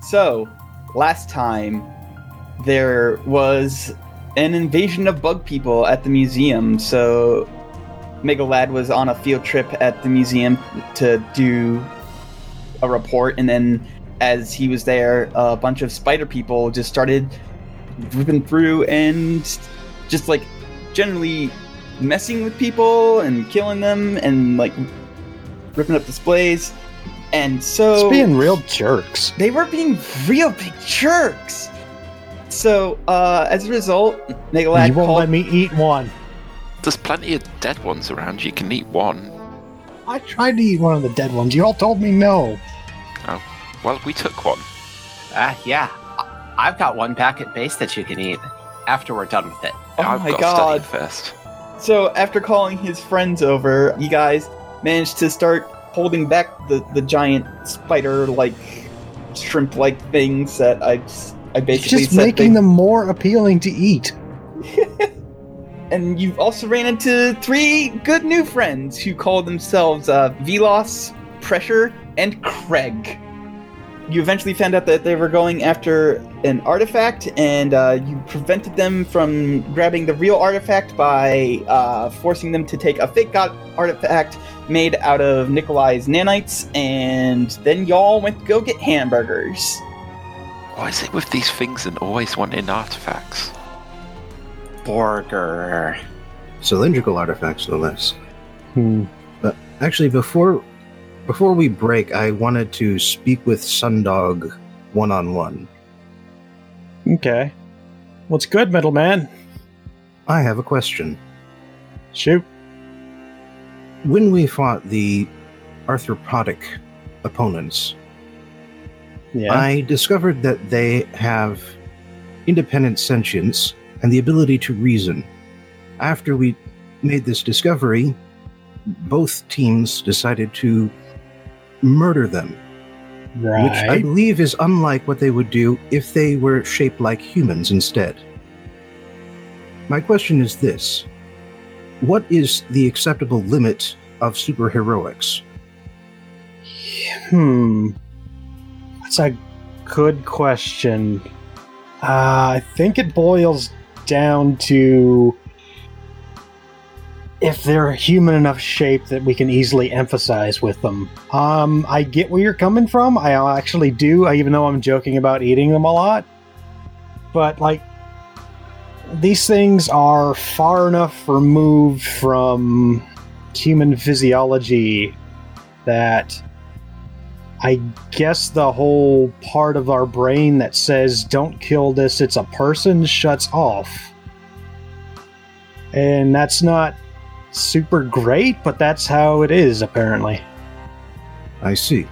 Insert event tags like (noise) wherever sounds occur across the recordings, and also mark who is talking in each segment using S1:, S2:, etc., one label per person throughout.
S1: So, last time there was an invasion of bug people at the museum. So, Megalad was on a field trip at the museum to do a report, and then as he was there, a bunch of spider people just started ripping through and just like generally messing with people and killing them and like ripping up displays. And so
S2: It's being real jerks.
S1: they were being real big jerks. So uh, as a result, Megalad
S2: you won't
S1: called.
S2: let me eat one.
S3: There's plenty of dead ones around. You can eat one.
S2: I tried to eat one of the dead ones. You all told me no.
S3: Well, we took one.
S4: Ah, yeah. I- I've got one packet base that you can eat after we're done with it.
S1: oh
S3: I've
S1: my
S3: got
S1: god!
S3: To study first.
S1: So after calling his friends over, you guys managed to start holding back the, the giant spider-like, shrimp-like things that I s- I
S2: It's
S1: basically
S2: just
S1: said
S2: making
S1: they-
S2: them more appealing to eat.
S1: And you also ran into three good new friends who call themselves uh, Velos, Pressure, and Craig. You eventually found out that they were going after an artifact, and uh, you prevented them from grabbing the real artifact by uh, forcing them to take a fake god artifact made out of Nikolai's nanites, and then y'all went to go get hamburgers.
S3: Why is it with these things and always wanting artifacts?
S4: Burger.
S5: Cylindrical artifacts, no less.
S2: Hmm.
S5: Actually, before before we break, I wanted to speak with Sundog one on one.
S2: Okay. What's good, middleman?
S5: I have a question.
S2: Shoot.
S5: When we fought the arthropodic opponents,
S2: Yeah.
S5: I discovered that they have independent sentience and the ability to reason. After we made this discovery, both teams decided to murder them which I
S2: right.
S5: believe is unlike what they would do if they were shaped like humans instead. My question is this What is the acceptable limit of superheroics?
S2: hmm. That's a good question. Uh, I think it boils down to if they're human enough shape that we can easily emphasize with them. Um, I get where you're coming from. I actually do, I, even though I'm joking about eating them a lot. But, like, these things are far enough removed from human physiology that I guess the whole part of our brain that says don't kill this, it's a person, shuts off. And that's not super great, but that's how it is, apparently.
S5: I see.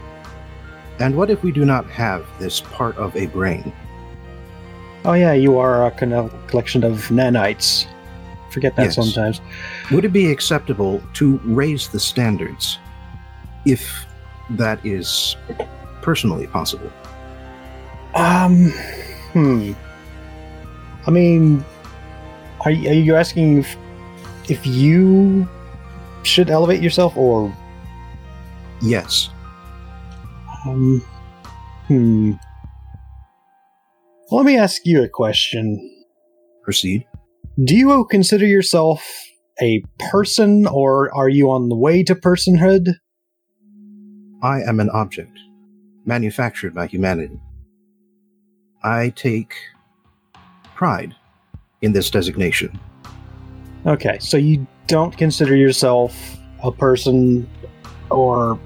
S5: And what if we do not have this part of a brain?
S2: Oh, yeah, you are a kind of collection of nanites. Forget that
S5: Yes.
S2: sometimes.
S5: Would it be acceptable to raise the standards if that is personally possible?
S2: Um, hmm. I mean, are, are you asking if, if you should elevate yourself or
S5: Yes.
S2: Um, hmm. Let me ask you a question.
S5: Proceed.
S2: Do you consider yourself a person, or are you on the way to personhood?
S5: I am an object, manufactured by humanity. I take pride in this designation.
S2: Okay, so you don't consider yourself a person or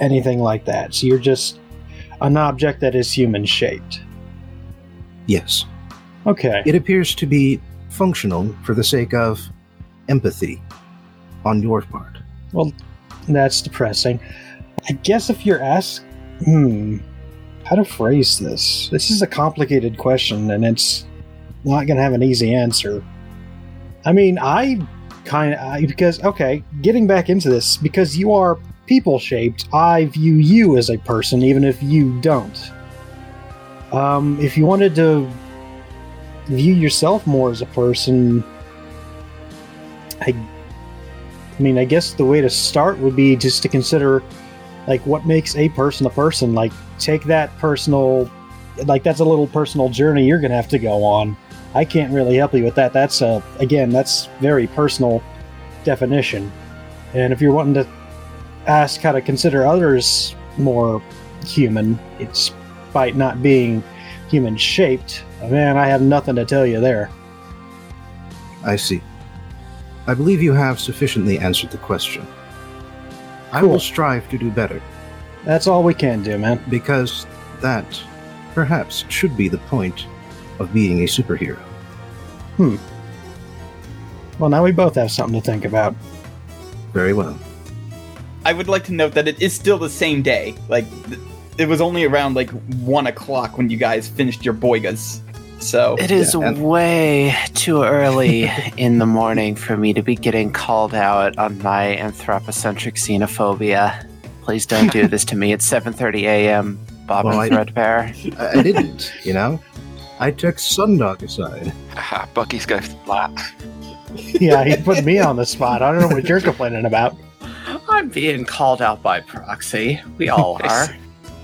S2: anything like that. So you're just an object that is human shaped.
S5: Yes,
S2: Okay.
S5: it appears to be functional for the sake of empathy on your part.
S2: That's depressing. I guess if you're asked, hmm, how to phrase this? This is a complicated question, and it's not going to have an easy answer. I mean, I kind of because okay, getting back into this because you are people shaped. I view you as a person, even if you don't. Um, if you wanted to view yourself more as a person, I I mean, I guess the way to start would be just to consider like what makes a person a person. Like take that personal like that's a little personal journey you're gonna have to go on. I can't really help you with that. That's a again, that's very personal definition. And if you're wanting to ask how to consider others more human, it's by not being human shaped. Man, I have nothing to tell you there.
S5: I see. I believe you have sufficiently answered the question. I
S2: Cool.
S5: will strive to do better,
S2: That's all we can do, man.
S5: because that, perhaps, should be the point of being a superhero.
S2: Well, now we both have something to think about.
S5: Very well.
S1: I would like to note that it is still the same day. Like, th- it was only around like one o'clock when you guys finished your boigas.
S4: (laughs)
S1: So
S4: It is
S5: Yeah, and-
S4: way too
S5: (laughs)
S4: early in the morning for me to be getting called out on my anthropocentric xenophobia. Please don't do this to me. It's 7:30 a.m. Bob
S5: Well, I-
S4: and Threadbare.
S5: I, I didn't, you know? I took Sundog aside.
S3: Haha, Buggies go flat.
S2: Yeah, he put me on the spot. I don't know what you're complaining about.
S4: I'm being called out by proxy. (laughs) We all
S3: Yes.
S4: are.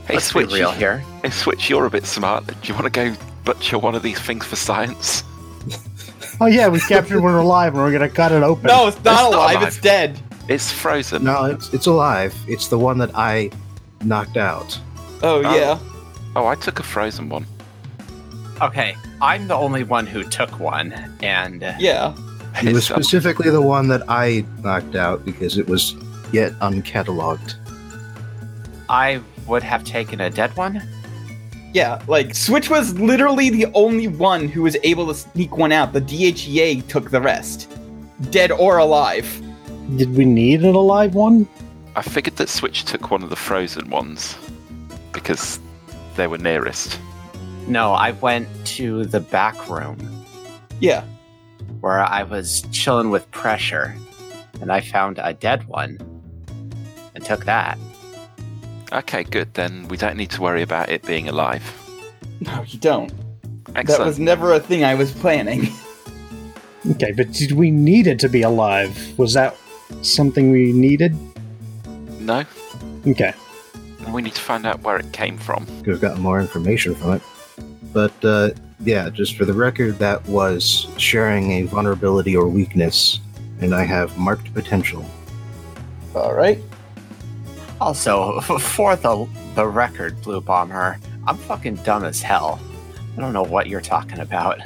S3: Hey,
S4: Let's
S3: Switch,
S4: be real here.
S3: hey, Switch, you're a bit smart. Do you want to go butcher one of these things for science?
S2: Oh yeah, we captured one alive and we're gonna cut it open.
S1: no, it's not
S3: not
S1: alive.
S3: alive.
S1: It's dead.
S3: It's frozen.
S5: No, it's, it's alive. It's the one that I knocked out.
S1: Oh,
S3: Oh.
S1: yeah.
S3: Oh, I took a frozen one.
S4: Okay, I'm the only one who took one, and
S1: Yeah.
S5: It was
S3: It's, um,
S5: specifically the one that I knocked out because it was yet uncatalogued.
S4: I would have taken a dead one.
S1: Yeah. Like Switch was literally the only one who was able to sneak one out. The DHEA took the rest. Dead or alive.
S2: Did we need an alive one?
S3: I figured that Switch took one of the frozen ones because they were nearest.
S4: No, I went to the back room
S1: Yeah.
S4: where I was chilling with pressure, and I found a dead one and took that.
S3: Okay, good. Then we don't need to worry about it being alive.
S1: No, you don't.
S3: Excellent.
S1: That was never a thing I was planning.
S2: Okay, but did we need it to be alive? Was that something we needed?
S3: No,
S2: Okay.
S3: we need to find out where it came from.
S5: Could have gotten more information from it. But uh, yeah, just for the record, that was sharing a vulnerability or weakness, and I have marked potential.
S1: All right.
S4: Also, (laughs) for the the record, Blue Bomber, I'm fucking dumb as hell. I don't know what you're talking about.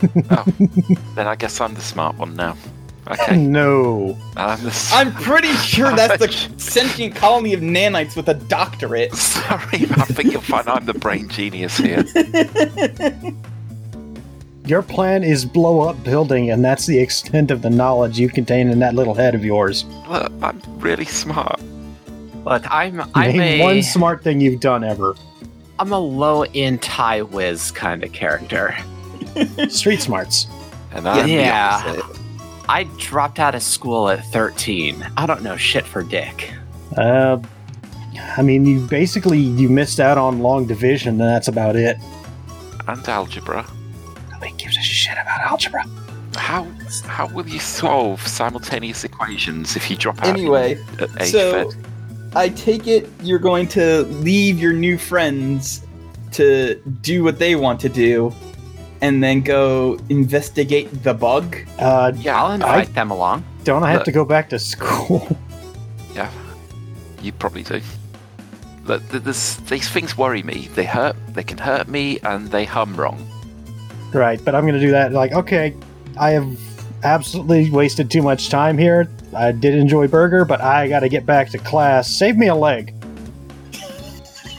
S3: Then I guess I'm the smart one now.
S2: (laughs)
S3: Okay,
S2: No.
S3: I'm the. s-
S1: I'm pretty sure that's the sentient colony of nanites with a doctorate.
S3: (laughs) Sorry, I think you'll find I'm the brain genius here.
S2: Your plan is blow up building, and that's the extent of the knowledge you contain in that little head of yours.
S3: Look, I'm really smart.
S4: Look, I'm I'm
S2: Name
S4: a
S2: one smart thing you've done ever.
S4: am a low end tie whiz kind of character.
S2: Street smarts.
S3: And I'm
S4: Yeah.
S3: the opposite.
S4: I dropped out of school at 13. I don't know shit for dick.
S2: Uh, I mean, you basically you missed out on long division, and that's about it.
S3: And algebra.
S2: Nobody gives a shit about algebra.
S3: How how will you solve simultaneous equations if you drop out
S1: Anyway,
S3: at age
S1: so
S3: 30?
S1: I take it you're going to leave your new friends to do what they want to do and then go investigate the bug.
S2: Uh,
S3: Yeah,
S4: I'll invite them along.
S2: don't I have
S3: Look.
S2: to go back to school?
S3: Yeah, you probably do. Look, th- this, these things worry me. They hurt. They can hurt me, and they hum wrong.
S2: right, but I'm gonna do that. Like, okay, I have absolutely wasted too much time here. I did enjoy burger, but I got to get back to class. Save me a leg.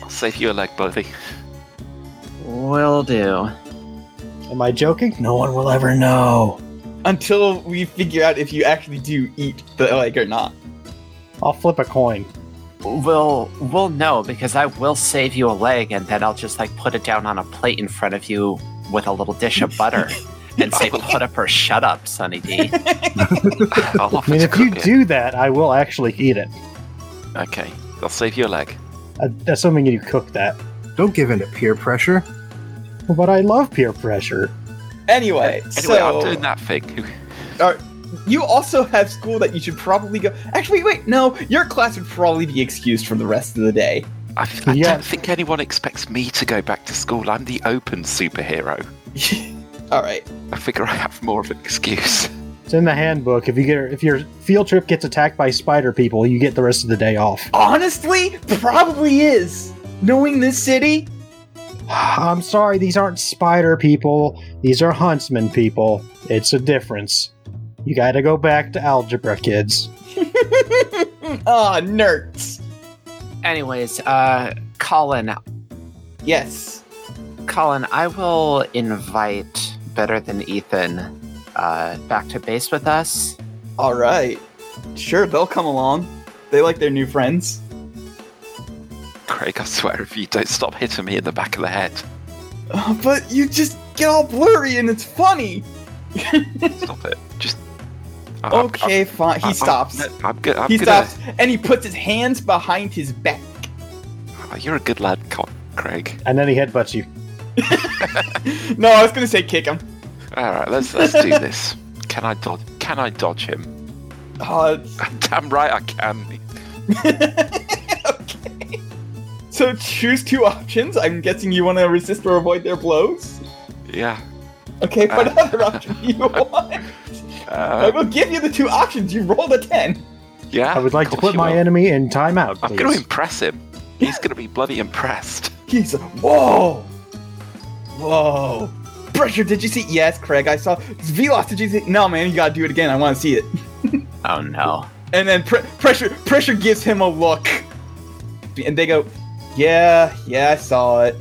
S3: I'll save you a leg, buddy. (laughs)
S4: Will do.
S2: Am I joking? No one will ever know.
S1: until we figure out if you actually do eat the like or not.
S2: I'll flip a coin.
S4: We'll we'll know because I will save you a leg and then I'll just like put it down on a plate in front of you with a little dish of (laughs) butter and say put up or shut up, Sonny (laughs) D.
S3: I'll
S2: I
S3: offer
S2: mean,
S3: to
S2: if you
S3: cook it.
S2: do that, I will actually eat it.
S3: Okay, I'll save you a leg.
S2: Uh, Assuming you cook that.
S5: Don't give in to peer pressure.
S2: But I love peer pressure.
S1: Anyway,
S3: Anyway,
S1: so
S3: I'm doing that thing.
S1: you also have school that you should probably go. Actually, wait, no, your class would probably be excused from the rest of the day. (laughs)
S3: I, I
S2: Yeah.
S3: don't think anyone expects me to go back to school. I'm the open superhero.
S1: All right.
S3: I figure I have more of an excuse. (laughs)
S2: It's in the handbook. If you get if your field trip gets attacked by spider people, you get the rest of the day off.
S1: Honestly, probably is. Knowing this city, (laughs)
S2: I'm sorry, these aren't spider people. These are huntsman people. It's a difference. You got to go back to algebra, kids.
S1: ah, nerds.
S4: Anyways, uh, Colin,
S1: Yes.
S4: Colin, I will invite Better Than Ethan uh, back to base with us.
S1: All right. Sure, they'll come along. They like their new friends. (laughs)
S3: Craig, I swear, if you don't stop hitting me in the back of the head,
S1: Uh, but you just get all blurry and it's
S3: Uh,
S1: funny.
S3: stop it. Just. I- I'm-
S1: Okay, fine.
S3: I'm-
S1: He stops.
S3: I'm, I'm good. uh, I'm
S1: He
S3: gonna-
S1: stops and he puts his hands behind his back. (laughs)
S3: oh, You're a good lad, Co- Craig.
S2: And then he headbutts you.
S1: No, I was gonna say kick him.
S3: All right, let's let's
S1: (laughs)
S3: do this. Can I dodge? Can I dodge him? (laughs)
S1: Uh, (laughs)
S3: Damn right I can.
S1: okay. So choose two options. I'm guessing you want to resist or avoid their blows.
S3: Yeah.
S1: Okay, what
S3: (laughs) Uh.
S1: other option do you want? I
S3: Uh,
S1: will give you the two options. You rolled a ten.
S3: yeah.
S2: I would like
S3: Ah, of
S2: to
S3: course
S2: put
S3: you
S2: my
S3: will.
S2: enemy in timeout,
S3: I'm gonna
S2: please.
S3: impress him. He's gonna be bloody impressed. (laughs)
S1: He's whoa, whoa. Pressure. Did you see? Yes, Craig. I saw. Velos. Did you see? No, man. You gotta do it again. I want to see it.
S4: Oh no.
S1: And then pre- pressure. Pressure gives him a look, and they go, "Yeah, yeah, I saw it."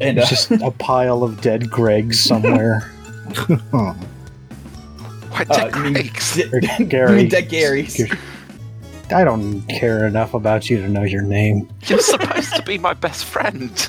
S1: And (laughs) uh,
S2: It's just a pile of dead
S1: (laughs)
S2: Gregs somewhere.
S5: Huh.
S3: Why
S1: Uh,
S3: did
S1: you mean
S3: Craig's?
S1: d-
S2: Or
S1: d-
S2: Gary.
S1: You mean dead Gary's?
S2: I don't care enough about you to know your name.
S3: You're supposed to be my best friend.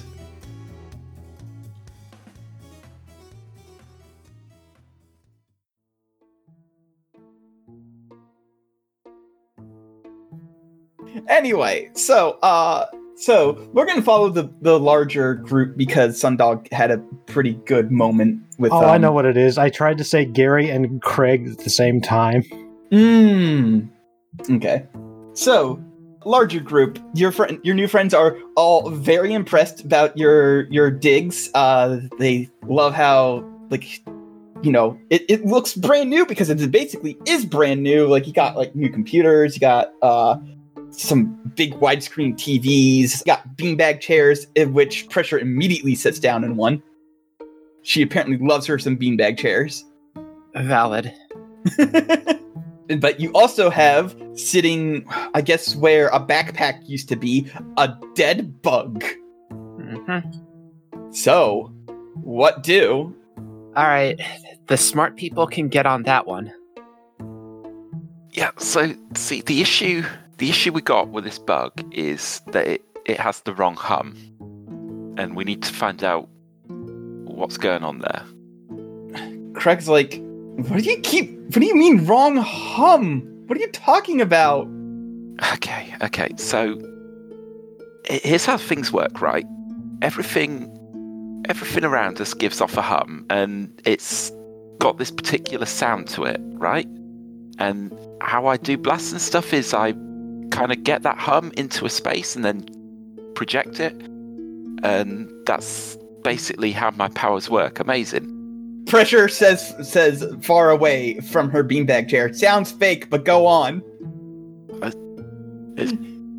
S1: Anyway, so uh, so we're gonna follow the the larger group because Sundog had a pretty good moment with.
S2: Oh, I
S1: um,
S2: know what it is. I tried to say Gary and Craig at the same time.
S1: Mmm. Okay. So, larger group, your friend, your new friends are all very impressed about your your digs. Uh, they love how like, you know, it, it looks brand new because it basically is brand new. Like you got like new computers, you got uh some big widescreen TVs, you got beanbag chairs, in which Pressure immediately sits down in one. She apparently loves her some beanbag chairs.
S4: Valid.
S1: (laughs) but you also have sitting, I guess, where a backpack used to be, a dead bug.
S4: hmm
S1: So, what do?
S4: All right. The smart people can get on that one.
S3: Yeah. So see, the issue the issue we got with this bug is that it, it has the wrong hum, and we need to find out what's going on there.
S1: Craig's like, what do you keep? What do you mean wrong hum? What are you talking about?
S3: Okay, okay. So he- here's how things work, right? Everything everything around us gives off a hum and it's got this particular sound to it, right? And how I do blasts and stuff is I kind of get that hum into a space and then project it. And that's basically how my powers work. Amazing.
S1: Pressure says says far away from her beanbag chair. Sounds fake, but go on.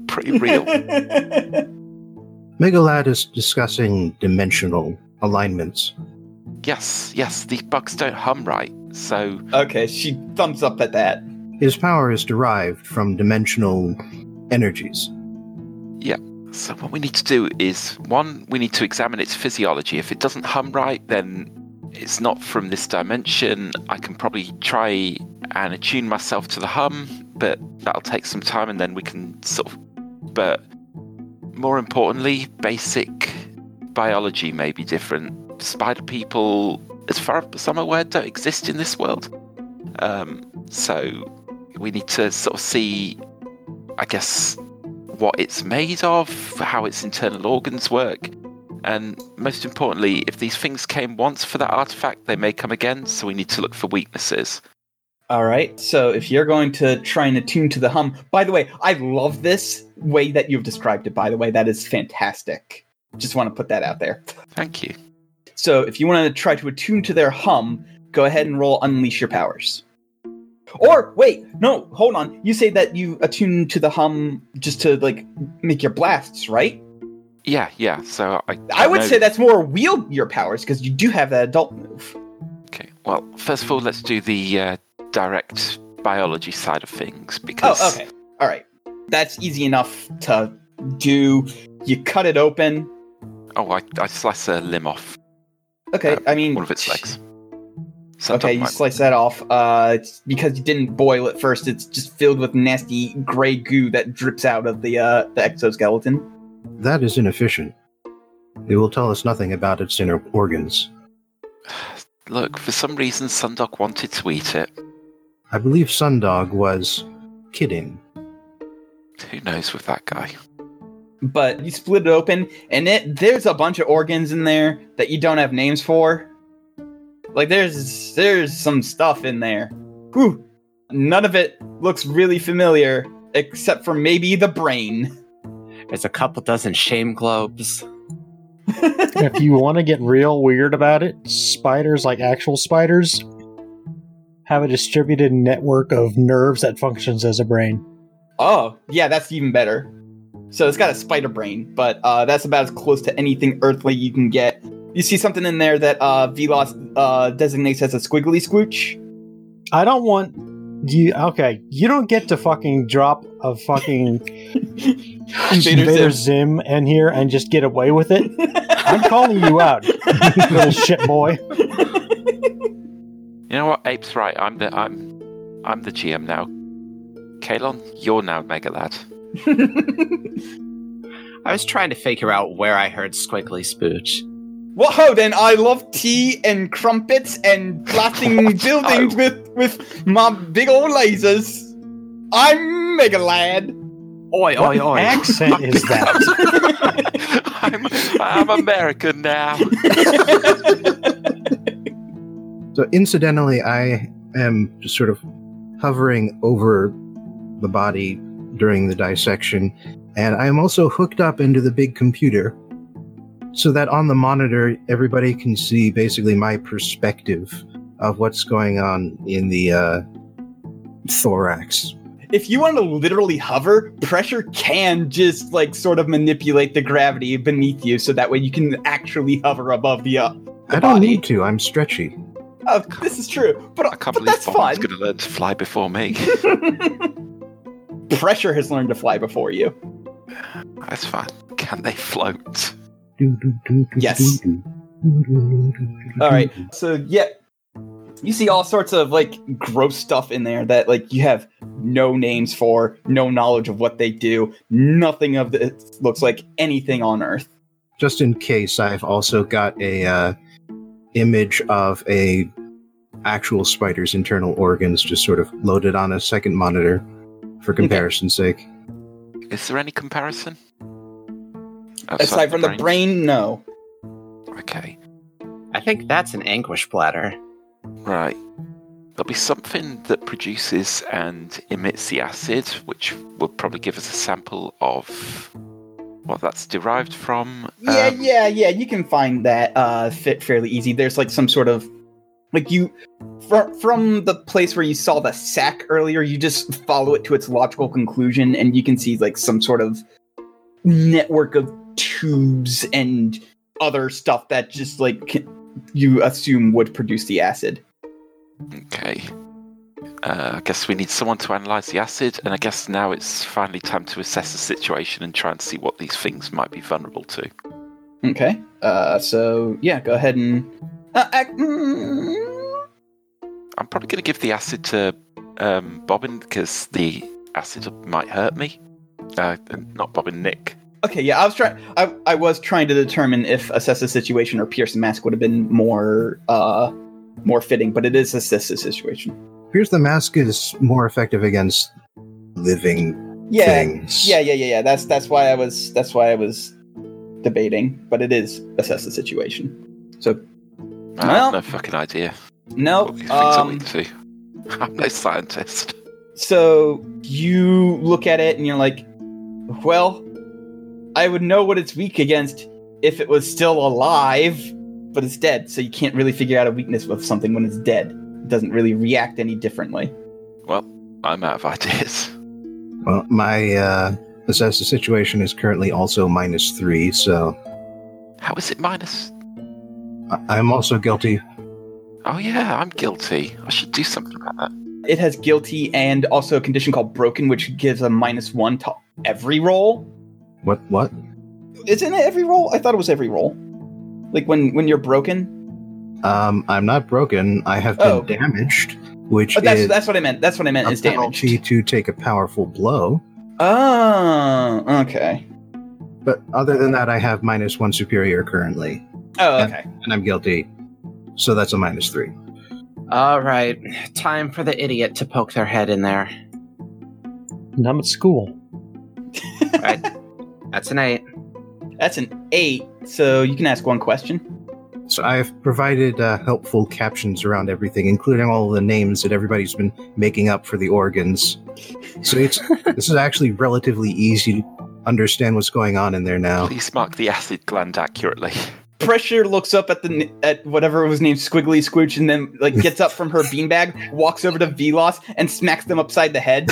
S3: Pretty real.
S1: (laughs)
S5: Megalad is discussing dimensional alignments.
S3: yes, yes, these bugs don't hum right. So
S1: okay, she thumbs up at that.
S5: His power is derived from dimensional energies.
S3: So what we need to do is one, we need to examine its physiology. If it doesn't hum right, then it's not from this dimension. I can probably try and attune myself to the hum, but that'll take some time and then we can sort of but more importantly, basic biology may be different. Spider people, as far as I'm aware, don't exist in this world. Um, so we need to sort of see I guess what it's made of, how its internal organs work, and most importantly, if these things came once for that artifact, they may come again, so we need to look for weaknesses.
S1: All right. So if you're going to try and attune to the hum, by the way, I love this way that you've described it. By the way, that is fantastic. Just want to put that out there.
S3: Thank you.
S1: So if you want to try to attune to their hum, go ahead and roll unleash your powers. Or wait, no, hold on. You say that you attune to the hum just to like make your blasts, right?
S3: Yeah, yeah. So I.
S1: I would
S3: know-
S1: say that's more wield your powers because you do have that adult move.
S3: Okay. Well, first of all, let's do the uh, direct biology side of things because
S1: Oh, okay. All right. That's easy enough to do. You cut it open.
S3: oh, I, I slice a limb off
S1: Okay,
S3: Um,
S1: I mean
S3: one of its legs. So I'm
S1: Okay,
S3: talking
S1: you
S3: about-
S1: slice that off. Uh, it's because you didn't boil it first. It's just filled with nasty gray goo that drips out of the uh, the exoskeleton.
S5: That is inefficient. It will tell us nothing about its inner organs.
S3: Look, for some reason, Sundog wanted to eat it.
S5: I believe Sundog was kidding.
S3: Who knows with that guy?
S1: But you split it open, and it there's a bunch of organs in there that you don't have names for. Like there's there's some stuff in there. Whew. None of it looks really familiar, except for maybe the brain. (laughs)
S4: There's a couple dozen shame globes.
S2: if you want to get real weird about it, spiders, like actual spiders, have a distributed network of nerves that functions as a brain.
S1: Oh, yeah, that's even better. So it's got a spider brain, but uh, that's about as close to anything earthly you can get. You see something in there that uh, Velos uh, designates as a squiggly squooch?
S2: I don't want you. Okay, you don't get to fucking drop a fucking
S1: Vader
S2: Vader
S1: Zim.
S2: Zim in here and just get away with it. I'm calling you out, little shit boy.
S3: You know what? Ape's right. I'm the I'm I'm the GM now. Kalon, you're now Mega Lad. (laughs)
S4: I was trying to figure out where I heard squiggly spooch.
S1: (laughs) Whoa, then I love tea and crumpets and blasting buildings with, with my big old lasers. I'm Mega Lad.
S4: Oi,
S2: What
S4: oi, oi.
S2: accent is that?
S1: (laughs)
S3: I'm I'm American now.
S5: So, incidentally, I am just sort of hovering over the body during the dissection, and I am also hooked up into the big computer so that on the monitor, everybody can see basically my perspective of what's going on in the uh, thorax.
S1: if you want to literally hover, pressure can just like sort of manipulate the gravity beneath you, so that way you can actually hover above the. Uh,
S5: I don't
S1: body.
S5: need to, I'm stretchy.
S1: oh, this is true,
S3: I
S1: but,
S3: can't
S1: but
S3: believe
S1: that's fun.
S3: Bond's going to learn to fly before me.
S1: (laughs) pressure has learned to fly before (laughs) you.
S3: That's fine. Can they float?
S1: Yes. All right. So yeah, you see all sorts of like gross stuff in there that like you have no names for, no knowledge of what they do. Nothing of this looks like anything on Earth.
S5: just in case i've also got a uh, image of a actual spider's internal organs just sort of loaded on a second monitor for comparison's sake
S3: Is there any comparison?
S1: Aside from the brain, no.
S3: Okay.
S4: I think that's an anguish bladder.
S3: Right. There'll be something that produces and emits the acid, which will probably give us a sample of what that's derived from.
S1: Yeah,
S3: Um,
S1: yeah, yeah. You can find that uh, fit fairly easy. There's like some sort of like you from from the place where you saw the sack earlier. You just follow it to its logical conclusion, and you can see like some sort of network of tubes and other stuff that just like c- you assume would produce the acid.
S3: Okay. Uh, I guess we need someone to analyze the acid, and I guess now it's finally time to assess the situation and try and see what these things might be vulnerable to.
S1: Okay. Uh, so yeah, go ahead and. Uh, ac- mm,
S3: I'm probably going to give the acid to um, Bobbin because the acid might hurt me. Uh, not Bobbin, Nick.
S1: Okay, yeah, I was trying. I, I was trying to determine if assess the situation or Pearson mask would have been more uh more fitting, but it is assess the situation.
S5: here's the mask is more effective against living
S1: Yeah,
S5: things
S1: yeah, yeah, yeah, yeah. That's that's why I was that's why I was debating, but it is assess the situation.
S3: I have
S1: Well-
S3: no fucking idea
S1: No,
S3: what these things are
S1: um,
S3: weak to. (laughs) I'm no scientist.
S1: So you look at it and you're like, well, I would know what it's weak against if it was still alive, but it's dead. So you can't really figure out a weakness with something when it's dead. It doesn't really react any differently.
S3: Well, I'm out of ideas.
S5: Well, my uh, assess the situation is currently also minus three, so
S3: How is it minus?
S5: I- I'm also guilty.
S3: Oh yeah, I'm guilty. I should do something about that.
S1: It has guilty and also a condition called broken, which gives a minus one to every roll.
S5: What? What?
S1: Isn't it every roll? I thought it was every roll. Like when when you're broken.
S5: Um, I'm not broken. I have been
S1: Oh.
S5: damaged, which
S1: Oh, that's
S5: is
S1: that's what I meant. That's what I meant.
S5: a
S1: Is damage.
S5: penalty to take a powerful blow.
S1: Oh, okay.
S5: But other than that, I have minus one superior currently,
S1: Oh,
S5: Yeah.
S1: okay.
S5: and I'm guilty. So that's a minus three.
S4: All right, time for the idiot to poke their head in there.
S2: And I'm at school.
S4: That's an eight.
S1: That's an eight. So you can ask one question.
S5: So I have provided uh, helpful captions around everything, including all the names that everybody's been making up for the organs. So it's this is actually relatively easy to understand what's going on in there now.
S3: Please mark the acid gland accurately. (laughs)
S1: Pressure looks up at the n- at whatever was named Squiggly Squooch, and then like gets up from her beanbag, walks over to Velos, and smacks them upside the head.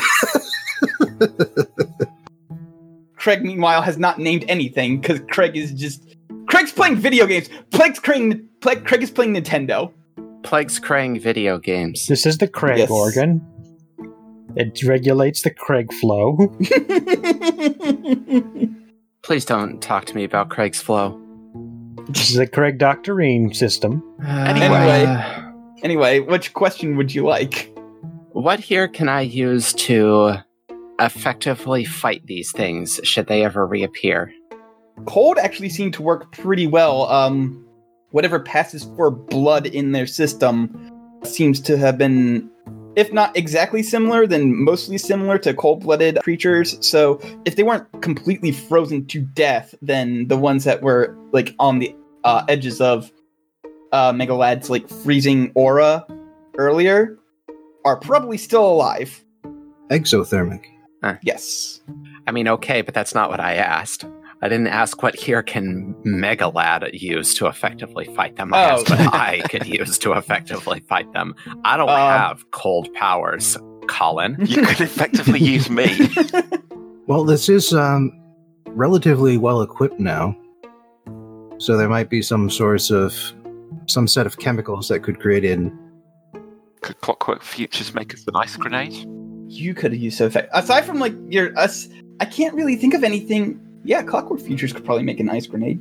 S1: Craig, meanwhile, has not named anything because Craig is just Craig's playing video games. Craig's playing Craig, Craig is playing Nintendo.
S4: Plagues crying video games.
S2: This is the Craig
S1: Yes.
S2: organ. It regulates the Craig flow.
S4: Please don't talk to me about Craig's flow.
S2: This is the Craig Doctorine system.
S4: Uh,
S1: Anyway. anyway, which question would you like?
S4: What here can I use to effectively fight these things should they ever reappear?
S1: cold actually seemed to work pretty well. Um, whatever passes for blood in their system seems to have been, if not exactly similar, then mostly similar to cold blooded creatures. So if they weren't completely frozen to death, then the ones that were like on the uh, edges of uh, Megalad's like freezing aura earlier are probably still alive.
S5: Exothermic.
S1: Yes.
S4: I mean, okay, but that's not what I asked. I didn't ask what here can Megalad use to effectively fight them. I
S1: Oh.
S4: asked (laughs) what I could use to effectively fight them. I don't
S1: Um.
S4: have cold powers, Colin.
S1: (laughs)
S3: You (laughs) could effectively use me.
S5: Well, this is um, relatively well equipped now, so there might be some source of some set of chemicals that could create in.
S3: Could Clockwork Futures make us an ice grenade?
S1: you could use so effect aside from like your us i can't really think of anything yeah clockwork futures could probably make an ice grenade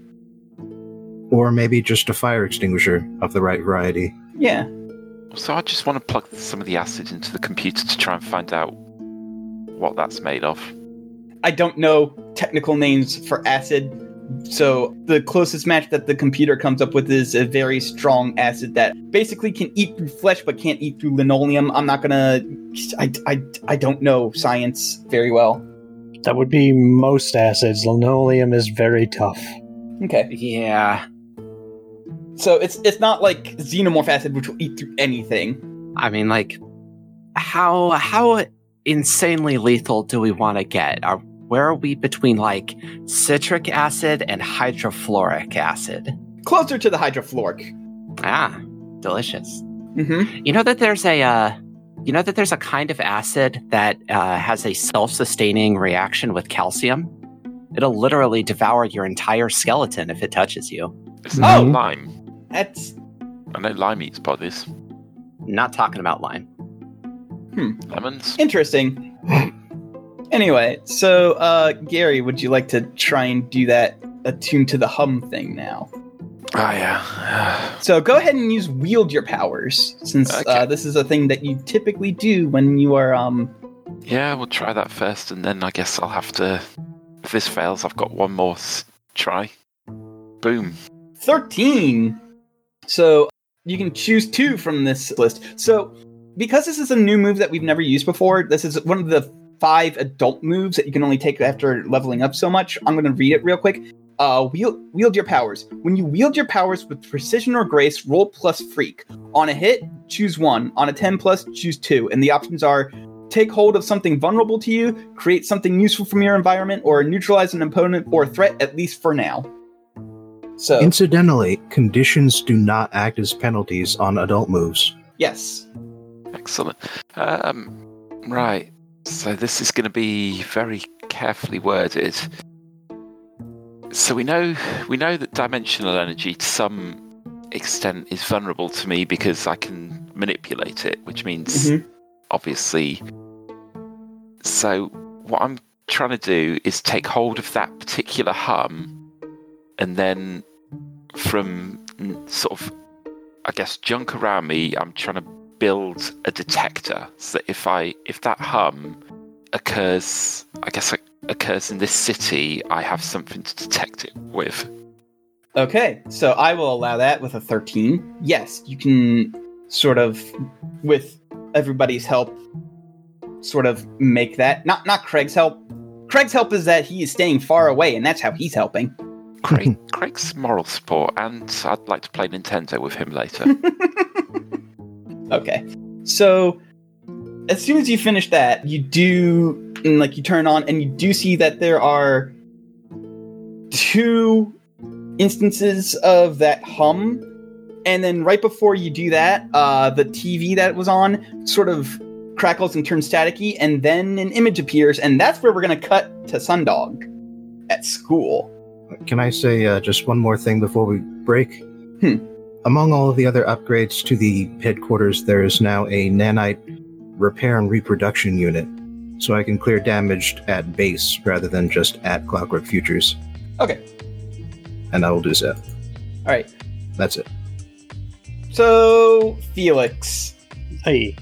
S5: Or maybe just a fire extinguisher of the right variety.
S1: yeah
S3: So I just want to plug some of the acid into the computer to try and find out what that's made of.
S1: i don't know technical names for acid so the closest match that the computer comes up with is a very strong acid that basically can eat through flesh but can't eat through linoleum i'm not gonna i, I, I don't know science very well
S2: That would be most acids. Linoleum is very tough.
S1: okay
S4: Yeah,
S1: so it's it's not like xenomorph acid which will eat through anything
S4: I mean, like, how how insanely lethal do we want to get? Are where are we between like citric acid and hydrofluoric acid?
S1: closer to the hydrofluoric
S4: Ah, delicious.
S1: hmm
S4: You know that there's a uh, you know that there's a kind of acid that uh, has a self-sustaining reaction with calcium. It'll literally devour your entire skeleton if it touches you.
S3: It's not
S1: Oh!
S3: lime.
S1: that's
S3: I know lime eats bodies.
S4: Not talking about lime.
S3: Lemons.
S1: Interesting. anyway, so uh, Gary, would you like to try and do that attuned to the hum thing now?
S3: Ah, yeah. (sighs)
S1: So go ahead and use wield your powers, since uh,
S3: Okay.
S1: this is a thing that you typically do when you are. Um,
S3: Yeah, we'll try that first, and then I guess I'll have to. If this fails, I've got one more s- try. Boom.
S1: 13. So you can choose two from this list. So because this is a new move that we've never used before, this is one of the five adult moves that you can only take after leveling up so much. I'm going to read it real quick. Uh, wield, wield your powers. When you wield your powers with precision or grace, roll plus freak. On a hit, choose one. On a 10 plus, choose two. And the options are take hold of something vulnerable to you, create something useful from your environment, or neutralize an opponent or threat, at least for now. So,
S5: Incidentally, conditions do not act as penalties on adult moves.
S1: yes.
S3: Excellent. Um, right. So this is going to be very carefully worded. So we know we know that dimensional energy to some extent is vulnerable to me because I can manipulate it, which means
S1: Mhm.
S3: obviously. So what I'm trying to do is take hold of that particular hum, and then from mm, sort of, I guess, junk around me, I'm trying to build a detector so that if I if that hum occurs, I guess occurs in this city, I have something to detect it with.
S1: Okay, so I will allow that with a 13. Yes, you can sort of, with everybody's help, sort of make that. Not not Craig's help. Craig's help is that he is staying far away, and that's how he's helping.
S3: Craig, Craig's moral support, and I'd like to play Nintendo with him
S1: (laughs)
S3: later.
S1: Okay. So as soon as you finish that, you do and, like you turn on and you do see that there are two instances of that hum. And then right before you do that, uh, the TV that was on sort of crackles and turns staticky, and then an image appears, and that's where we're gonna cut to Sundog at school.
S5: Can I say uh, just one more thing before we break?
S1: Hmm.
S5: Among all of the other upgrades to the headquarters, there is now a nanite repair and reproduction unit, so I can clear damaged at base rather than just at Clockwork Futures.
S1: Okay.
S5: And I will do so.
S1: All right.
S5: That's it. (laughs)
S1: So Felix,
S2: Hey,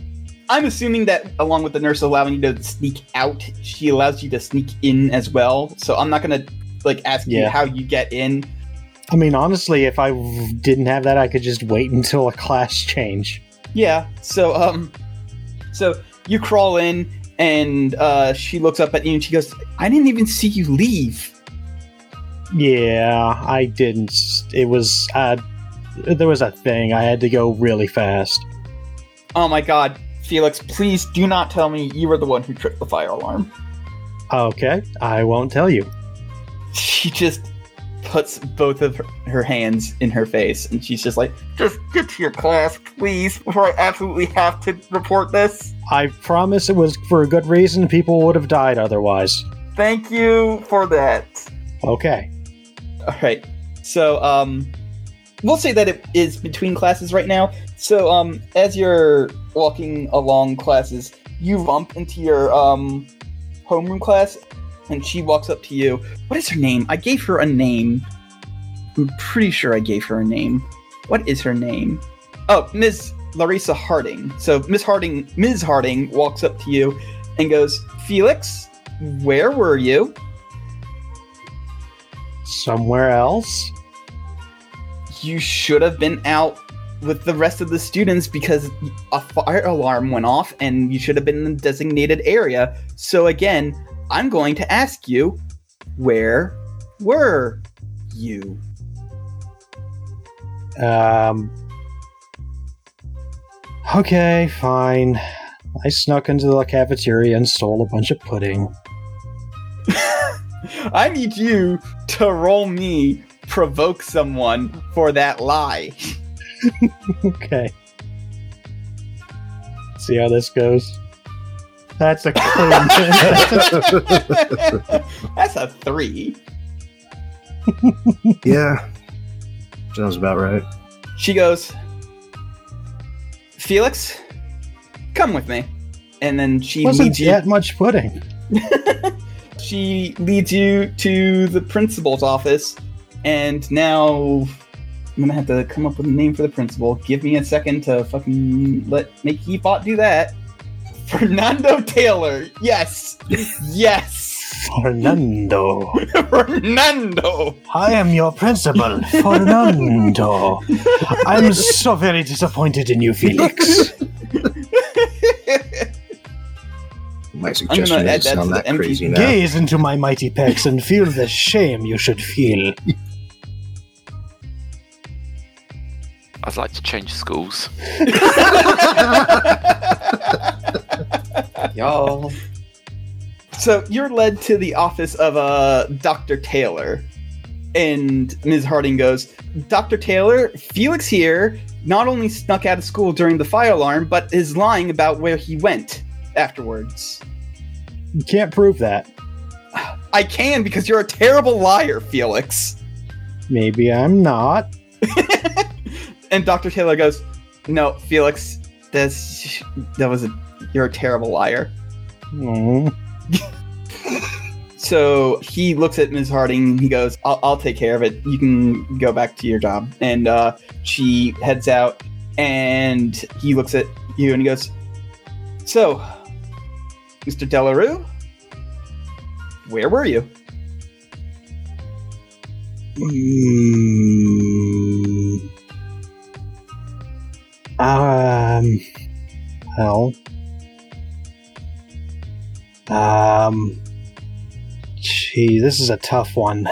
S1: I'm assuming that along with the nurse allowing you to sneak out, she allows you to sneak in as well. So I'm not gonna like ask you
S2: Yeah.
S1: how you get in.
S2: I mean, honestly, if I w- didn't have that, I could just wait (laughs) until a class change.
S1: Yeah. So um, so you crawl in, and uh, she looks up at you and she goes, "I didn't even see you leave."
S2: Yeah, I didn't. s- It was uh, there was a thing. I had to go really fast.
S1: Oh my god, Felix! Please do not tell me you were the one who tripped the fire alarm. (laughs)
S2: Okay, I won't tell you.
S1: She just puts both of her, her hands in her face, and she's just like, "Just get to your class, please, before I absolutely have to report this."
S2: I promise it was for a good reason. People would have died otherwise.
S1: Thank you for that.
S2: Okay.
S1: All right. So, um, we'll say that it is between classes right now. So, um, as you're walking along classes, you bump into your um, homeroom class, and she walks up to you. What is her name? I gave her a name. I'm pretty sure I gave her a name. What is her name? Oh, Ms. Larissa Harding. So, Ms. Harding, Ms. Harding walks up to you and goes, Felix, where were you?
S2: Somewhere else?
S1: you should have been out with the rest of the students because a fire alarm went off and you should have been in the designated area. So again, I'm going to ask you, where were you? (laughs)
S2: Um. Okay, fine. I snuck into the cafeteria and stole a bunch of pudding. (laughs)
S1: I need you to roll me provoke someone for that lie. (laughs)
S2: Okay. See how this goes. That's a (laughs) clean.
S1: That's a 3.
S5: yeah. Sounds about right.
S1: She goes, Felix, come with me. And then she
S2: wasn't
S1: leads you
S2: that much pudding.
S1: she leads you to the principal's office, and now I'm gonna have to come up with a name for the principal. Give me a second to fucking let make Heapot do that. (laughs) Fernando Taylor, yes, yes, (laughs)
S2: Fernando.
S1: Fernando.
S2: I am your (laughs) principal, Fernando. I'm so very disappointed in
S1: (laughs)
S2: you, (laughs) Felix.
S5: My
S1: I'm
S5: suggestion
S1: gonna add that
S5: is
S1: to
S5: sound
S1: the
S5: that
S1: empty
S5: crazy now.
S2: Gaze into my mighty pecs and feel the shame you should feel.
S3: I'd like to change schools.
S4: Y'all.
S1: So you're led to the office of uh, Dr. Taylor. And Ms. Harding goes, Dr. Taylor, Felix here not only snuck out of school during the fire alarm, but is lying about where he went afterwards.
S2: You can't prove that.
S1: I can because you're a terrible liar, Felix.
S2: Maybe I'm not.
S1: And Dr. Taylor goes, No, Felix, that's, that was a, you're a terrible liar.
S2: Mm.
S1: So he looks at Ms. Harding and he goes, I'll, I'll take care of it. You can go back to your job. And uh, she heads out and he looks at you and he goes, So, Mr. Delarue, where were you? (laughs)
S2: Mm. Um. Well. Um. Gee, this is a tough one.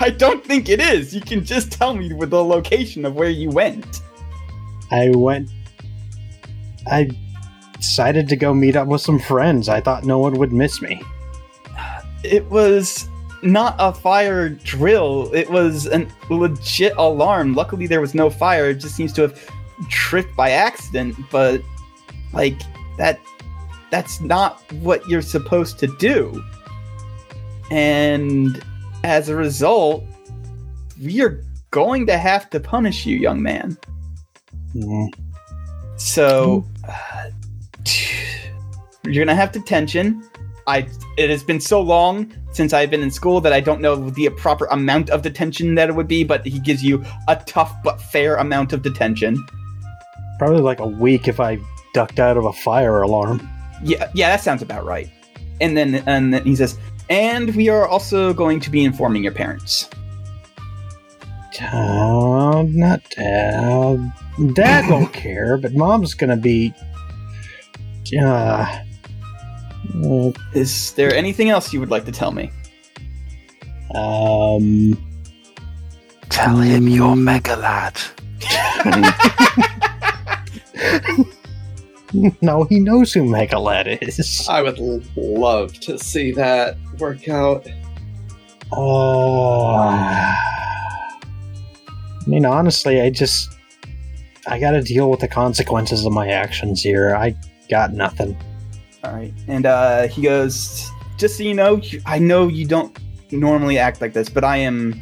S1: I don't think it is. You can just tell me with the location of where you went.
S2: I went. I decided to go meet up with some friends. I thought no one would miss me.
S1: It was not a fire drill, it was a legit alarm. Luckily, there was no fire. It just seems to have tripped by accident, but like that that's not what you're supposed to do. And as a result, we are going to have to punish you, young man.
S2: Mm.
S1: So uh, you're gonna have detention. I it has been so long since I've been in school that I don't know the proper amount of detention that it would be, but he gives you a tough but fair amount of detention.
S2: Probably like a week if I ducked out of a fire alarm.
S1: Yeah, yeah, that sounds about right. And then and then he says, and we are also going to be informing your parents.
S2: Uh, not dad.
S6: (laughs)
S2: Dad won't care, but mom's gonna be. Uh, uh,
S1: Is there anything else you would like to tell me?
S2: um. (laughs)
S3: Tell him you're mega lad.
S2: No, he knows who Megalad is.
S6: I would l- love to see that work out.
S2: Oh. I mean, honestly, I just. I gotta deal with the consequences of my actions here. I got nothing.
S1: All right. And uh, he goes, just so you know, you- I know you don't normally act like this, but I am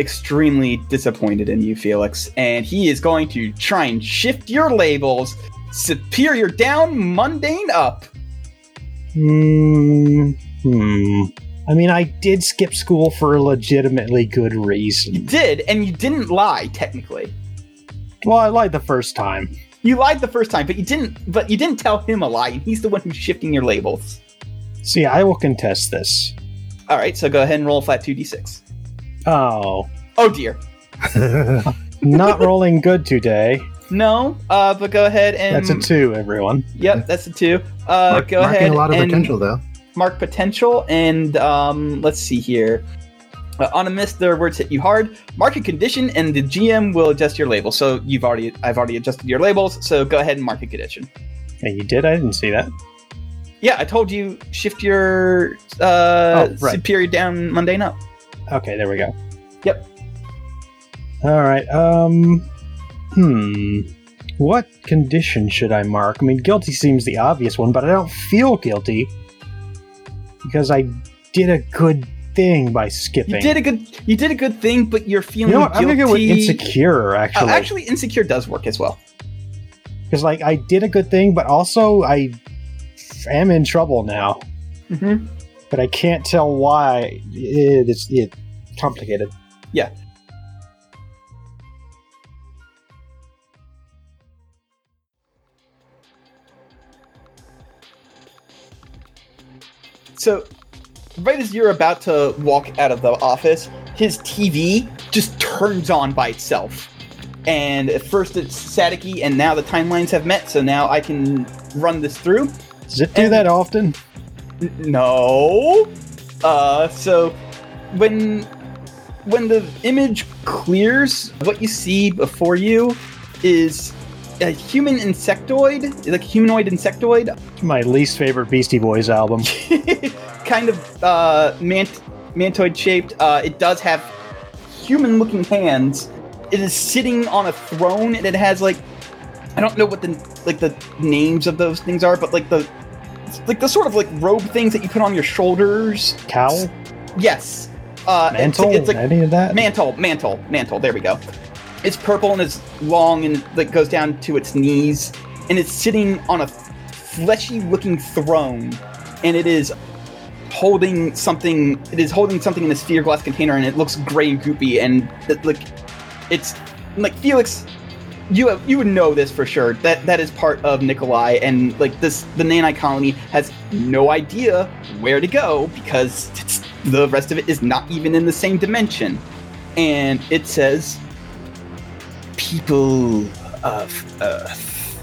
S1: extremely disappointed in you, Felix. And he is going to try and shift your labels superior down, mundane up.
S2: Hmm. Hmm. I mean, I did skip school for a legitimately good
S1: You
S2: reason.
S1: did, and you didn't lie, technically.
S2: Well, I lied the first time.
S1: You lied the first time, but you didn't. But you didn't tell him a lie, and he's the one who's shifting your labels.
S2: See, I will contest this.
S1: All right, so go ahead and roll a flat two d six.
S2: Oh,
S1: Oh dear, (laughs) Uh,
S2: not rolling good today.
S1: no. Uh, but go ahead and
S2: That's a two, everyone.
S1: Yep, that's a two. Uh,
S5: Mark-
S1: go
S5: marking
S1: ahead
S5: a lot of
S1: and
S5: potential, though.
S1: mark potential, and um, let's see here. Uh, on a miss, their words hit you hard. Mark a condition, and the GM will adjust your label. So you've already, I've already adjusted your labels. So go ahead and mark a condition.
S2: Hey, you did? I didn't see that.
S1: Yeah, I told you shift your uh,
S2: Oh, right.
S1: superior down, mundane up.
S2: Okay, there we go.
S1: Yep.
S2: All right. Um. Hmm. What condition should I mark? I mean, guilty seems the obvious one, but I don't feel guilty because I did a good thing by skipping.
S1: You did a good, you did a good thing, but you're
S2: You
S1: feeling
S2: know what? I'm
S1: guilty.
S2: gonna go with insecure
S1: Oh,
S2: actually,
S1: actually, insecure does work as well.
S2: because like I did a good thing, but also I am in trouble now,
S1: Mm-hmm.
S2: but I can't tell why. It- It's it complicated.
S1: So, right as you're about to walk out of the office, his TV just turns on by itself. And at first it's staticky, and now the timelines have met, so now I can run this through.
S2: Does it do
S1: And-
S2: that often?
S1: N- No. Uh, so when when the image clears, what you see before you is a human insectoid, like a humanoid insectoid,
S2: My least favorite Beastie
S1: (laughs)
S2: Boys album.
S1: kind of uh, mant- mantoid shaped. Uh, it does have human looking hands. It is sitting on a throne, and it has like I don't know what the like the names of those things are, but like the like the sort of like robe things that you put on your shoulders.
S2: Cowl?
S1: Yes. Uh, it's-
S2: Mantle?
S1: It's, like
S2: any of that?
S1: mantle, mantle, mantle. There we go. It's purple and it's long and like goes down to its knees, and it's sitting on a fleshy-looking throne, and it is holding something. It is holding something in a sphere glass container, and it looks gray and goopy, and it, like it's like Felix. You have, you would know this for sure. That that is part of Nikolai, and like this, the Nanai colony has no idea where to go because it's, the rest of it is not even in the same dimension and it says, "People of Earth,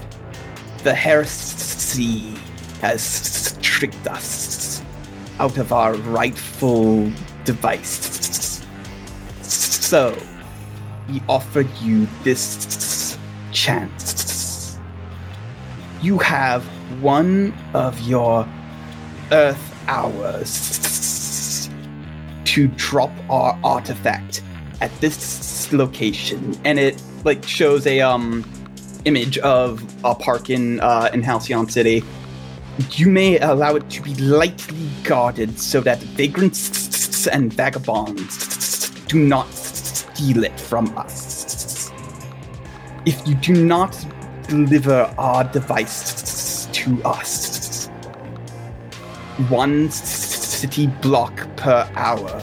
S1: the heresy has tricked us out of our rightful device. So, we offered you this chance. You have one of your Earth hours to drop our artifact." at this location and it like shows a um image of a park in uh in halcyon city you may allow it to be lightly guarded so that vagrants and vagabonds do not steal it from us if you do not deliver our device to us one city block per hour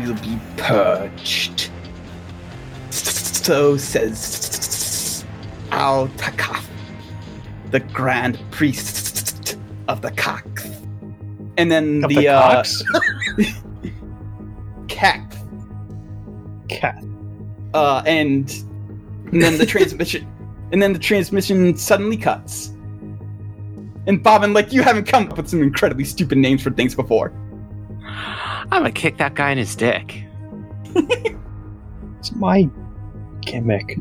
S1: will be purged. So says Al Takaf, the grand priest of the Kakth. And then
S2: Up
S1: the,
S2: the
S1: uh,
S2: (laughs) cocks?
S1: Kakth.
S2: Cat.
S1: Uh, and, and then the transmission, and then the transmission suddenly cuts. And Bobbin, like you haven't come up with some incredibly stupid names for things before.
S4: I'm gonna kick that guy in his dick.
S2: It's my gimmick.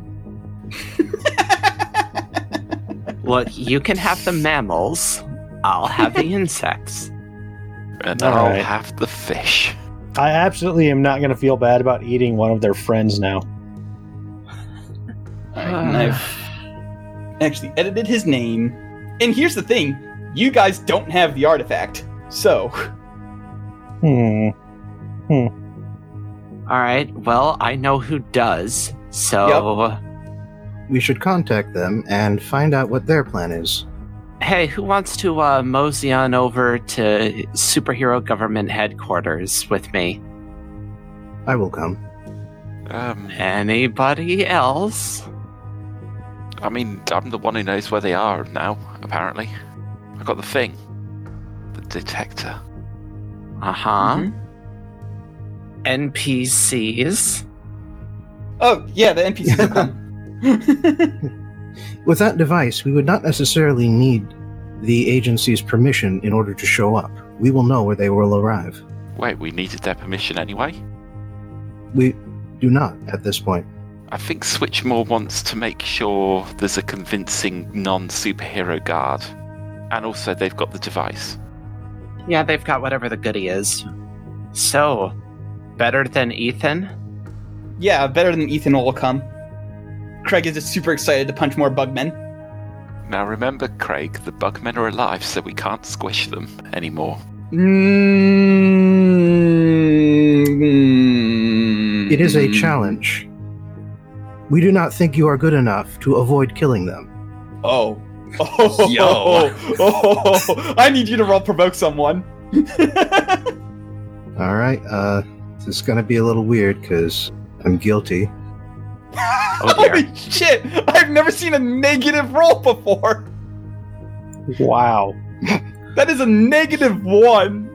S4: Look, you can have the mammals. I'll have the insects.
S3: And
S2: All
S3: I'll
S2: right.
S3: have the fish.
S2: I absolutely am not going to feel bad about eating one of their friends now.
S1: Alright, and I've actually edited his name. And here's the thing you guys don't have the artifact. So,
S2: Hmm.
S4: All right. Well, I know who does. So,
S5: We should contact them and find out what their plan is.
S4: hey, who wants to uh, mosey on over to superhero government headquarters with me?
S5: I will come.
S3: Um,
S4: Anybody else?
S3: I mean, I'm the one who knows where they are now, apparently. I got the thing. The detector.
S4: Uh huh.
S1: Mm-hmm.
S4: NPCs.
S1: oh, yeah, the NPCs have (laughs) come.
S5: With that device, we would not necessarily need the agency's permission in order to show up. We will know where they will arrive.
S3: Wait, we needed their permission anyway?
S5: We do not at this point.
S3: I think Switchmore wants to make sure there's a convincing non superhero guard. And also, they've got the device.
S4: Yeah, they've got whatever the goodie is. So, better than Ethan?
S1: yeah, better than Ethan will come. Craig is just super excited to punch more bugmen.
S3: Now, remember, Craig, the bugmen are alive, so we can't squish them anymore.
S1: mm
S5: It is a challenge. We do not think you are good enough to avoid killing them.
S1: Oh. Oh, (laughs)
S6: Yo.
S1: oh, I need you to roll provoke someone.
S5: All right, uh, this is going to be a little weird because I'm guilty.
S4: Oh,
S1: (laughs)
S4: dear.
S1: Holy shit! I've never seen a negative roll before.
S2: Wow.
S1: That is a negative one.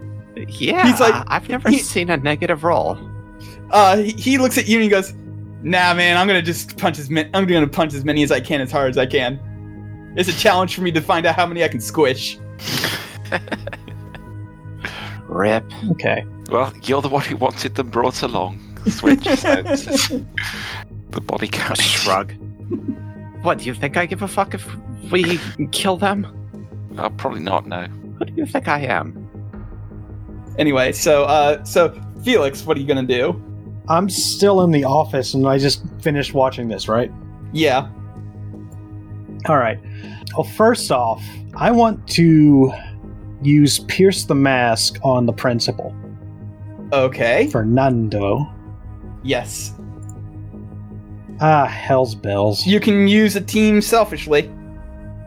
S4: yeah,
S1: He's like-
S4: I've never
S1: he-
S4: seen a negative roll.
S1: Uh, he, he looks at you and he goes, "Nah, man, I'm gonna just punch as many. I'm gonna punch as many as I can, as hard as I can. It's a challenge for me to find out how many I can squish."
S4: Rip.
S2: Okay.
S1: (laughs)
S3: Well, you're the one who wanted them brought along, switch
S1: (laughs)
S3: senses. the body count.
S4: Shrug. what, do you think I give a fuck if we kill them?
S3: Oh, probably not. No.
S4: Who do you think I am?
S1: Anyway, so uh, so Felix, what are you gonna do?
S2: I'm still in the office and I just finished watching this, right?
S1: Yeah,
S2: All right. Well, first off, I want to use Pierce the Mask on the principal,
S1: okay,
S2: Fernando.
S1: yes,
S2: Ah, hell's bells.
S1: you can use a team selfishly.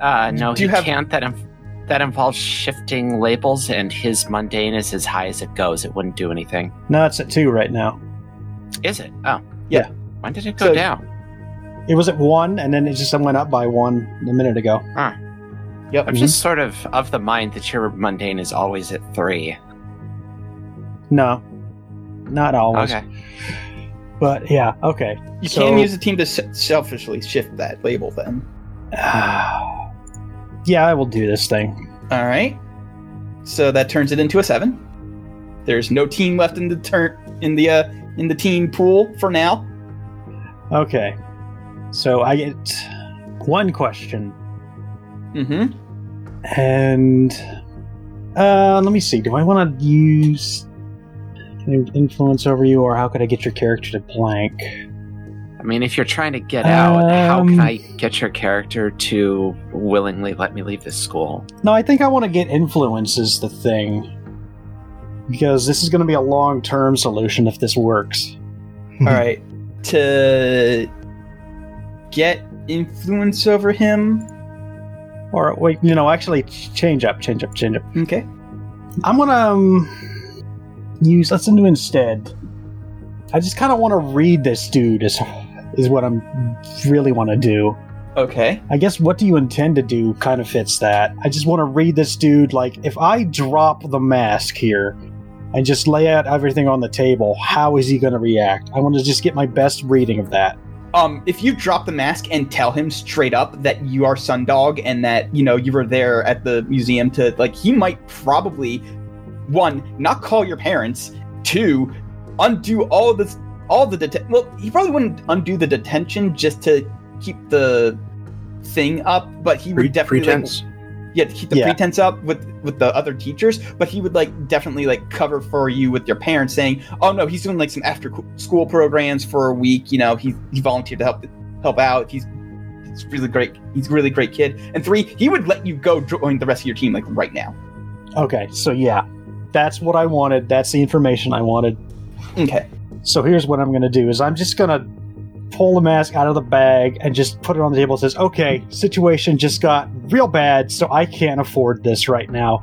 S4: Uh, no,
S1: Do you
S4: he
S1: have-
S4: can't. That, inv- that involves shifting labels, and his mundane is as high as it goes. It wouldn't do anything.
S2: No, it's at two right now.
S4: Is it? Oh.
S1: Yeah.
S4: When did it go
S1: So-
S4: down?
S2: It was at one, and then it just went up by one a minute ago.
S1: Yep.
S4: I'm
S2: Mm-hmm.
S4: just sort of of the mind that your mundane is always at three.
S2: No, not always.
S4: Okay.
S2: But yeah, okay. (sighs)
S1: You
S2: So-
S1: can use a team to se- selfishly shift that label then.
S2: yeah, I will do this thing.
S1: All right. So that turns it into a seven. There's no team left in the turn in the uh, in the team pool for now.
S2: Okay. So I get one question,
S1: Mm-hmm.
S2: and uh, let me see. Do I want to use in- influence over you, or how could I get your character to blank?
S4: I mean, if you're trying to get out, how
S2: Um,
S4: can I get your character to willingly let me leave this
S2: (laughs)
S4: school?
S2: No, I think I want to get influence is the thing. Because this is going to be a long term solution if this works.
S1: All right. To get influence over him.
S2: Or, wait, you know, actually, ch- change up, change up, change up.
S1: Okay.
S2: I'm gonna um, use. Let's do instead. I just kind of want to read this dude. Is is what I'm really want to do.
S1: Okay.
S2: I guess what do you intend to do kind of fits that. I just want to read this dude. Like if I drop the mask here and just lay out everything on the table, how is he going to react? I want to just get my best reading of that.
S1: Um, if you drop the mask and tell him straight up that you are Sundog and that you know you were there at the museum to like, he might probably one not call your parents, two undo all this all the deten- well he probably wouldn't undo the detention just to keep the thing up, but he would definitely like,
S5: pretense.
S1: yeah to keep the
S2: Yeah.
S1: pretense up with with the other teachers but he would like definitely like cover for you with your parents saying oh no he's doing like some after co- school programs for a week you know he he volunteered to help help out he's he's really great he's a really great kid and three he would let you go join the rest of your team like right now
S2: Okay, so yeah, that's what I wanted. That's the information I wanted.
S1: okay
S2: So here's what I'm gonna do is I'm just gonna pull the mask out of the bag and just put it on the table. It says, "Okay, situation just got real bad, so I can't afford this right now.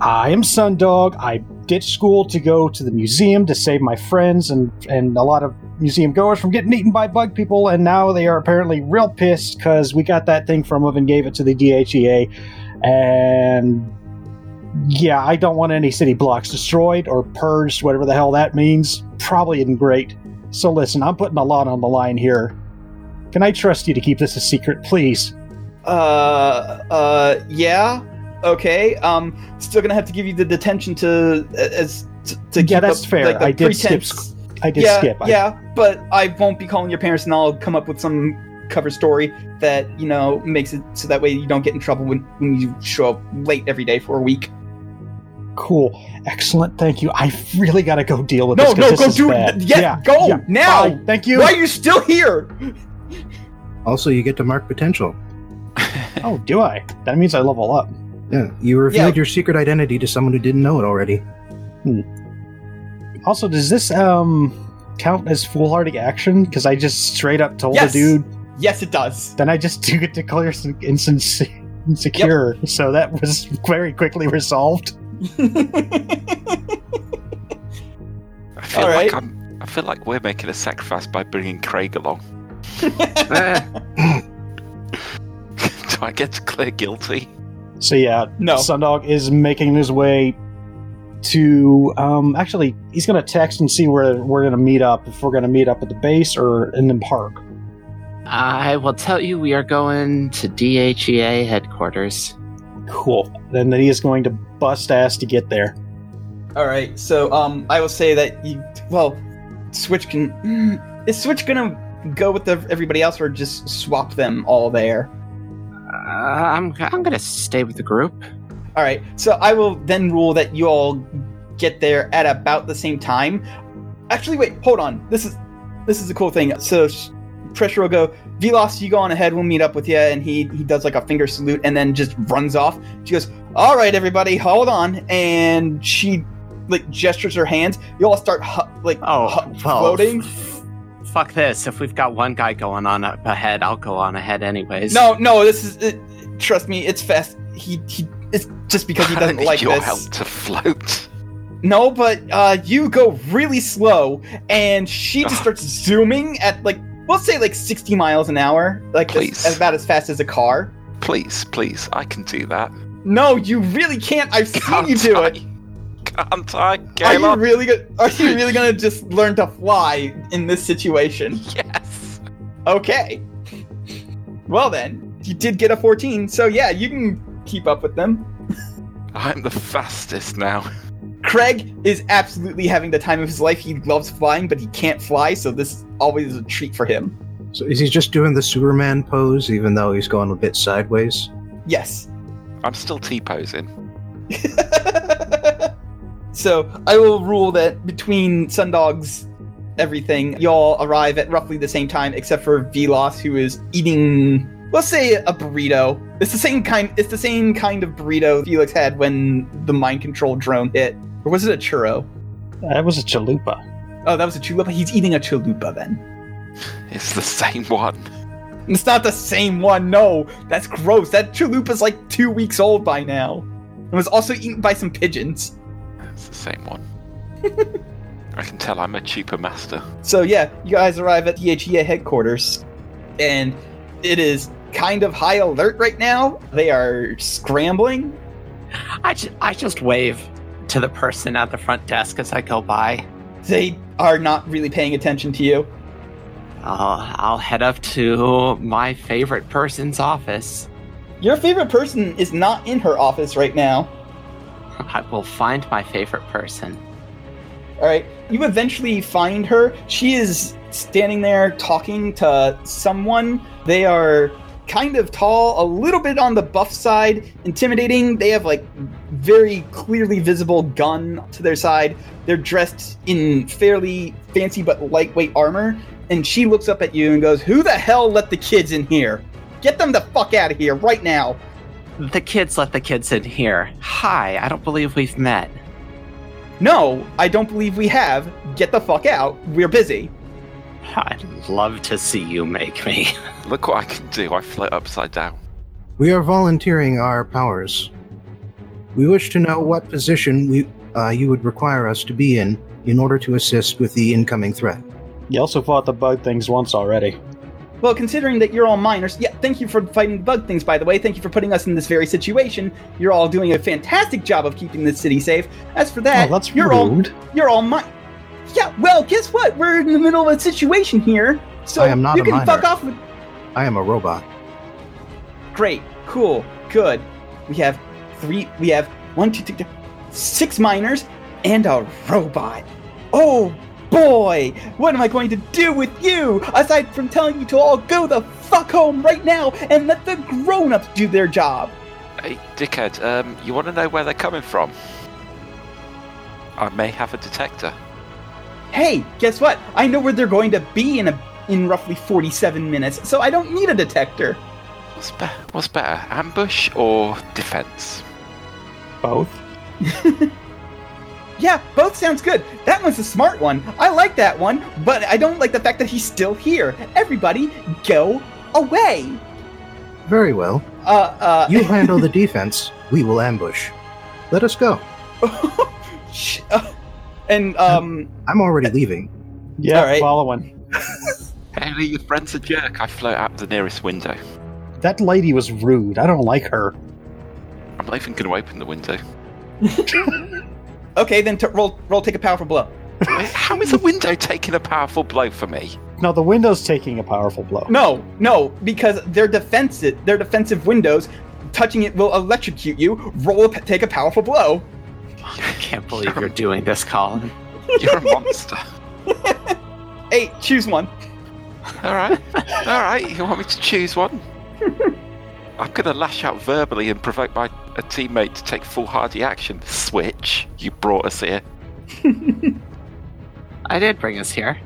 S2: I am Sundog. I ditched school to go to the museum to save my friends and and a lot of museum goers from getting eaten by bug people, and now they are apparently real pissed because we got that thing from them and gave it to the DHEA, and." Yeah, I don't want any city blocks destroyed or purged, whatever the hell that means. Probably isn't great. So listen, I'm putting a lot on the line here. Can I trust you to keep this a secret, please?
S1: uh uh yeah okay um still gonna have to give you the detention to as to, to keep
S2: Yeah, that's
S1: up,
S2: fair.
S1: like, the
S2: I did skip
S1: pretense.
S2: sc- I did
S1: yeah,
S2: skip. I-
S1: Yeah, but I won't be calling your parents, and I'll come up with some cover story that you know makes it so that way you don't get in trouble when, when you show up late every day for a week.
S2: cool. Excellent. Thank you. I really got to go deal with
S1: No,
S2: this. 'cause
S1: no,
S2: this
S1: go
S2: is
S1: do it.
S2: bad.
S1: Yeah, go
S2: yeah.
S1: now.
S2: Bye. Thank you.
S1: Why are you still here?
S5: Also, you get to mark potential.
S2: Oh, do I? That means I level up.
S5: Yeah, you revealed your secret identity to someone who didn't know it already.
S2: Also, does this um count as foolhardy action? Because I just straight up told
S1: Yes.
S2: the dude
S1: Yes, it
S2: (laughs)
S1: does.
S2: then I just do get to clear some insinc- insecure. So that was very quickly resolved.
S3: I feel
S1: All right.
S3: like I'm. I feel like we're making a sacrifice by bringing Craig along. (laughs)
S4: Eh,
S3: Do I get to clear guilty?
S2: So yeah,
S1: no.
S2: Sundog is making his way to. Um, actually, he's gonna text and see where we're gonna meet up. If we're gonna meet up at the base or in the park.
S4: I will tell you, we are going to DHEA headquarters.
S2: Cool. Then he is going to bust ass to get there.
S1: All right. So, um, I will say that you. Well, Switch can. Mm, Is Switch gonna go with the, everybody else or just swap them all there?
S4: Uh, I'm, I'm gonna stay with the group.
S1: All right. So I will then rule that you all get there at about the same time. Actually, wait. Hold on. This is this is a cool thing. So sh- pressure will go. Velos, you go on ahead. We'll meet up with you. And he he does like a finger salute and then just runs off. She goes, "All right, everybody, hold on." And she like gestures her hands. You all start hu- like
S4: Oh,
S1: hu-
S4: well,
S1: floating.
S4: f- Fuck this. If we've got one guy going on up ahead, I'll go on ahead anyways.
S1: No, no. This is it, trust me. It's fast. He he. It's just because he
S3: (laughs) I
S4: (laughs)
S1: doesn't
S3: need
S1: like
S3: your
S1: this.
S3: help to float.
S1: No, but uh, you go really slow, and she just starts zooming at like we'll say like sixty miles an hour, like
S3: Please.
S1: as, as- about as fast as a car.
S3: Please, please, I can do that.
S1: No, you really can't. I've seen (laughs)
S3: Can't
S1: you do
S3: I?
S1: it.
S3: Can't
S1: Are
S3: I,
S1: you
S3: Caleb?
S1: really gonna? Are you really gonna just learn to fly in this situation?
S3: (laughs) Yes.
S1: Okay. Well then, you did get a fourteen, so yeah, you can keep up with them.
S3: I'm the fastest now.
S1: Craig is absolutely having the time of his life. He loves flying, but he can't fly, so this is always a treat for him.
S5: So is he just doing the Superman pose, even though he's going a bit sideways?
S1: Yes.
S3: I'm still T posing.
S1: (laughs) so I will rule that between Sundogs, everything, y'all arrive at roughly the same time, except for Velos, who is eating. Let's say a burrito. It's the same kind. It's the same kind of burrito Felix had when the mind control drone hit, or was it a churro?
S2: That was a chalupa.
S1: Oh, that was a chalupa. He's eating a chalupa then.
S3: It's the same (laughs) one.
S1: It's not the same one. No, that's gross. That chalupa's like two weeks old by now, and was also eaten by some pigeons.
S3: It's the
S1: (laughs)
S3: same one. I can tell I'm a cheaper master.
S1: So yeah, you guys arrive at DHEA headquarters, and it is kind of high alert right now. They are scrambling.
S4: I, ju- I just wave to the person at the front desk as I go by.
S1: They are not really paying attention to you.
S4: I'll, Uh, I'll head up to my favorite person's office.
S1: Your favorite person is not in her office right now.
S4: I will find my favorite person.
S1: All right, you eventually find her. She is standing there talking to someone. They are kind of tall, a little bit on the buff side, intimidating. They have like very clearly visible gun to their side. They're dressed in fairly fancy but lightweight armor, and she looks up at you and goes, "Who the hell let the kids in here? Get them the fuck out of here right now."
S4: The kids let the kids in here. Hi, I don't believe we've met.
S1: No, I don't believe we have. Get the fuck out. We're busy.
S4: I'd love to see you make me. (laughs)
S3: Look what I can do. I float upside down.
S5: We are volunteering our powers. We wish to know what position we, uh, you would require us to be in in order to assist with the incoming threat.
S2: You also fought the bug things once already.
S1: Well, considering that you're all minors, yeah, thank you for fighting bug things, by the way. Thank you for putting us in this very situation. You're all doing a fantastic job of keeping this city safe. As for that,
S2: oh, that's
S1: Eh, you're
S2: rude.
S1: all you're all min- Yeah, well, guess what? We're in the middle of a situation here. So
S5: I am not
S1: you
S5: a
S1: can
S5: minor.
S1: fuck off with
S5: I am a robot.
S1: Great, cool, good. We have three. We have one, two, three, six miners and a robot. Oh boy, what am I going to do with you? Aside from telling you to all go the fuck home right now and let the grown-ups do their job.
S3: Hey, dickhead, um, you want to know where they're coming from? I may have a detector.
S1: Hey, guess what? I know where they're going to be in a in roughly 47 minutes, so I don't need a detector.
S3: What's, be- what's better, ambush or defense?
S2: Both.
S1: Yeah, both sounds good. That one's a smart one. I like that one, but I don't like the fact that he's still here. Everybody, go away.
S5: Very well.
S1: Uh, uh.
S5: You handle the defense. We will ambush. Let us go.
S1: (laughs) sh- uh, and um,
S5: I'm already leaving.
S2: Yeah,
S1: All right.
S2: following.
S3: Haley, your friend's a jerk. I float out the nearest window.
S2: That lady was rude. I don't like her.
S3: I'm not even going to open the (laughs) window.
S1: okay, then t- roll, roll, take a powerful blow.
S3: Wait, How is the window taking a powerful blow for me?
S2: No, the window's taking a powerful blow.
S1: No, no, because their defensive, their defensive windows, touching it will electrocute you. Roll, a, p- take a powerful blow.
S4: I can't believe you're doing this, Colin.
S3: (laughs) You're a monster.
S1: eight. Choose one.
S3: All right. All right. You want me to choose (laughs) one? I'm going to lash out verbally and provoke my a teammate to take foolhardy action. Switch. You brought us here.
S4: I did bring us here.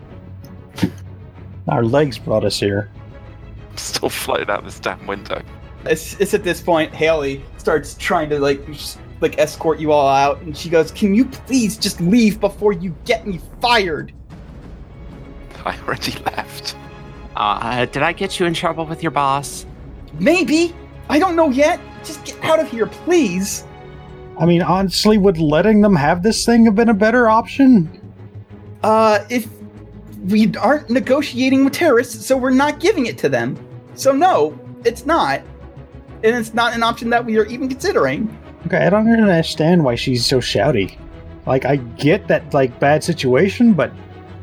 S2: Our legs brought us here.
S3: I'm (laughs) still floating out this damn window.
S1: It's, it's at this point Haley starts trying to like just, like escort you all out, and she goes, "Can you please just leave before you get me fired?"
S3: I already (laughs) left.
S4: Uh, did I get you in trouble with your boss?
S1: Maybe I don't know yet. Just get out of here, please.
S2: I mean, honestly, would letting them have this thing have been a better option?
S1: Uh, if we aren't negotiating with terrorists, so we're not giving it to them. So no, it's not, and it's not an option that we are even considering.
S2: Okay, I don't understand why she's so shouty. Like, I get that, like, bad situation, but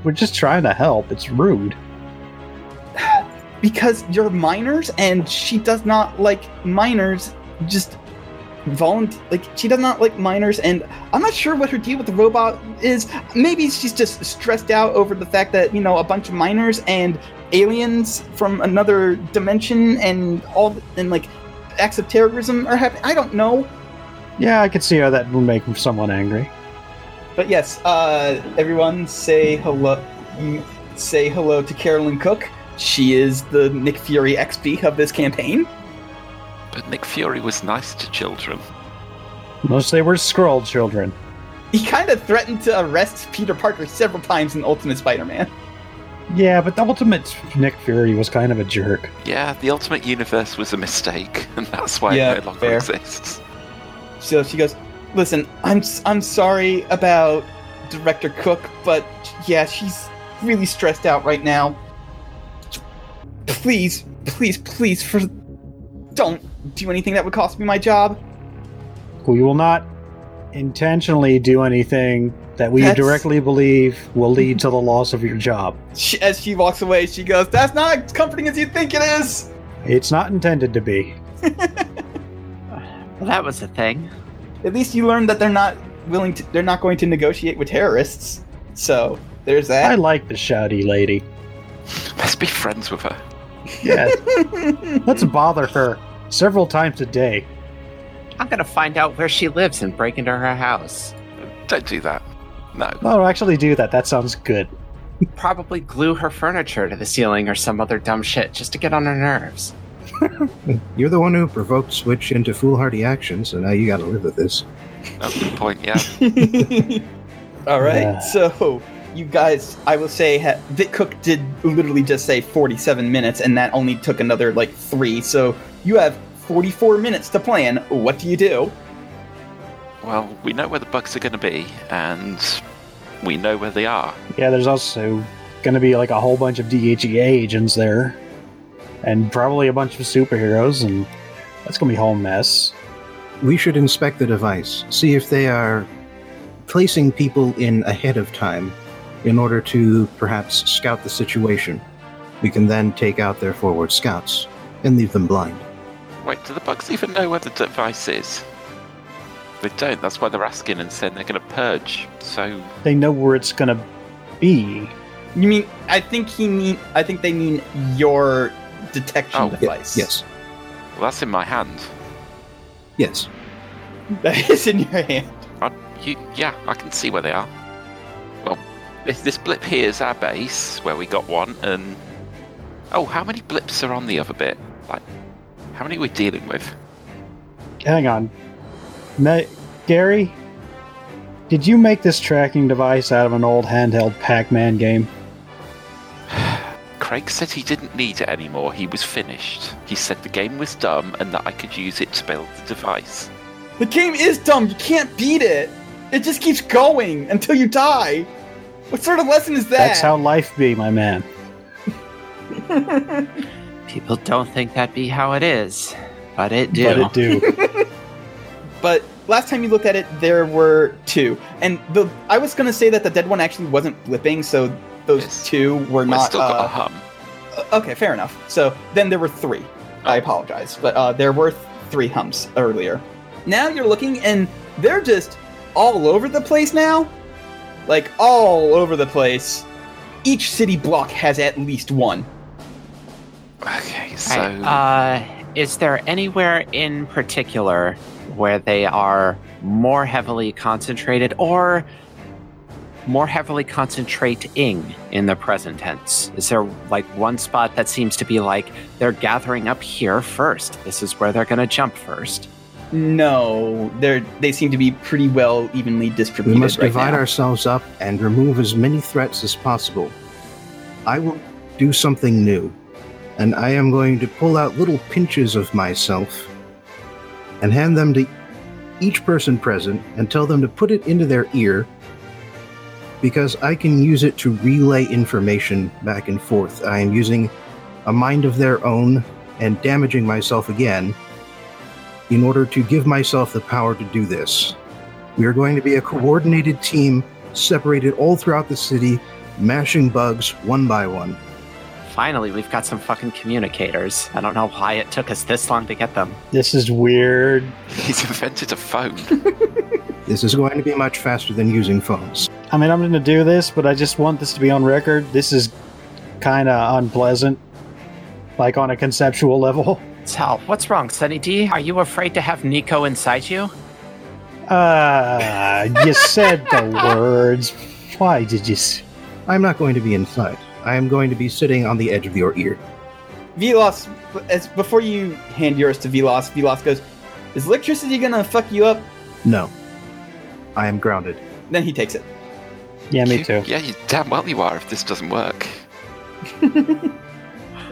S2: we're just trying to help. It's rude.
S1: because you're minors and she does not like minors just volunt like she does not like minors and i'm not sure what her deal with the robot is maybe she's just stressed out over the fact that you know a bunch of minors and aliens from another dimension and all and like acts of terrorism are happening i don't know
S2: Yeah, I could see how that would make someone angry.
S1: but yes uh everyone say hello say hello to carolyn cook she is the nick fury xp of this campaign
S3: But Nick Fury was nice to children.
S2: Unless they were scroll children.
S1: He kind of threatened to arrest Peter Parker several times in Ultimate Spider-Man.
S2: Yeah, but the ultimate Nick Fury was kind of a jerk.
S3: Yeah, the Ultimate Universe was a mistake, (laughs) and that's why
S1: Yeah,
S3: it no longer
S1: fair.
S3: exists.
S1: So she goes, "Listen, I'm s- I'm sorry about Director Cook, but yeah, she's really stressed out right now. Please, please, please, for don't do anything that would cost me my job."
S2: We will not intentionally do anything that we
S1: That's-
S2: directly believe will lead to the loss of your job.
S1: She, as she walks away, she goes, "That's not as comforting as you think it is."
S2: It's not intended to be.
S4: Well, that was a thing.
S1: At least you learned that they're not willing to. They're not going to negotiate with terrorists. So there's that.
S2: I like the shouty lady.
S3: Let's be friends with her.
S2: Yeah, let's bother her several times a day.
S4: I'm gonna find out where she lives and break into her house.
S3: Don't do that. No.
S2: No, Oh, actually, do that. That sounds good.
S4: Probably glue her furniture to the ceiling or some other dumb shit just to get on her nerves.
S5: You're the one who provoked Switch into foolhardy action, so now you gotta live with this.
S3: Oh, good point,
S1: (laughs)
S3: yeah.
S1: All right,
S2: Yeah.
S1: so you guys, I will say, ha- Vic Cook did literally just say 47 minutes, and that only took another like three. So you have 44 minutes to plan. What do you do?
S3: Well, we know where the bugs are going to be, and we know where they are.
S2: Yeah, there's also going to be like a whole bunch of DHEA agents there, and probably a bunch of superheroes, and that's going to be a whole mess.
S5: We should inspect the device, see if they are placing people in ahead of time in order to perhaps scout the situation. We can then take out their forward scouts and leave them blind.
S3: Wait, do the bugs even know where the device is? They don't, that's why they're asking and saying they're going to purge. So,
S2: They know where it's going to be.
S1: You mean? I think he mean. I think they mean your detection
S3: Oh, yeah,
S1: device.
S5: Yes.
S3: well, that's in my hand.
S5: Yes.
S1: (laughs) that is in your hand.
S3: You, yeah, I can see where they are. Well, this, this blip here is our base, where we got one, and. Oh, how many blips are on the other bit? Like, how many are we dealing with?
S2: Hang on. Na- Gary, did you make this tracking device out of an old handheld Pac Man game?
S3: Craig said he didn't need it anymore, he was finished. He said the game was dumb and that I could use it to build the device.
S1: The game is dumb. You can't beat it. It just keeps going until you die. What sort of lesson is that?
S2: That's how life be, my man.
S4: People don't think that be how it is, but it do.
S2: But it do.
S1: but last time you looked at it, there were two, and the I was gonna say that the dead one actually wasn't blipping, so those
S3: Yes.
S1: two were
S3: We've
S1: not.
S3: still got a
S1: Uh,
S3: hum.
S1: okay, fair enough. So then there were three.
S3: Oh.
S1: I apologize, but uh, there were th- three humps earlier. Now you're looking, and they're just all over the place now, like all over the place. each city block has at least one.
S3: Okay, so
S4: Right, uh, is there anywhere in particular where they are more heavily concentrated or more heavily concentrating in the present tense? Is there like one spot that seems to be like they're gathering up here first? This is where they're going to jump first.
S1: No, they're they seem to be pretty well evenly distributed.
S5: We must
S1: right
S5: divide
S1: now.
S5: ourselves up and remove as many threats as possible. I will do something new, and I am going to pull out little pinches of myself and hand them to each person present and tell them to put it into their ear because I can use it to relay information back and forth. I am using a mind of their own and damaging myself again in order to give myself the power to do this. We are going to be a coordinated team, separated all throughout the city, mashing bugs one by one.
S4: Finally, we've got some fucking communicators. I don't know why it took us this long to get them.
S2: This is weird.
S3: (laughs) he's invented a phone.
S5: This is going to be much faster than using phones.
S2: I mean, I'm going to do this, but I just want this to be on record. This is kind of unpleasant, like on a conceptual level. (laughs)
S4: Sal, what's wrong, Sunny D? Are you afraid to have Nico inside you?
S2: Uh, you said the words. Why did you? s-
S5: I'm not going to be inside. I am going to be sitting on the edge of your ear.
S1: Velos, b- as before you hand yours to Velos, Velos goes, "Is electricity gonna fuck you up?"
S5: No. I am grounded.
S1: Then he takes it.
S2: Yeah, me
S3: You-
S2: too.
S3: Yeah, you damn well you are if this doesn't work.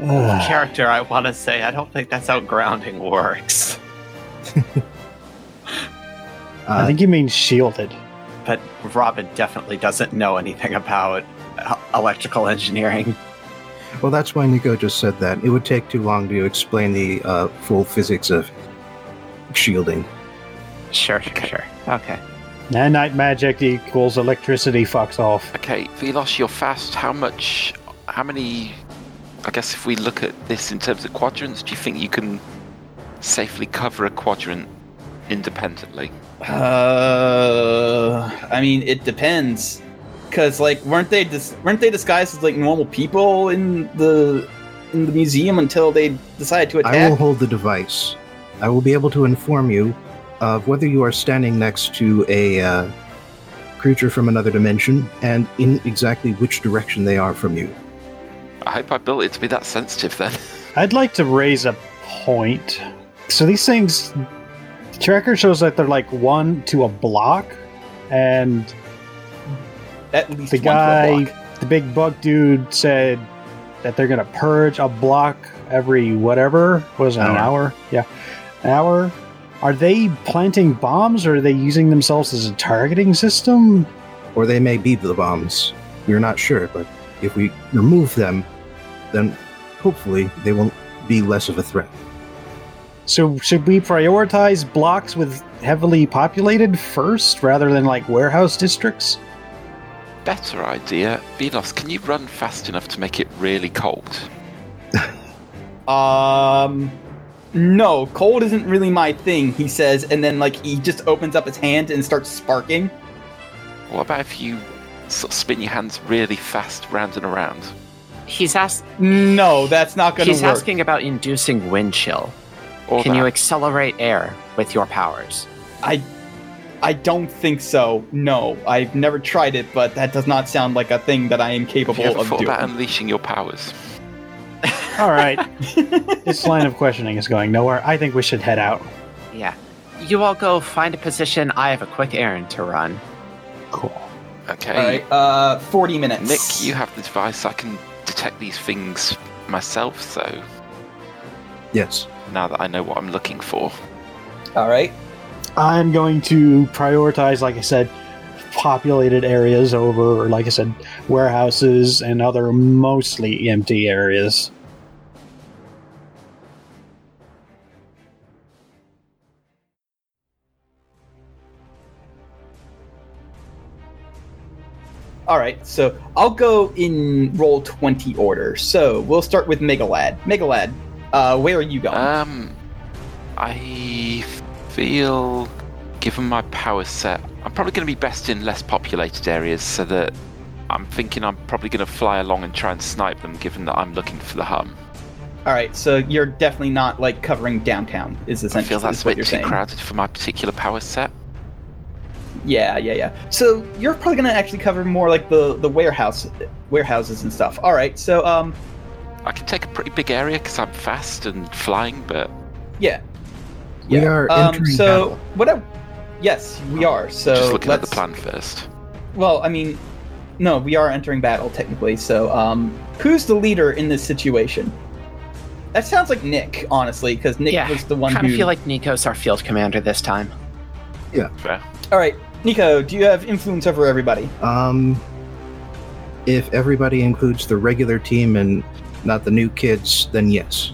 S1: Ah.
S2: Ugh.
S4: character I want to say. I don't think that's how grounding works.
S2: I
S5: Uh,
S2: think you mean shielded.
S4: But Robin definitely doesn't know anything about uh, electrical engineering.
S5: well, that's why Nico just said that. It would take too long to explain the uh, full physics of shielding.
S4: Sure, sure, sure. Okay.
S2: Nanite magic equals electricity. Fucks off.
S3: Okay, Velos, you're fast. How much? How many? I guess if we look at this in terms of quadrants, do you think you can safely cover a quadrant independently?
S1: Uh, I mean, it depends. Cause like, weren't they dis- weren't they disguised as like normal people in the in the museum until they decided to
S5: I will
S1: attack?
S5: hold the device. I will be able to inform you of whether you are standing next to a uh, creature from another dimension and in exactly which direction they are from you.
S3: I hope I built it to be that sensitive then. (laughs)
S2: I'd like to raise a point. So these things, the tracker shows that they're like one to a block, and
S1: At least
S2: the
S1: one guy.
S2: guy, the big buck dude, said that they're gonna purge a block every whatever what was it, an
S5: Hour.
S2: hour. Yeah, an hour. Are they planting bombs, or are they using themselves as a targeting system?
S5: Or they may be the bombs. We're not sure, but if we remove them, then hopefully they will be less of a threat.
S2: So should we prioritize blocks with heavily populated first, rather than like warehouse districts?
S3: Better idea, Velos. Can you run fast enough to make it really cold?
S1: Um, no, cold isn't really my thing. He says, and then like he just opens up his hand and starts sparking.
S3: What about if you sort of spin your hands really fast round and around?
S4: He's asked.
S1: No, that's not gonna
S4: He's
S1: work.
S4: asking about inducing wind chill.
S3: Or
S4: Can
S3: that?
S4: you accelerate air with your powers?
S1: I, I don't think so. No, I've never tried it, but that does not sound like a thing that I am
S3: Have you
S1: capable
S3: ever
S1: of
S3: thought
S1: doing.
S3: about unleashing your powers?
S2: All right, (laughs) this line of questioning is going nowhere. I think we should head out.
S4: Yeah. You all go find a position. I have a quick errand to run.
S2: Cool.
S3: Okay.
S1: All right, uh, forty minutes.
S3: Nick, you have the device. I can detect these things myself, so
S5: Yes.
S3: now that I know what I'm looking for.
S1: All right.
S2: I'm going to prioritize, like I said, populated areas over, like I said, warehouses and other mostly empty areas.
S1: All right, so I'll go in roll 20 order. So we'll start with Megalad. Megalad, uh, where are you going?
S3: Um, I feel, given my power set, I'm probably going to be best in less populated areas so that I'm thinking I'm probably going to fly along and try and snipe them, given that I'm looking for the hum.
S1: All right, so you're definitely not like covering downtown. Is
S3: I
S1: essentially
S3: feel that's
S1: is
S3: a
S1: what
S3: bit
S1: you're
S3: too
S1: saying?
S3: crowded for my particular power set.
S1: Yeah, yeah, yeah. So you're probably gonna actually cover more like the the warehouse warehouses and stuff. All right, so um,
S3: I can take a pretty big area because I'm fast and flying, but
S1: yeah,
S5: We
S1: yeah.
S5: are
S1: um,
S5: entering
S1: so
S5: battle.
S1: what? I, yes, we are. So
S3: just looking at
S1: let's,
S3: the plan first.
S1: Well, I mean, no, we are entering battle technically. So um, who's the leader in this situation? That sounds like Nick, honestly, because Nick
S4: Yeah,
S1: was the one
S4: kind of
S1: who.
S4: feel like Nico's our field commander this time.
S3: Fair.
S1: All right, Nico, do you have influence over everybody?
S5: Um, if everybody includes the regular team and not the new kids, then yes.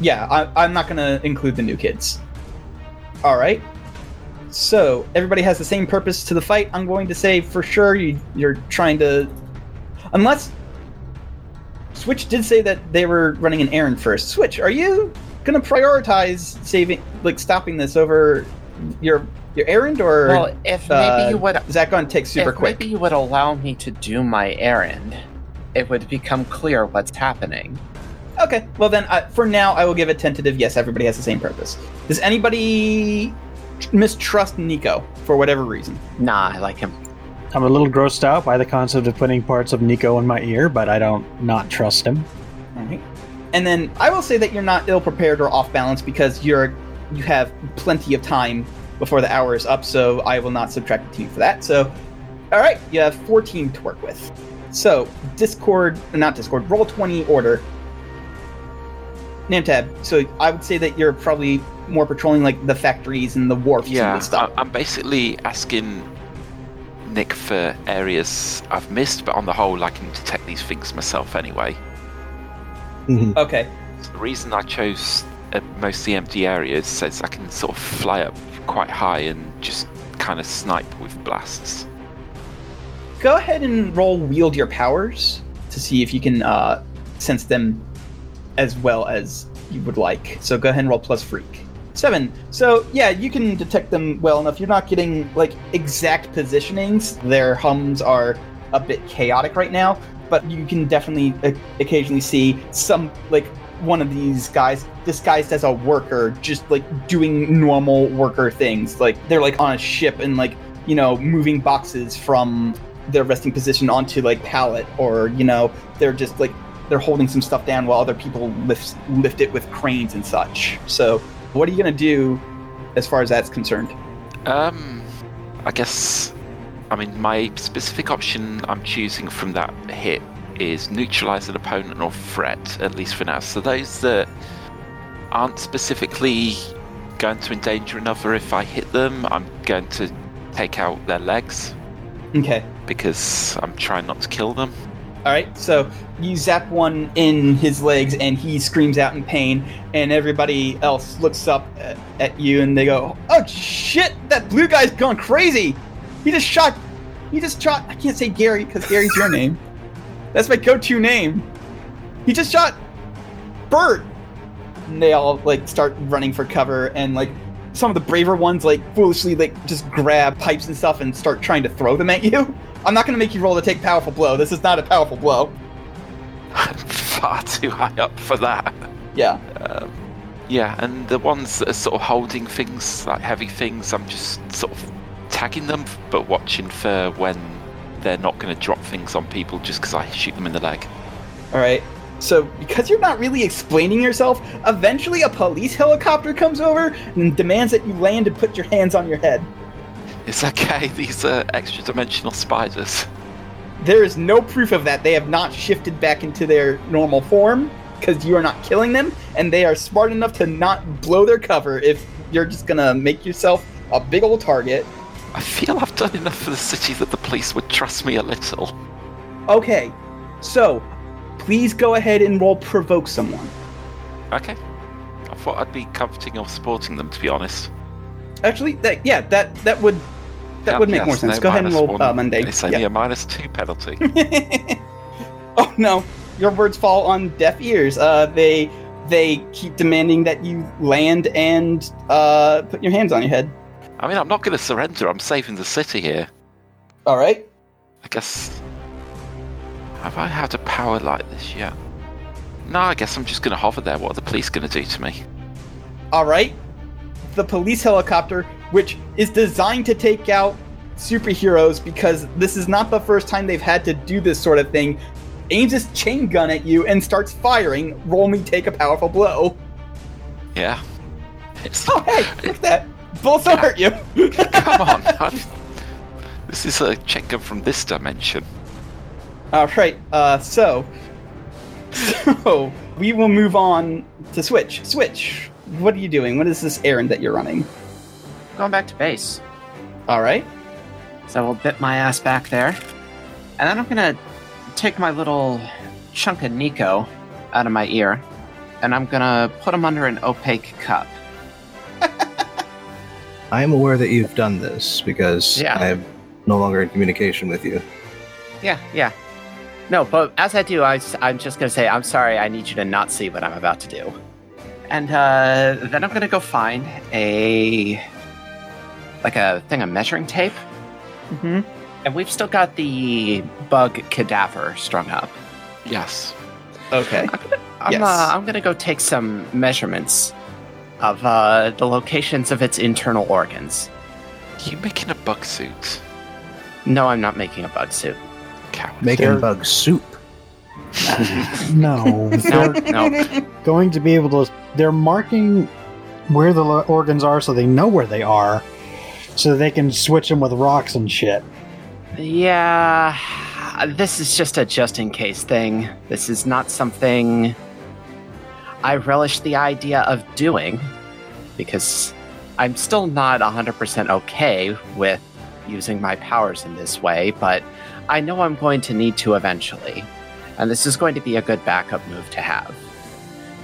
S1: yeah, I, I'm not gonna include the new kids. All right. So everybody has the same purpose to the fight. I'm going to say for sure you, you're trying to, unless Switch did say that they were running an errand first. Switch, are you gonna prioritize saving, like stopping this over your your errand, or
S4: well, if
S1: uh,
S4: maybe you would,
S1: is that gonna take super
S4: if
S1: quick?
S4: maybe you would allow me to do my errand, it would become clear what's happening.
S1: Okay. Well, then, I, for now, I will give a tentative yes. Everybody has the same purpose. Does anybody tr- mistrust Nico for whatever reason?
S4: Nah, I like him.
S2: I'm a little grossed out by the concept of putting parts of Nico in my ear, but I don't not trust him.
S1: All right. And then I will say that you're not ill prepared or off balance because you're you have plenty of time before the hour is up. So I will not subtract a team for that. So, all right, you have 14 to work with. So Discord, not Discord, roll 20 order. Namtab. So I would say that you're probably more patrolling like the factories and the wharfs
S3: Yeah,
S1: and stuff.
S3: I- I'm basically asking Nick for areas I've missed, but on the whole, I can detect these things myself anyway.
S5: Mm-hmm.
S1: Okay.
S3: So the reason I chose uh, mostly empty areas says I can sort of fly up quite high and just kind of snipe with blasts.
S1: Go ahead and roll wield your powers to see if you can uh, sense them as well as you would like. So go ahead and roll plus freak. Seven. So yeah, you can detect them well enough. You're not getting like exact positionings. Their hums are a bit chaotic right now, but you can definitely uh, occasionally see some like one of these guys disguised as a worker, just like doing normal worker things. Like they're like on a ship and like you know moving boxes from their resting position onto like pallet, or you know they're just like they're holding some stuff down while other people lift lift it with cranes and such. So, what are you gonna do as far as that's concerned?
S3: Um, I guess, I mean, my specific option I'm choosing from that hit is neutralize an opponent or threat, at least for now. So those that aren't specifically going to endanger another, if I hit them, I'm going to take out their legs
S1: Okay.
S3: because I'm trying not to kill them. (laughs)
S1: All right. So you zap one in his legs, and he screams out in pain. And everybody else looks up at, at you, and they go, "Oh shit! That blue guy's gone crazy. He just shot. He just shot. I can't say Gary because Gary's your name. That's my go-to name. He just shot Bert." And they all like start running for cover, and like some of the braver ones like foolishly like just grab pipes and stuff and start trying to throw them at you. I'm not going to make you roll to take powerful blow. This is not a powerful blow.
S3: I'm far too high up for that.
S1: Yeah.
S3: Yeah, and the ones that are sort of holding things, like heavy things, I'm just sort of tagging them, but watching for when they're not going to drop things on people just because I shoot them in the leg.
S1: All right. So because you're not really explaining yourself, eventually a police helicopter comes over and demands that you land and put your hands on your head.
S3: It's (laughs) okay, these are extra dimensional spiders.
S1: There is no proof of that. They have not shifted back into their normal form because you are not killing them, and they are smart enough to not blow their cover if you're just gonna make yourself a big old target.
S3: I feel I've done enough for the city that the police would trust me a little.
S1: Okay. So please go ahead and roll provoke someone.
S3: Okay. I thought I'd be comforting or supporting them, to be honest.
S1: Actually, that yeah, that that would that
S3: Yeah,
S1: would make
S3: yes,
S1: more sense.
S3: no
S1: Go ahead and
S3: minus
S1: roll
S3: one.
S1: uh, Monday.
S3: It's only a minus
S1: (laughs)
S3: two penalty.
S1: Yeah. (laughs) oh no, your words fall on deaf ears. Uh, they they keep demanding that you land and uh, put your hands on your head.
S3: I mean, I'm not going to surrender, I'm saving the city here.
S1: All right.
S3: I guess Have I had a power like this yet? No, I guess I'm just going to hover there. What are the police going to do to me?
S1: All right. The police helicopter, which is designed to take out superheroes because this is not the first time they've had to do this sort of thing, aims its chain gun at you and starts firing. Roll me, take a powerful blow.
S3: Yeah. It's,
S1: Oh, hey, look at that. Bullets don't hurt you.
S3: (laughs) come on. I'm- this is a check gun from this dimension.
S1: All right. Uh, so, (laughs) so we will move on to Switch. Switch, what are you doing? What is this errand that you're running?
S4: Going back to base.
S1: All right.
S4: So I'll bit my ass back there. And then I'm gonna take my little chunk of Nico out of my ear, and I'm gonna put him under an opaque cup.
S5: I am aware that you've done this because
S4: Yeah.
S5: I'm no longer in communication with you.
S4: Yeah, yeah. No, but as I do, I, am just gonna say, I'm sorry, I need you to not see what I'm about to do. And uh, then I'm gonna go find a like a thing of measuring tape,
S1: Mm-hmm.
S4: and we've still got the bug cadaver strung up.
S3: Yes.
S1: Okay.
S4: I'm,
S1: Yes.
S4: uh, I'm gonna go take some measurements of uh, the locations of its internal organs.
S3: You making a bug suit?
S4: No, I'm not making a bug suit.
S3: Coward.
S5: Making
S2: They're-
S5: bug soup.
S2: No,
S4: No,
S2: they're
S4: no.
S2: going to be able to. They're marking where the lo- organs are, so they know where they are, so they can switch them with rocks and shit.
S4: Yeah, this is just a just in case thing. This is not something I relish the idea of doing because I'm still not 100% okay with using my powers in this way, but I know I'm going to need to eventually. And this is going to be a good backup move to have.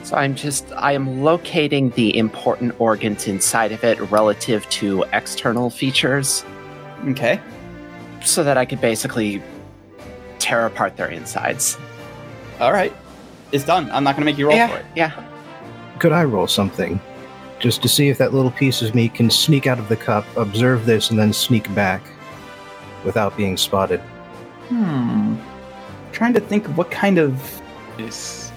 S4: So I'm just, I am locating the important organs inside of it relative to external features
S1: Okay.
S4: so that I could basically tear apart their insides.
S1: All right. It's done. I'm not going to make you roll
S4: yeah,
S1: for it.
S4: yeah.
S5: Could I roll something? Just to see if that little piece of me can sneak out of the cup, observe this, and then sneak back without being spotted.
S1: Hmm. Trying to think of what kind of
S3: It's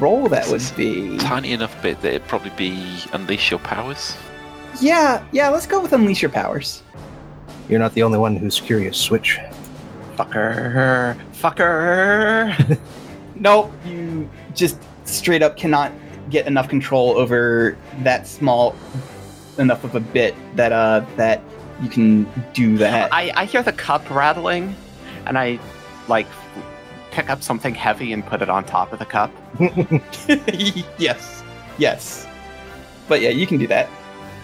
S1: roll that would be.
S3: tiny enough bit that it'd probably be unleash your powers.
S1: Yeah, yeah, let's go with unleash your powers.
S5: You're not the only one who's curious, Switch.
S4: Fucker,
S5: (laughs)
S4: fucker.
S1: Nope, you just straight up cannot get enough control over that small enough of a bit that uh that you can do that.
S4: I, I hear the cup rattling, and I like pick up something heavy and put it on top of the cup.
S1: (laughs) yes. Yes. But yeah, you can do that.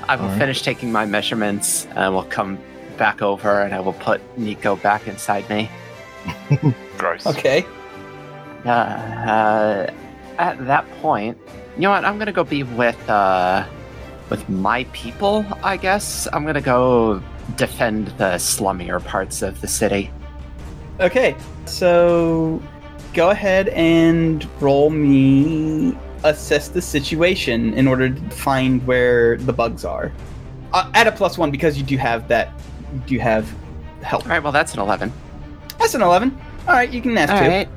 S4: I will
S5: All right.
S4: finish taking my measurements, and I will come back over, and I will put Nico back inside me.
S3: Gross.
S1: Okay.
S4: Uh, uh, at that point, you know what? I'm gonna go be with uh, with my people. I guess I'm gonna go defend the slummier parts of the city.
S1: Okay. So go ahead and roll me assess the situation in order to find where the bugs are. Uh, add a plus 1 because you do have that you do have help.
S4: All right. Well, that's an eleven.
S1: That's an 11. All right, you can ask
S4: All
S1: too.
S4: right.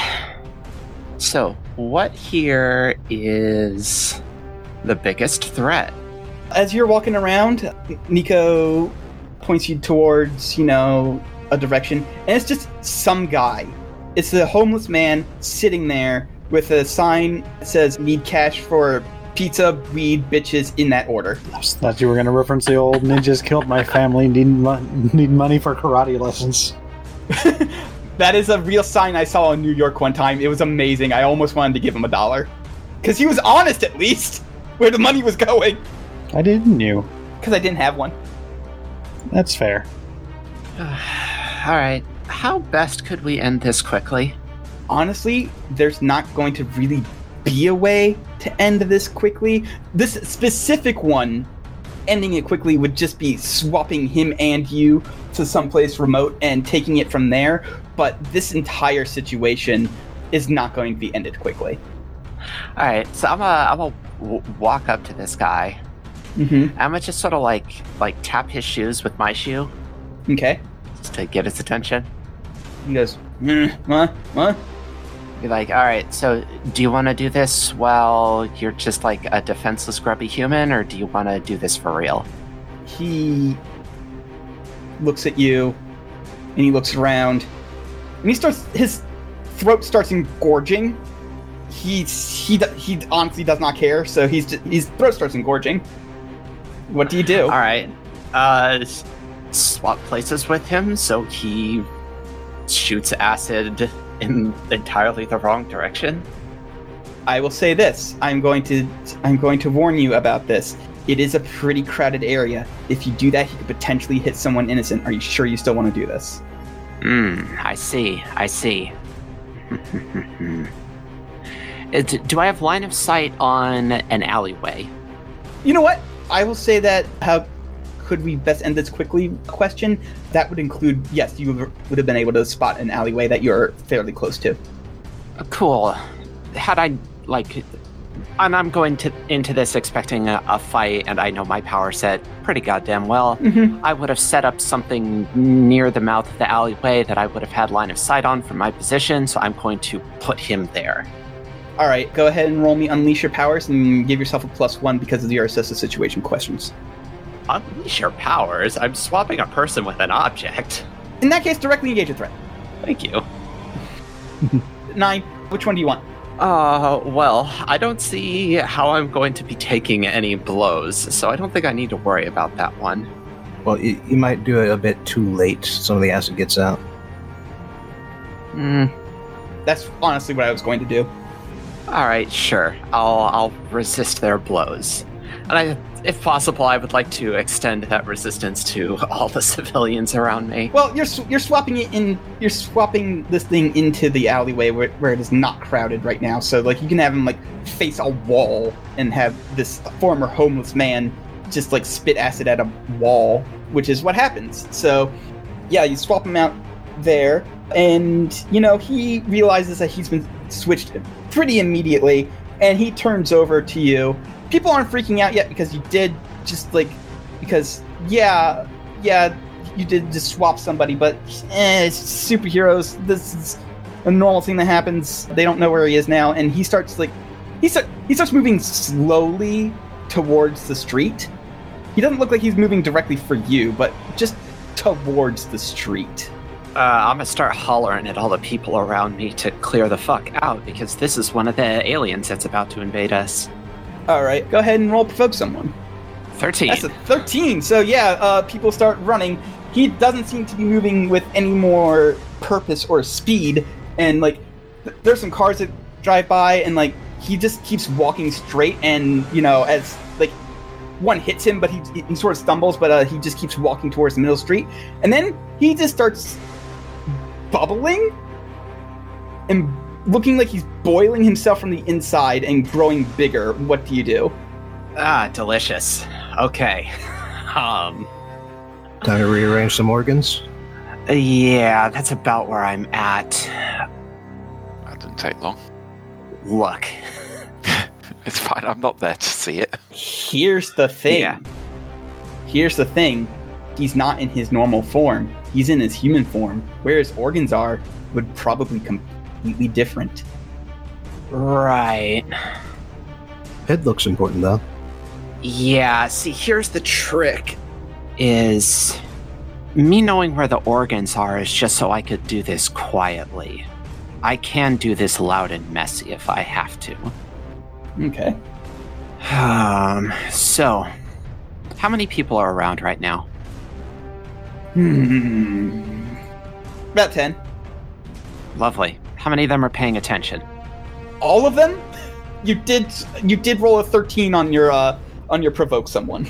S4: Um. So, what here is the biggest threat? (sighs)
S1: As you're walking around, Nico points you towards, you know, a direction, and it's just some guy. It's a homeless man sitting there with a sign that says, Need cash for pizza, weed, bitches, in that order.
S2: I just thought you were going to reference the old ninjas killed my family, need, mon- need money for karate lessons.
S1: That is a real sign I saw in New York one time. It was amazing. I almost wanted to give him a dollar. Because he was honest, at least, (laughs) where the money was going.
S2: I didn't you.
S1: Because I didn't have one.
S2: That's fair.
S4: All right. How best could we end this quickly?
S1: honestly, there's not going to really be a way to end this quickly. This specific one, ending it quickly would just be swapping him and you to someplace remote and taking it from there. But this entire situation is not going to be ended quickly.
S4: All right. So I'm gonna I'm gonna w- walk up to this guy.
S1: Mm-hmm.
S4: I'm gonna just sort of like like tap his shoes with my shoe
S1: Okay. (laughs)
S4: just to get his attention.
S1: He goes, "Hmm, what? What?
S4: Be like, all right, so do you want to do this while you're just like a defenseless, grubby human, or do you want to do this for real?
S1: He looks at you, and he looks around, and he starts. His throat starts engorging. He's he do- he honestly does not care. So he's just, his throat starts engorging. What do you do?
S4: All right, uh, s- swap places with him, so he shoots acid in entirely the wrong direction.
S1: I will say this. I'm going to I'm going to warn you about this. It is a pretty crowded area. If you do that, you could potentially hit someone innocent. Are you sure you still want to do this?
S4: Hmm, I see, I see. (laughs) Uh, d- do I have line of sight on an alleyway?
S1: You know what? I will say that how could we best end this quickly question that would include yes, you would have been able to spot an alleyway that you're fairly close to.
S4: Uh, Cool. Had I like, and I'm going to into this expecting a, a fight, and I know my power set pretty goddamn well.
S1: Mm-hmm.
S4: I would have set up something near the mouth of the alleyway that I would have had line of sight on from my position, so I'm going to put him there.
S1: All right, go ahead and roll me unleash your powers and give yourself a plus one because of your assess the situation questions.
S4: Unleash your powers. I'm swapping a person with an object.
S1: In that case, directly engage a threat.
S4: Thank you.
S1: Nine. Which one do you want?
S4: Uh, well, I don't see how I'm going to be taking any blows, so I don't think I need to worry about that one.
S5: Well, you, you might do it a bit too late. Some of the acid gets out.
S4: Hmm.
S1: That's honestly what I was going to do.
S4: All right, sure. I'll I'll resist their blows, and I, if possible, I would like to extend that resistance to all the (laughs) civilians around me.
S1: Well, you're sw- you're swapping it in. You're swapping this thing into the alleyway where, where it is not crowded right now. So like you can have him like face a wall and have this former homeless man just like spit acid at a wall, which is what happens. So yeah, you swap him out there, and you know he realizes that he's been switched pretty immediately, and he turns over to you. People aren't freaking out yet because you did just like because yeah yeah you did just swap somebody, but eh, it's superheroes. This is a normal thing that happens. They don't know where he is now, and he starts like he start, he starts moving slowly towards the street. He doesn't look like he's moving directly for you, but just towards the street.
S4: Uh, I'm gonna start hollering at all the people around me to clear the fuck out because this is one of the aliens that's about to invade us.
S1: All right, go ahead and roll provoke someone.
S4: Thirteen.
S1: That's a 13. So yeah, uh, people start running. He doesn't seem to be moving with any more purpose or speed. And like, th- there's some cars that drive by, and like, he just keeps walking straight. And you know, as like, one hits him, but he, he sort of stumbles, but uh, he just keeps walking towards the middle street. And then he just starts bubbling and looking like he's boiling himself from the inside and growing bigger. What do you do?
S4: ah, delicious. Okay. (laughs) Um.
S5: Time to rearrange some organs.
S4: Yeah, that's about where I'm at.
S3: That doesn't take long.
S4: Look.
S3: It's fine. I'm not there to see it.
S1: Here's the thing.
S4: Yeah.
S1: Here's the thing. He's not in his normal form. He's in his human form. Where his organs are would probably completely different.
S4: Right.
S5: Head looks important, though.
S4: Yeah, see, here's the trick is me knowing where the organs are is just so I could do this quietly. I can do this loud and messy if I have to.
S1: Okay.
S4: Um, so how many people are around right now?
S1: Hmm. About 10.
S4: Lovely. How many of them are paying attention?
S1: All of them? You did you did roll a 13 on your uh on your provoke someone.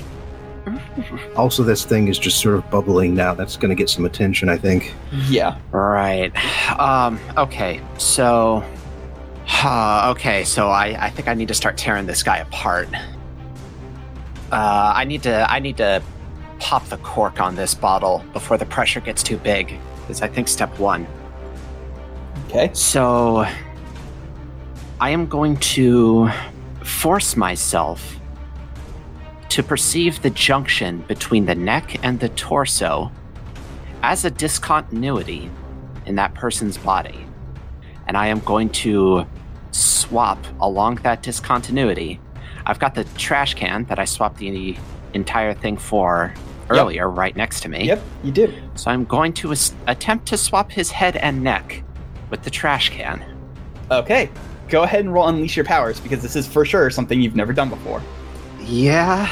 S5: Also, this thing is just sort of bubbling now. That's going to get some attention, I think.
S1: Yeah.
S4: Right. Um, okay. So uh, okay, so I, I think I need to start tearing this guy apart. Uh, I need to I need to pop the cork on this bottle before the pressure gets too big. Is I think step one.
S1: Okay.
S4: So I am going to force myself to perceive the junction between the neck and the torso as a discontinuity in that person's body. And I am going to swap along that discontinuity. I've got the trash can that I swapped the entire thing for earlier right next to me.
S1: Yep, you did.
S4: So I'm going to as- attempt to swap his head and neck with the trash can.
S1: Okay, go ahead and roll Unleash Your Powers because this is for sure something you've never done before.
S4: Yeah.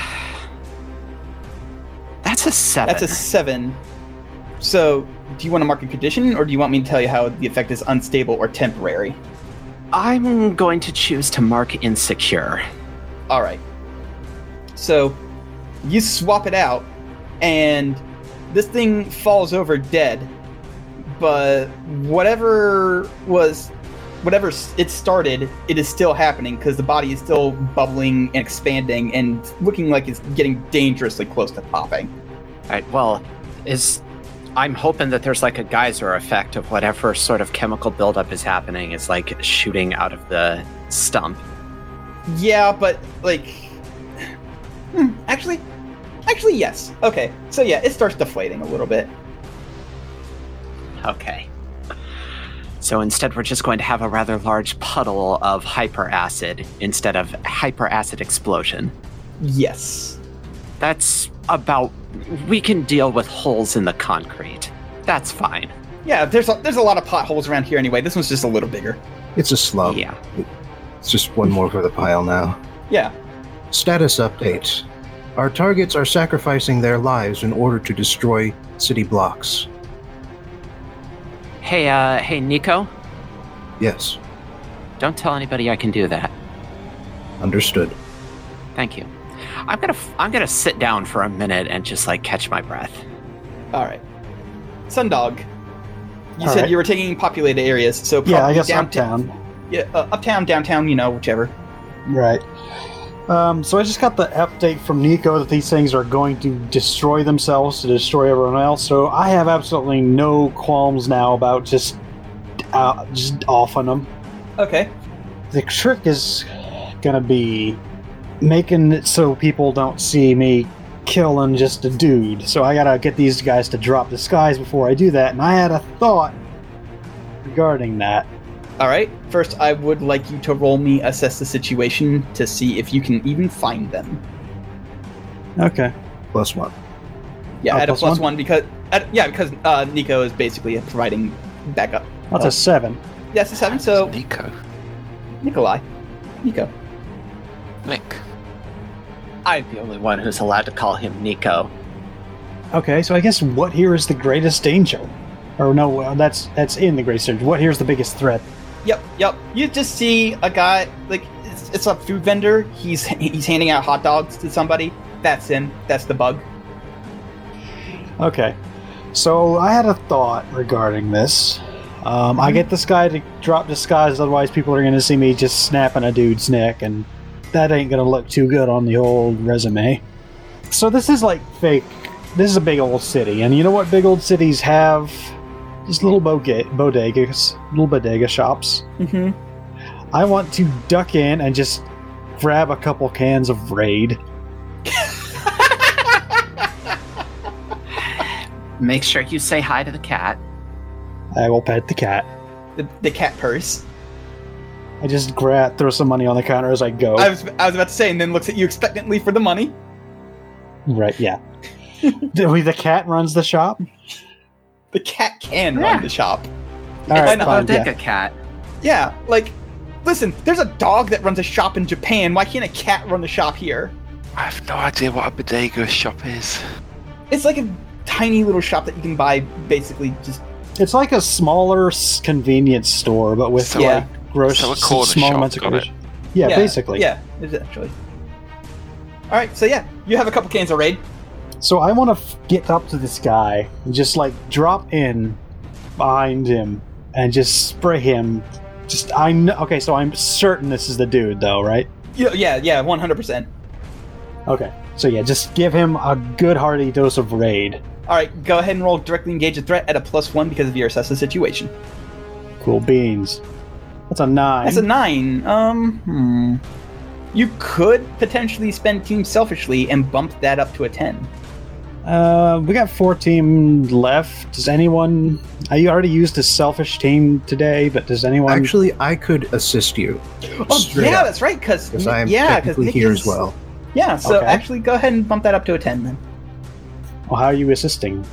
S4: That's a seven.
S1: That's a seven. So, do you want to mark a condition, or do you want me to tell you how the effect is unstable or temporary?
S4: I'm going to choose to mark insecure.
S1: All right. So, you swap it out, and this thing falls over dead. But whatever was, whatever s- it started, it is still happening because the body is still bubbling and expanding and looking like it's getting dangerously close to popping.
S4: All right. Well, is I'm hoping that there's like a geyser effect of whatever sort of chemical buildup is happening is like shooting out of the stump.
S1: Yeah, but like, hmm, actually, actually, yes. Okay, so yeah, it starts deflating a little bit.
S4: Okay. So instead, we're just going to have a rather large puddle of hyperacid instead of hyperacid explosion.
S1: Yes.
S4: That's about. We can deal with holes in the concrete. That's fine.
S1: Yeah, there's a, there's a lot of potholes around here anyway. This one's just a little bigger.
S5: It's a slump.
S4: Yeah.
S5: It's just one more for the pile now.
S1: Yeah.
S5: Status update. Our targets are sacrificing their lives in order to destroy city blocks.
S4: Hey, uh, hey, Nico.
S5: Yes,
S4: Don't tell anybody I can do that.
S5: understood.
S4: Thank you. I'm gonna f- I'm gonna sit down for a minute and just like catch my breath.
S1: All right. Sundog, you
S2: All
S1: said
S2: right.
S1: you were taking populated areas, so probably
S2: Yeah, I guess
S1: downtown.
S2: uptown.
S1: Yeah, uh, uptown, downtown, you know, whichever.
S2: Right. Um, so I just got the update from Nico that these things are going to destroy themselves to destroy everyone else. So I have absolutely no qualms now about just uh, just offing them.
S1: Okay.
S2: The trick is gonna be making it so people don't see me killing just a dude. So I gotta get these guys to drop the skies before I do that. And I had a thought regarding that.
S1: All right. First, I would like you to roll me assess the situation to see if you can even find them.
S2: Okay.
S5: Plus one.
S1: Yeah,
S2: Oh,
S1: at
S2: plus
S1: a plus
S2: one?
S1: one because at, yeah because uh, Nico is basically providing backup.
S2: That's a seven.
S1: That's a seven. So
S3: Nico,
S1: Nikolai, Nico,
S3: Nick.
S4: I'm the only one who's allowed to call him Nico.
S2: Okay, so I guess what here is the greatest danger? Or no, well, that's that's in the greatest danger. What here is the biggest threat?
S1: Yep, yep. You just see a guy like it's, it's a food vendor. He's he's handing out hot dogs to somebody. That's him. That's the bug.
S2: Okay, so I had a thought regarding this. Um, I get this guy to drop disguise, otherwise people are going to see me just snapping a dude's neck, and that ain't going to look too good on the old resume. So this is like fake. This is a big old city, and you know what big old cities have? Just little boga- bodegas, little bodega shops.
S1: Mm-hmm.
S2: I want to duck in and just grab a couple cans of Raid.
S4: Make sure you say hi to the cat.
S2: I will pet the cat.
S1: The, the cat purse.
S2: I just grab, throw some money on the counter as I go.
S1: I was I was about to say, and then looks at you expectantly for the money.
S2: Right, yeah. Do we- (laughs) the cat runs the shop.
S1: The cat can
S4: Yeah.
S1: run the shop.
S2: All right,
S1: And a
S2: fine, yeah.
S4: Bodega cat.
S1: Yeah, like, listen, there's a dog that runs a shop in Japan. Why can't a cat run the shop here?
S3: I have no idea what a bodega shop is.
S1: It's like a tiny little shop that you can buy basically just
S2: It's like a smaller s- convenience store, but with
S3: So
S1: yeah.
S2: like groceries,
S3: so a corner
S2: small
S3: shop,
S2: amounts of
S3: got
S2: groceries. Yeah, basically.
S1: Yeah, it's actually. All right, so yeah, you have a couple cans of raid.
S2: So I want to f- get up to this guy and just like drop in behind him and just spray him. Just I know. Okay, so I'm certain this is the dude, though, right?
S1: Yeah, yeah, yeah, one hundred percent.
S2: Okay. So yeah, just give him a good hearty dose of raid.
S1: All right, go ahead and roll directly engage a threat at a plus one because of your assess the situation.
S2: Cool beans. That's a nine.
S1: That's a nine. Um, hmm. You could potentially spend team selfishly and bump that up to a ten.
S2: Uh, we got four team left. Does anyone? I already used a selfish team today, but does anyone?
S5: Actually, I could assist you
S1: Um, Oh,
S5: Straight
S1: yeah,
S5: up.
S1: that's right. Because
S5: because I am
S1: yeah, because
S5: technically here as well.
S1: Yeah, so
S2: Okay.
S1: actually, go ahead and bump that up to a ten then.
S2: Well, how are you assisting?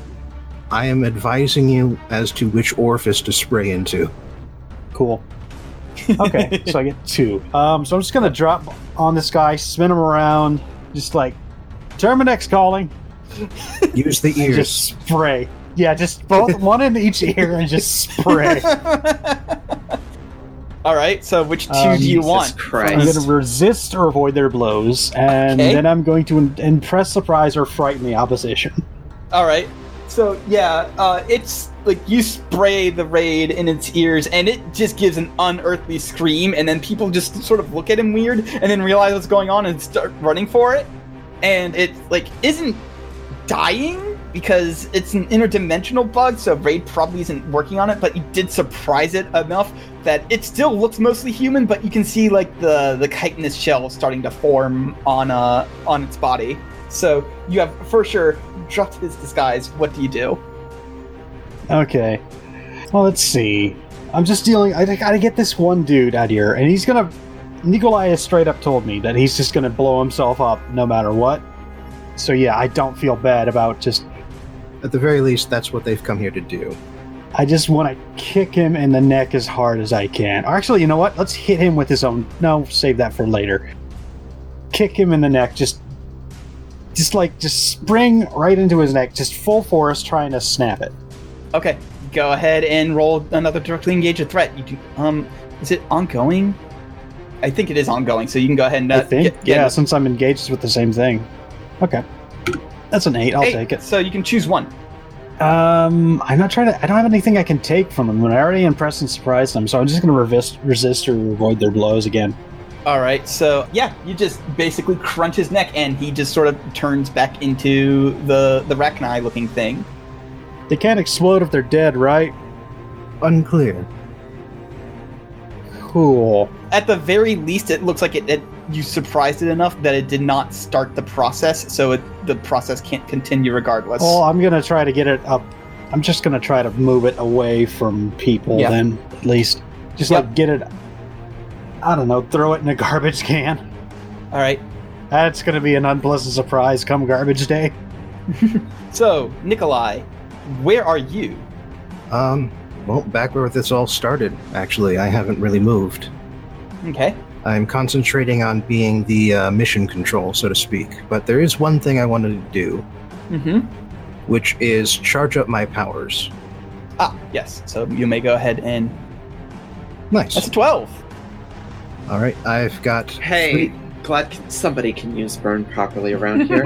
S5: I am advising you as to which orifice to
S1: (laughs)
S5: spray into.
S2: Cool. Okay, so I get two. Um, so I'm just gonna drop on this guy, spin him around, just like Terminex calling.
S5: Use the
S2: and
S5: ears.
S2: just spray. Yeah, just both one in each ear and just spray.
S1: All right. So which two
S2: Um,
S1: do you
S2: Jesus
S1: want?
S2: I'm going to
S6: Christ.
S2: resist or avoid their blows, and
S1: Okay.
S2: then I'm going to im- impress, surprise, or frighten the opposition.
S1: All right. So yeah, uh, it's like you spray the raid in its ears, and it just gives an unearthly scream, and then people just sort of look at him weird, and then realize what's going on and start running for it, and it like isn't dying because it's an interdimensional bug, so raid probably isn't working on it, but you did surprise it enough that it still looks mostly human, but you can see like the the chitinous shell starting to form on uh on its body. So you have for sure dropped his disguise. What do you do?
S2: Okay. Well, let's see. I'm just dealing. I gotta get this one dude out here, and he's gonna. Nikolai has straight up told me that he's just gonna blow himself up no matter what. So yeah, I don't feel bad about just.
S5: At the very least, that's what they've come here to do.
S2: I just want to kick him in the neck as hard as I can. Or actually, you know what? Let's hit him with his own. No, save that for later. Kick him in the neck. Just, just like just spring right into his neck, just full force, trying to snap it.
S1: Okay, go ahead and roll another directly engage a threat. You can um, is it ongoing? I think it is ongoing, so you can go ahead and uh,
S2: I think.
S1: get-
S2: yeah,
S1: get an
S2: since I'm engaged with the same thing. Okay. That's an eight. I'll
S1: eight,
S2: take it.
S1: So you can choose one.
S2: Um, I'm not trying to. I don't have anything I can take from them. I already impressed and surprised them, so I'm just going to resist, resist or avoid their blows again.
S1: All right, so yeah, you just basically crunch his neck, and he just sort of turns back into the the Rachni looking thing.
S2: They can't explode if they're dead, right?
S5: Unclear.
S2: Cool.
S1: At the very least, it looks like it, it you surprised it enough that it did not start the process, so it, the process can't continue regardless.
S2: Well, I'm going to try to get it up. I'm just going to try to move it away from people.
S1: Yeah.
S2: Then, at least, just
S1: Yep.
S2: like get it. I don't know. Throw it in a (laughs) garbage can.
S1: All right,
S2: That's going to be an unpleasant surprise come garbage day.
S1: So, Nikolai, where are you?
S5: Um, well, back where this all started, actually, I haven't really moved.
S1: Okay.
S5: I'm concentrating on being the uh, mission control, so to speak. But there is one thing I wanted to do,
S1: Mm-hmm.
S5: which is charge up my powers.
S1: Ah, yes. So you may go ahead and that's
S5: Nice.
S1: a twelve.
S5: All right, I've got.
S6: Hey,
S5: three-
S6: glad c- somebody can use burn properly around here.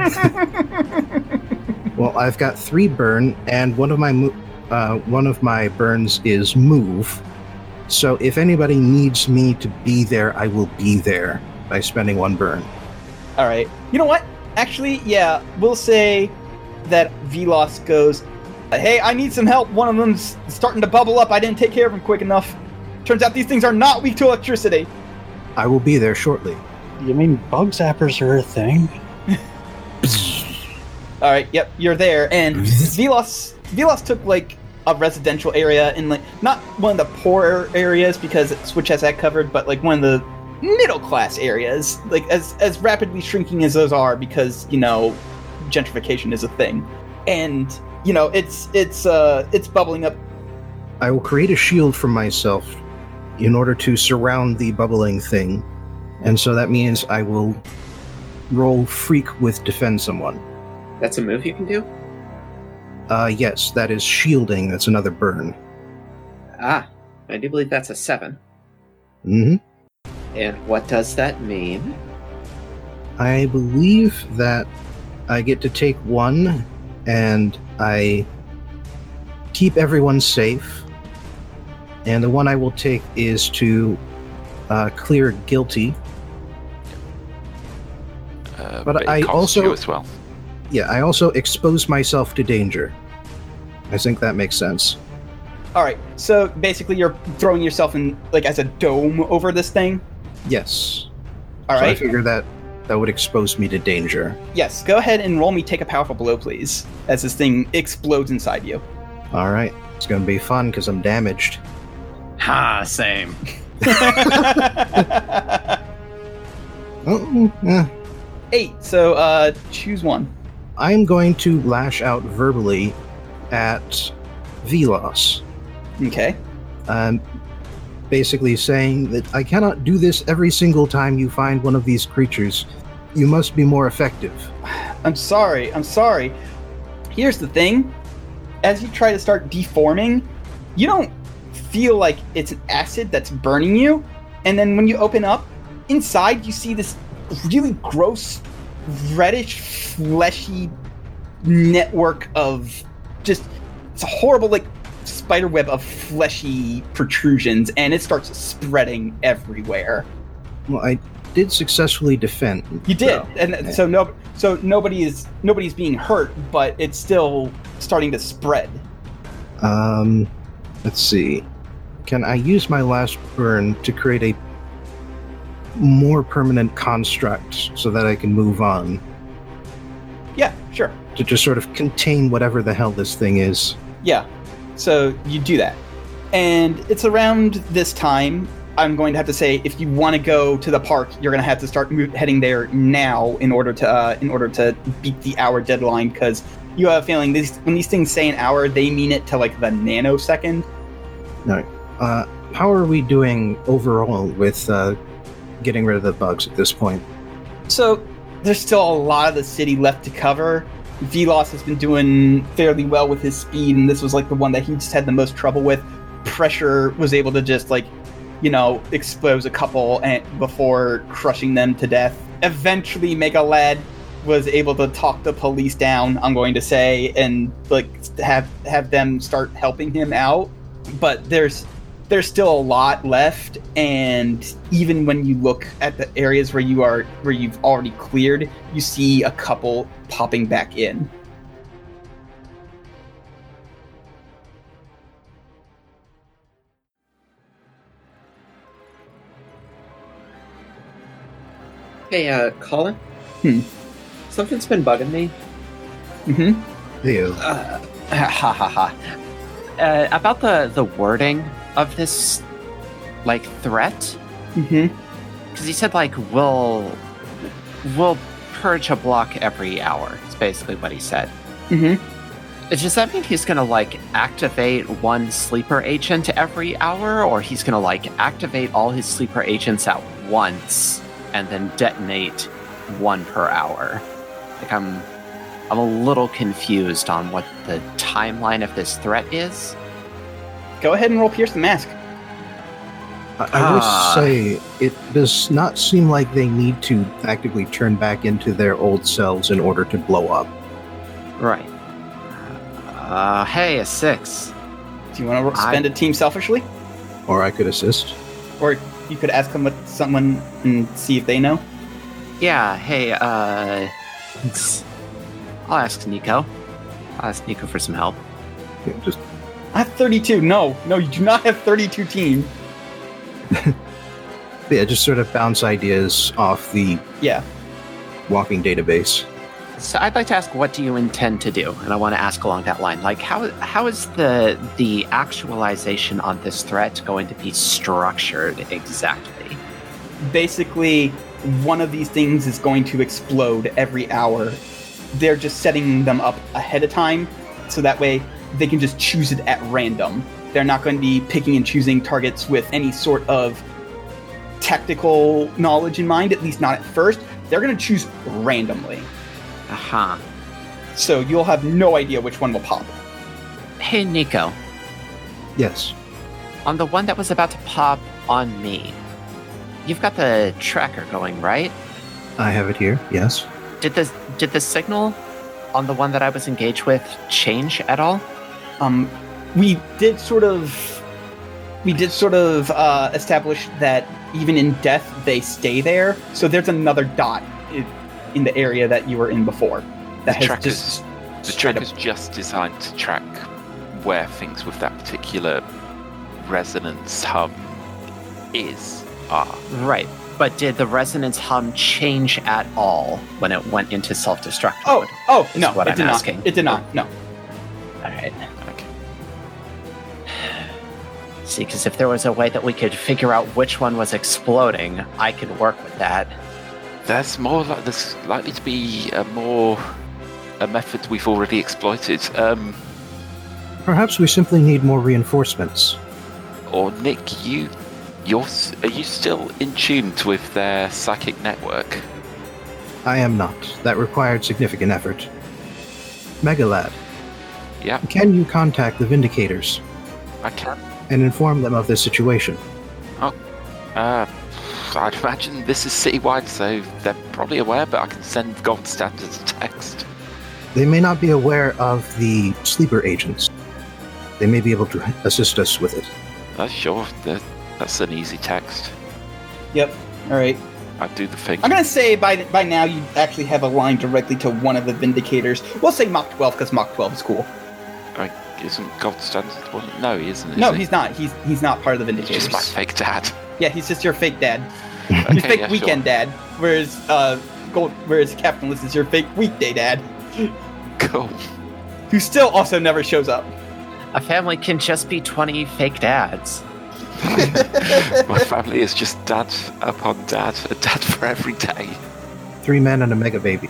S5: Well, I've got three burn, and one of my mo- uh, one of my burns is move. So if anybody needs me to be there, I will be there by spending one burn.
S1: All right. You know what? Actually, yeah, we'll say that Velos goes. Hey, I need some help. One of them's starting to bubble up. I didn't take care of him quick enough. Turns out these things are not weak to electricity.
S5: I will be there shortly.
S2: You mean bug zappers are a thing?
S1: All right. Yep, you're there. And Velos, Velos took like a residential area in like not one of the poorer areas because Switch has that covered, but like one of the middle class areas, like as as rapidly shrinking as those are because you know gentrification is a thing, and you know it's it's uh it's bubbling up.
S5: I will create a shield for myself in order to surround the bubbling thing. And so that means I will roll freak with defend someone.
S6: That's a move you can do?
S5: Uh yes, that is shielding. That's another burn.
S6: Ah, I do believe that's a seven.
S5: Mhm.
S6: And what does that mean?
S5: I believe that I get to take one and I keep everyone safe. And the one I will take is to uh, clear guilty.
S3: Uh,
S5: But
S3: it
S5: I
S3: costs
S5: also-
S3: you as well.
S5: Yeah, I also expose myself to danger. I think that makes sense.
S1: All right, so basically you're throwing yourself in like as a dome over this thing.
S5: Yes.
S1: All
S5: so I
S1: right.
S5: figure that That would expose me to danger.
S1: Yes, go ahead and roll me take a powerful blow, please, as this thing explodes inside you.
S5: All right. It's going to be fun because I'm damaged.
S4: Ha, same.
S5: Mm, eh.
S1: (laughs) Eight, so uh, choose one.
S5: I'm going to lash out verbally at Velos.
S1: Okay.
S5: um, basically saying that I cannot do this every single time you find one of these creatures. You must be more effective.
S1: I'm sorry, I'm sorry. Here's the thing as you try to start deforming, you don't feel like it's an acid that's burning you. And then when you open up, inside you see this really gross, reddish, fleshy network of just it's a horrible, like, spider web of fleshy protrusions and it starts spreading everywhere.
S5: Well, I did successfully defend.
S1: You did,
S5: though.
S1: and th- so no, so nobody is nobody's being hurt, but it's still starting to spread.
S5: Um, let's see. Can I use my last burn to create a more permanent construct so that I can move on
S1: Yeah, sure.
S5: to just sort of contain whatever the hell this thing is?
S1: Yeah, so you do that, and it's around this time. I'm going to have to say, if you want to go to the park, you're going to have to start mo- heading there now in order to uh, in order to beat the hour deadline because you have a feeling these when these things say an hour, they mean it to like the nanosecond.
S5: Uh, how are we doing overall with uh, getting rid of the bugs at this point?
S1: So there's still a lot of the city left to cover. Velos has been doing fairly well with his speed, and this was like the one that he just had the most trouble with. Pressure was able to just like, you know, expose a couple and before crushing them to death. Eventually, Mega Lad was able to talk the police down. I'm going to say, and like have have them start helping him out. But there's there's still a lot left and even when you look at the areas where you are where you've already cleared you see a couple popping back in
S6: Hey, uh, Colin?
S1: Hmm.
S6: Something's been bugging me.
S1: mm-hmm
S5: Ew.
S6: Uh,
S4: ha ha ha. (laughs) Uh, about the the wording of this, like threat,
S1: mm-hmm
S4: because he said like we'll we'll purge a block every hour. It's basically what he said.
S1: mm-hmm
S4: Does that mean he's gonna like activate one sleeper agent every hour, or he's gonna like activate all his sleeper agents at once and then detonate one per hour? Like I'm, I'm a little confused on what the timeline of this threat is.
S1: go ahead and roll pierce the mask
S5: I, I will
S4: Ah.
S5: say it does not seem like they need to actively turn back into their old selves in order to blow up.
S4: Right. Uh, hey, a six.
S1: do you want to
S4: I-
S1: spend a team selfishly
S5: Or I could assist.
S1: or you could ask them what someone and see if they know
S4: Yeah. Hey. Uh, I'll ask Nico. I'll ask Nico for some help.
S5: Yeah, Just
S1: i have 32 no no you do not have 32 team
S5: yeah, just sort of bounce ideas off the
S1: yeah
S5: walking database.
S4: So I'd like to ask, what do you intend to do? And I want to ask along that line, like how how is the the actualization on this threat going to be structured exactly?
S1: basically one of these things is going to explode every hour. They're just setting them up ahead of time so that way they can just choose it at random. They're not going to be picking and choosing targets with any sort of tactical knowledge in mind, at least not at first. They're going to choose randomly.
S4: Aha.
S1: So you'll have no idea which one will pop.
S4: Hey Nico,
S5: Yes.
S4: on the one that was about to pop on me, you've got the tracker going, right?
S5: I have it here. Yes.
S4: Did the did the signal on the one that I was engaged with change at all?
S1: Um, we did sort of, we did sort of uh, establish that even in death they stay there. So there's another dot i- in the area that you were in before. That
S3: The
S1: has
S3: track is-
S1: just
S3: The
S1: straight
S3: track
S1: up-
S3: is just designed to track where things with that particular resonance hum is are.
S4: Right. But did the resonance hum change at all when it went into self-destruct
S1: Oh,
S4: mode?
S1: oh
S4: Is
S1: no,
S4: what
S1: it
S4: I'm
S1: did
S4: asking.
S1: not. It did not. No.
S4: All right.
S3: Okay.
S4: See, because if there was a way that we could figure out which one was exploding, I could work with that.
S3: There's more. Li- there's likely to be a more a method we've already exploited, um,
S5: Perhaps we simply need more reinforcements.
S3: or Nick, you, you're, s- are you still in tuned with their psychic network?
S5: I am not. That required significant effort. Megalad,
S3: Yeah,
S5: can you contact the Vindicators
S3: I can.
S5: and inform them of this situation?
S3: Uh, I'd imagine this is citywide, so they're probably aware. But I can send gold standards a text.
S5: They may not be aware of the sleeper agents. They may be able to assist us with it.
S3: Uh, sure, that, that's an easy text.
S1: Yep. All right.
S3: I do the thing.
S1: I'm gonna say by by now you actually have a line directly to one of the vindicators. We'll say Mach 12 because Mach 12 is cool.
S3: Isn't gold standard one? No, he isn't. Is
S1: no,
S3: he?
S1: he's not. He's he's not part of the
S3: He's just my
S1: vindicators. (laughs)
S3: fake dad.
S1: Yeah, he's just your fake dad.
S3: Okay,
S1: your fake
S3: yeah, sure.
S1: weekend dad. Whereas uh, Gold, whereas Captain List is your fake weekday dad,
S3: Cool.
S1: who still also never shows up. (laughs)
S4: A family can just be 20 fake dads.
S3: My family is just dad upon dad, a dad for every day.
S5: Three men and a mega baby.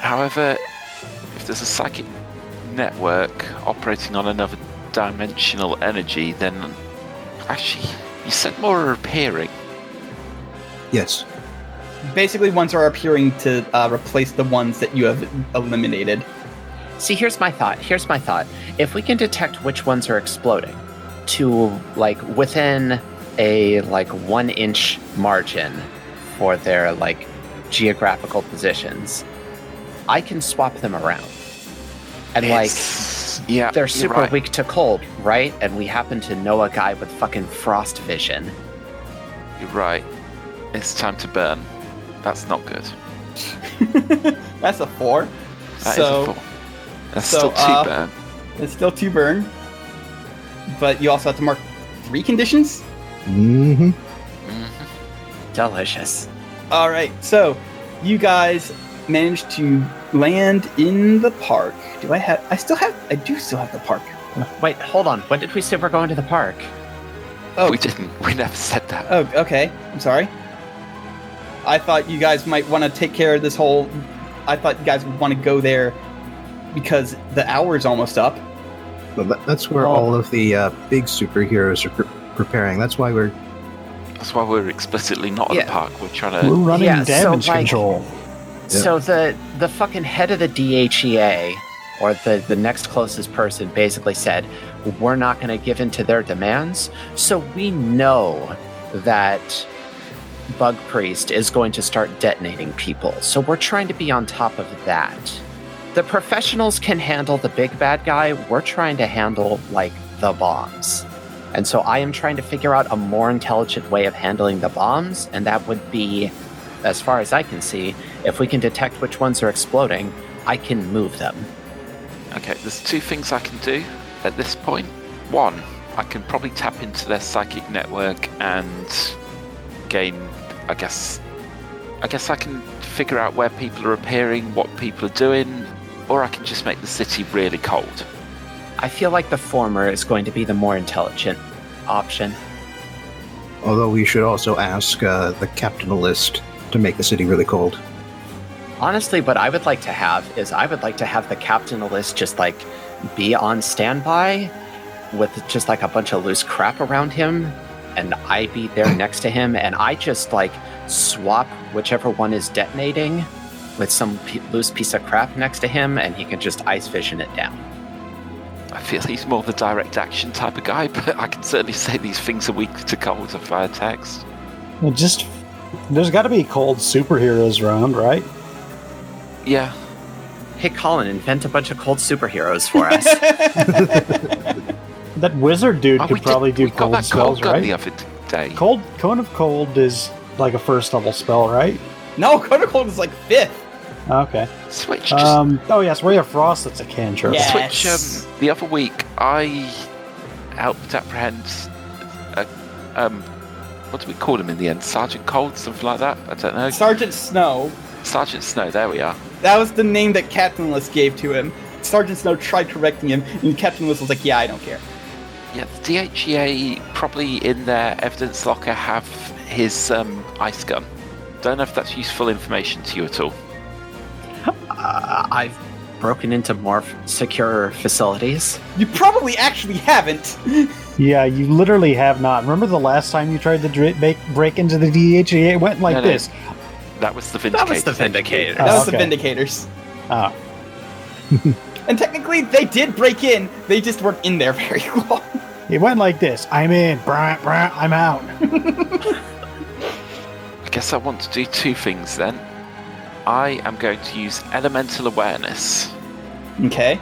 S3: However, if there's a psychic network operating on another dimensional energy, then actually, you said more are appearing.
S5: Yes.
S1: Basically, ones are appearing to uh, replace the ones that you have eliminated. (laughs)
S4: See, here's my thought. Here's my thought. If we can detect which ones are exploding to like within a like one inch margin for their like geographical positions, I can swap them around. And
S3: It's- yeah,
S4: like they're
S3: you're
S4: super
S3: right.
S4: weak to cold, right? And we happen to know a guy with fucking frost vision.
S3: You're right. It's time to burn. That's not good.
S1: That's a four.
S3: That is
S1: so
S3: a four. That's
S1: so,
S3: still two
S1: uh,
S3: burn.
S1: it's still two burn, but you also have to mark three conditions.
S5: Mm-hmm.
S3: Mhm.
S4: Delicious.
S1: All right, so you guys managed to land in the park. Do I have? I still have. I do still have the park.
S4: Wait, hold on. When did we say we're going to the park?
S1: Oh.
S3: We didn't. We never said that.
S1: Oh, okay. I'm sorry. I thought you guys might want to take care of this whole. I thought you guys would want to go there because the hour's almost up.
S5: But tha- that's where
S1: Oh.
S5: all of the uh, big superheroes are pre- preparing. That's why we're
S3: That's why we're explicitly not at
S4: Yeah.
S3: the park. We're trying to.
S2: We're running
S4: yeah, so,
S2: damage
S4: like-
S2: control.
S5: Yeah.
S4: So the the fucking head of the DHEA or the, the next closest person basically said, we're not going to give in to their demands. So we know that Bug Priest is going to start detonating people. So we're trying to be on top of that. The professionals can handle the big bad guy. We're trying to handle, like, the bombs. And so I am trying to figure out a more intelligent way of handling the bombs. And that would be, as far as I can see, if we can detect which ones are exploding, I can move them.
S3: Okay, there's two things I can do at this point. One, I can probably tap into their psychic network and gain, I guess, I guess I can figure out where people are appearing, what people are doing, or I can just make the city really cold.
S4: I feel like the former is going to be the more intelligent option.
S5: Although we should also ask uh, the capitalist to make the city really cold.
S4: Honestly, what I would like to have is I would like to have the captain of the list just like be on standby with just like a bunch of loose crap around him, and I be there next to him, and I just like swap whichever one is detonating with some p- loose piece of crap next to him, and he can just ice vision it down.
S3: I feel (laughs) he's more the direct action type of guy, (laughs) but I can certainly say these things are weak to cold via text.
S2: Well, just there's got to be cold superheroes around, right?
S3: Yeah,
S4: Hey, Colin, invent a bunch of cold superheroes for us.
S2: That wizard dude
S3: Oh,
S2: could
S3: we did-
S2: probably do
S3: we got
S2: cold
S3: that
S2: spells,
S3: cold gun
S2: right?
S3: the other day.
S2: Cold cone of cold is like a first level spell, right?
S1: no, (laughs) Coda Cold is like fifth.
S2: Okay.
S3: Switch just
S2: Um, oh yes, ray of frost. That's a cantrip.
S1: Yeah.
S3: Switch.
S1: Yes.
S3: Um, the other week, I helped apprehend a, um, what do we call him in the end? Sergeant Cold, something like that. I don't know.
S1: Sergeant Snow.
S3: Sergeant Snow. There we are.
S1: That was the name that Captain List gave to him. Sergeant Snow tried correcting him, and Captain List was like, "Yeah, I don't care."
S3: Yeah, the DHEA probably in their evidence locker have his um, ice gun. Don't know if that's useful information to you at all.
S4: Uh, I've broken into more f- secure facilities.
S1: You probably actually haven't.
S2: (laughs) Yeah, you literally have not. Remember the last time you tried to dra- make, break into the DHEA? It went like
S3: No, no.
S2: this.
S3: That was the vindicator.
S4: That was the Vindicator.
S1: That
S2: Oh,
S1: was the
S2: okay.
S1: Vindicators.
S2: Ah.
S1: (laughs) and technically, they did break in. They just weren't in there (laughs) very long.
S2: It went like this. I'm in. Brah, brah, I'm out.
S3: I guess I want to do two things then. I am going to use elemental awareness.
S1: Okay.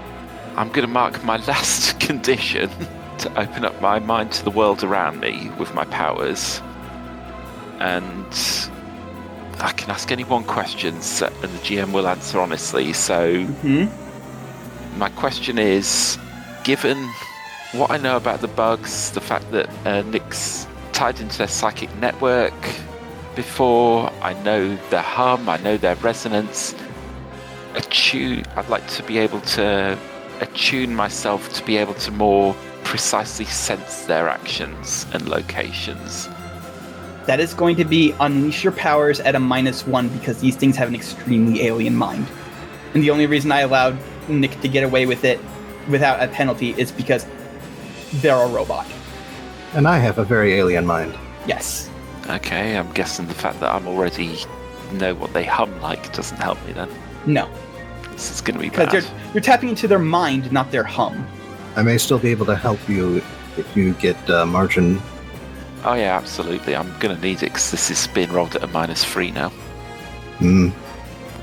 S3: I'm going to mark my last (laughs) condition to open up my mind to the world around me with my powers. And I can ask any one question, so- and the GM will answer honestly. So,
S1: Hmm.
S3: my question is given what I know about the bugs, the fact that uh, Nick's tied into their psychic network before, I know their hum, I know their resonance. Attune, I'd like to be able to attune myself to be able to more precisely sense their actions and locations.
S1: That is going to be unleash your powers at a minus one because these things have an extremely alien mind. And the only reason I allowed Nick to get away with it without a penalty is because they're a robot.
S5: And I have a very alien mind.
S1: Yes.
S3: Okay, I'm guessing the fact that I'm already know what they hum like doesn't help me then.
S1: No.
S3: This is going to be
S1: Because
S3: bad.
S1: you're you're tapping into their mind, not their hum.
S5: I may still be able to help you if you get uh, margin.
S3: Oh yeah, absolutely. I'm gonna need it because this is being rolled at a minus three now.
S5: Mm.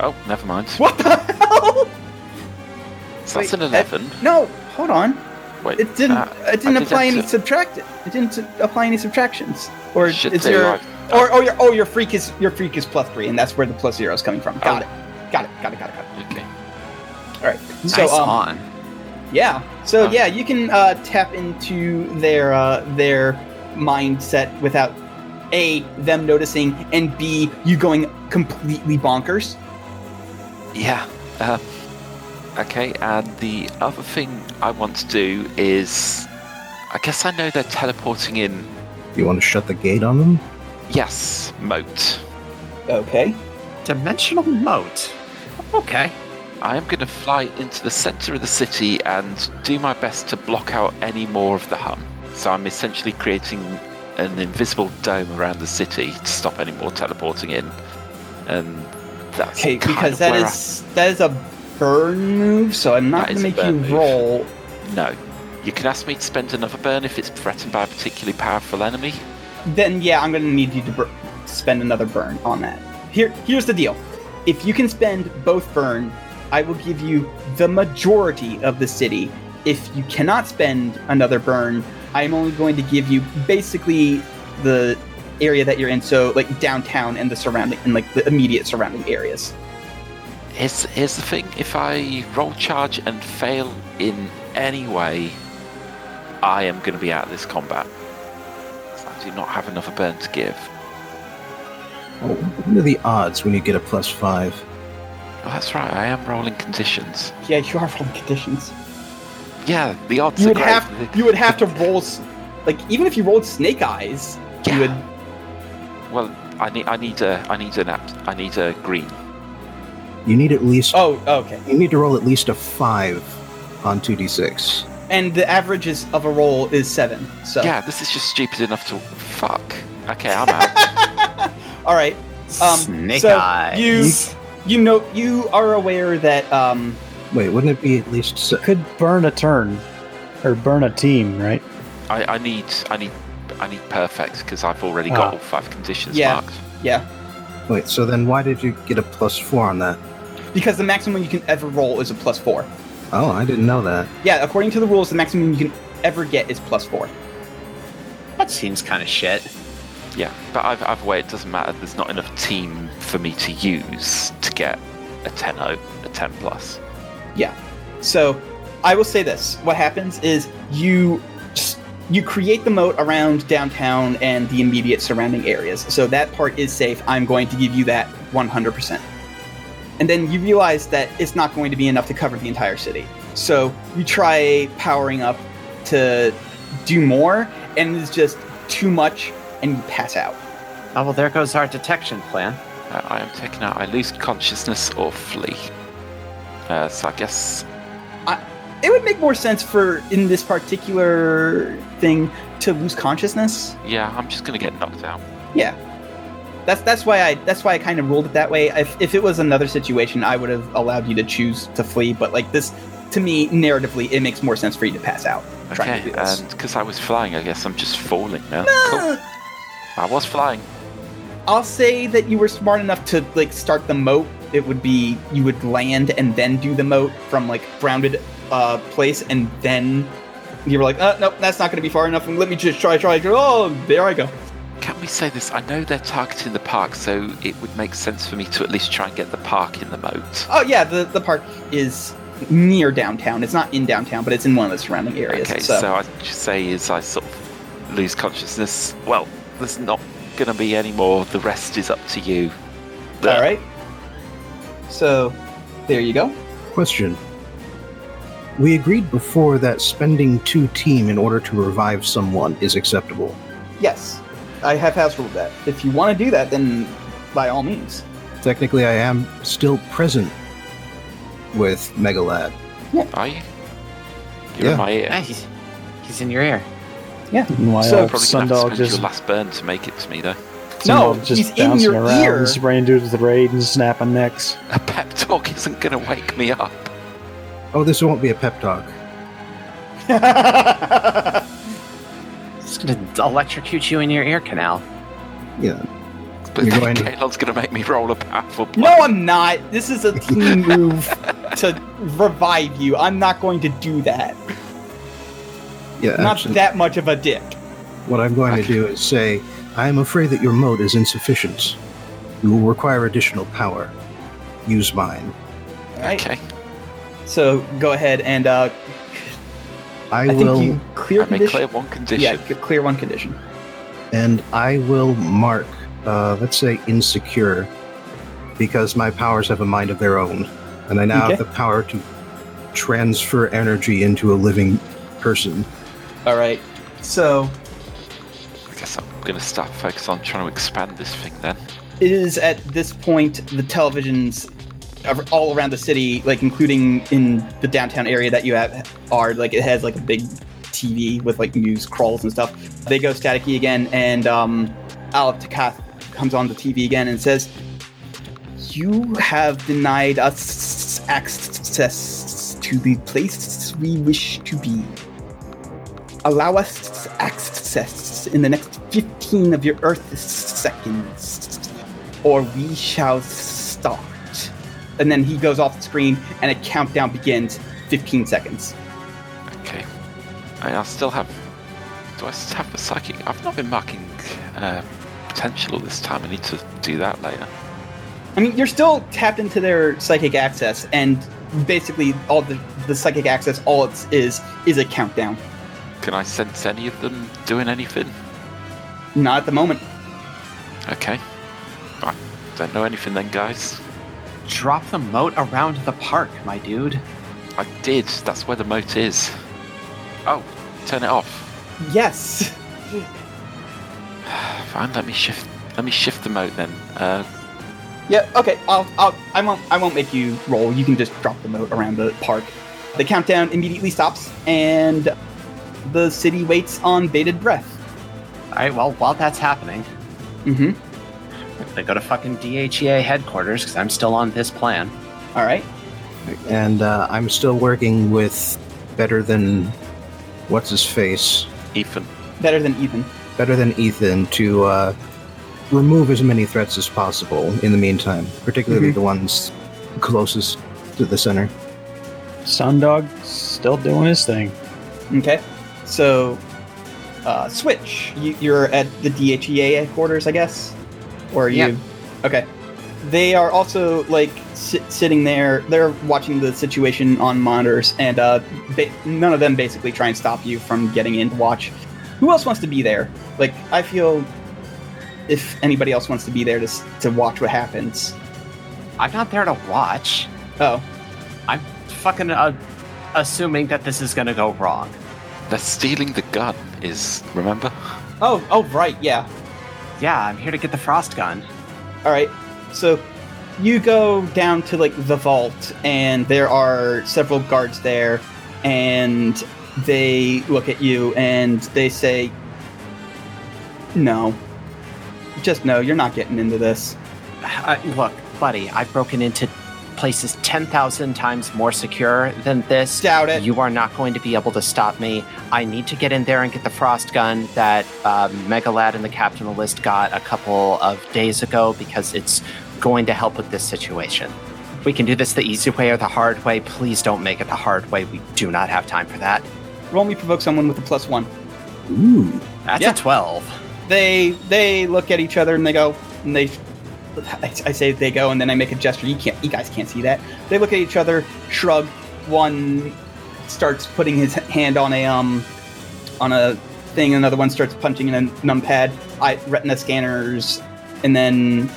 S3: Oh, never mind.
S1: What the hell?
S3: So that's
S1: Wait,
S3: an eleven.
S1: No, hold on.
S3: Wait,
S1: It didn't.
S3: ah,
S1: it didn't
S3: I did
S1: apply
S3: that
S1: any
S3: too.
S1: subtract. It didn't s- apply any subtractions. Or
S3: Shit,
S1: it's
S3: there you
S1: your.
S3: are.
S1: Or oh your oh your freak is your freak is plus three, and that's where the plus zero is coming from. Got
S3: Oh.
S1: it. Got it. Got it. Got it. Got
S3: Okay.
S1: it. All right. So
S4: nice
S1: um,
S4: on.
S1: yeah. So
S3: Oh.
S1: yeah, you can uh, tap into their uh, their mindset without a them noticing and b you going completely bonkers.
S3: Yeah. Um, okay. And the other thing I want to do is, I guess I know they're teleporting in.
S5: You want to shut the gate on them?
S3: Yes, moat.
S1: Okay.
S4: Dimensional moat. Okay.
S3: I am gonna fly into the center of the city and do my best to block out any more of the hum. So I'm essentially creating an invisible dome around the city to stop any more teleporting in. And that's
S1: Okay,
S3: kind
S1: because
S3: of
S1: that
S3: where I-
S1: is that is a burn move, so I'm not
S3: That
S1: going
S3: is
S1: to
S3: a
S1: make you
S3: burn move.
S1: roll.
S3: No. You can ask me to spend another burn if it's threatened by a particularly powerful enemy.
S1: Then yeah, I'm going to need you to bur- spend another burn on that. Here, here's the deal: if you can spend both burn, I will give you the majority of the city. If you cannot spend another burn, I am only going to give you basically the area that you're in, so like downtown and the surrounding and like the immediate surrounding areas.
S3: Here's, here's the thing if I roll charge and fail in any way, I am going to be out of this combat. So I do not have another burn to give.
S5: Oh, what are the odds when you get a plus five?
S3: Oh, that's right. I am rolling conditions.
S1: Yeah, you are rolling conditions.
S3: Yeah, the odds
S1: you
S3: are
S1: would
S3: great.
S1: have you would have to roll s- like even if you rolled snake eyes you would
S3: Well, I need I need a I need an app I need a green.
S5: You need at least
S1: oh okay
S5: you need to roll at least a five on two d six.
S1: and the average is, of a roll is seven so
S3: Yeah, this is just stupid enough to fuck.
S1: (laughs)
S3: Okay, I'm out.
S1: all right Um,
S4: Snake
S1: so
S4: eyes.
S1: you- you know you are aware that um
S5: Wait, wouldn't it be at least? Se-
S2: Could burn a turn. Or burn a team, right?
S3: I, I need I need I need perfect because I've already
S2: Ah.
S3: got all five conditions
S1: Yeah.
S3: marked.
S1: yeah
S5: Wait, so then why did you get a plus four on that?
S1: because the maximum you can ever roll is a plus four
S5: Oh, I didn't know that.
S1: yeah according to the rules the maximum you can ever get is plus four
S4: that seems kind of shit.
S3: Yeah, but either, either way, it doesn't matter. There's not enough team for me to use to get a 10 o a 10 plus.
S1: So, I will say this: what happens is you s- you create the moat around downtown and the immediate surrounding areas. So that part is safe. I'm going to give you that 100%. And then you realize that it's not going to be enough to cover the entire city. So you try powering up to do more, and it's just too much, and you pass out.
S4: Oh, well, there goes our detection plan.
S3: Uh, I am taken out. I lose consciousness or flee. Uh, so I guess
S1: It would make more sense for, in this particular thing, to lose consciousness.
S3: yeah, I'm just gonna get knocked out.
S1: That's that's why I that's why I kind of ruled it that way. If if it was another situation, I would have allowed you to choose to flee. But like this, to me, narratively, it makes more sense for you to pass out. Trying to
S3: Okay,
S1: do this.
S3: and because I was flying, I guess I'm just falling now. Cool.
S1: Uh,
S3: I was flying.
S1: I'll say that you were smart enough to like start the moat. It would be you would land and then do the moat from like grounded uh place, and then you were like, uh, nope, that's not going to be far enough. And let me just try, try. try. Oh, there I go.
S3: Can we say this? I know they're targeting the park, so it would make sense for me to at least try and get the park in the moat.
S1: Oh yeah, the the park is near downtown. It's not in downtown, but it's in one of the surrounding areas.
S3: Okay, so, I just say is I sort of lose consciousness. Well, there's not gonna be any more. The rest is up to you.
S1: All right. So, there you go.
S5: Question. We agreed before that spending two team in order to revive someone is acceptable.
S1: Yes, I have house ruled that. If you want to do that, then by all
S3: (laughs)
S1: means.
S5: Technically, I am still present with Megalad.
S3: Are you? You're
S5: Yeah.
S3: in my ear.
S4: Ah, he's, he's in your ear.
S2: Why
S1: So
S2: so
S1: Oh,
S3: Probably gonna have to
S2: Sundog
S3: spend
S2: just
S3: your last burn to make it to me though.
S2: Sundog
S1: No,
S2: just
S1: he's in
S2: bouncing
S1: your
S2: around,
S1: ear.
S2: spraying dudes with raid and snapping necks.
S3: A pep talk isn't gonna wake me up.
S5: Oh, this won't be a pep talk.
S4: He's gonna electrocute you in your ear canal.
S3: But
S5: You're
S3: then
S5: going to-
S3: Kalon's gonna make me roll a powerful
S1: no, I'm not. This is a team move to revive you. I'm not going to do that.
S5: Yeah,
S1: Not
S5: actually,
S1: that much of a dick.
S5: what I'm going to do is say, I am afraid that your moat is insufficient. You will require additional power. Use mine.
S1: All right.
S3: Okay.
S1: So go ahead and uh,
S5: I,
S1: I think
S5: will,
S1: you clear
S3: I make
S1: condition.
S3: clear one
S1: Yeah,
S3: condition.
S1: c- clear one condition.
S5: and I will mark, uh, let's say, insecure, because my powers have a mind of their own, and I now have
S1: Okay.
S5: the power to transfer energy into a living person.
S1: All right. So
S3: I guess I'm gonna start focus on trying to expand this thing then.
S1: It is at this point the televisions are all around the city, like including in the downtown area that you have, are like it has like a big TV with like news crawls and stuff. They go staticky again, and um, Al Takath comes on the TV again and says, "You have denied us access to the place we wish to be." Allow us access in the next 15 of your Earth seconds, or we shall start. And then he goes off the screen, and a countdown begins 15 seconds.
S3: Okay. I, I still have. Do I still have the psychic? I've not been marking uh, potential this time. I need to do that later.
S1: I mean, you're still tapped into their psychic access, and basically, all the, the psychic access, all it is, is a countdown.
S3: Can I sense any of them doing anything?
S1: Not at the moment.
S3: Okay. I don't know anything then, guys.
S4: Drop the moat around the park, my dude.
S3: I did. That's where the moat is. Oh, turn it off. (sighs)
S1: Yes.
S3: Fine. Let me shift. Let me shift the moat then. Uh,
S1: Yeah. Okay. I'll. I'll. I won't. I won't make you roll. You can just drop the moat around the park. The countdown immediately stops, and the city waits on bated breath.
S4: All right. Well, while that's happening,
S1: Mm-hmm.
S4: I'm gonna go to fucking DHEA headquarters because I'm still on this plan.
S1: All right.
S5: And uh, I'm still working with better than what's his face,
S3: Ethan.
S1: Better than Ethan.
S5: better than Ethan to uh, remove as many threats as possible in the meantime, particularly the ones closest to the center.
S2: Sundog still doing his thing.
S1: Okay. So, uh, switch. You, you're at the DHEA headquarters, I guess, or are you?
S4: Yeah.
S1: Okay. They are also like sit, sitting there. They're watching the situation on monitors, and uh, ba- none of them basically try and stop you from getting in to watch. who else wants to be there? Like, I feel if anybody else wants to be there to s- to watch what happens.
S4: I'm not there to watch.
S1: Oh,
S4: Fucking uh, assuming that this is gonna go wrong.
S3: They're stealing the gun, is. Remember?
S1: oh, oh, right, yeah.
S4: Yeah, I'm here to get the frost gun.
S1: All right. So you go down to like the vault, and there are several guards there, and they look at you and they say, "No, just no. You're not getting into this."
S4: Uh, look, buddy, I've broken into places 10,000 times more secure than this.
S1: Doubt it.
S4: You are not going to be able to stop me. I need to get in there and get the frost gun that um, Megalad and the Captain of the List got a couple of days ago because it's going to help with this situation. We can do this the easy way or the hard way. Please don't make it the hard way. We do not have time for that.
S1: Roll me provoke someone with a plus one.
S5: Ooh.
S4: That's
S1: Yeah.
S4: a 12.
S1: They they look at each other and they go and they. I I say they go, and then I make a gesture. You can't. You guys can't see that. They look at each other, shrug. One starts putting his hand on a um, on a thing. Another one starts punching in a numpad, I, retina scanners, and then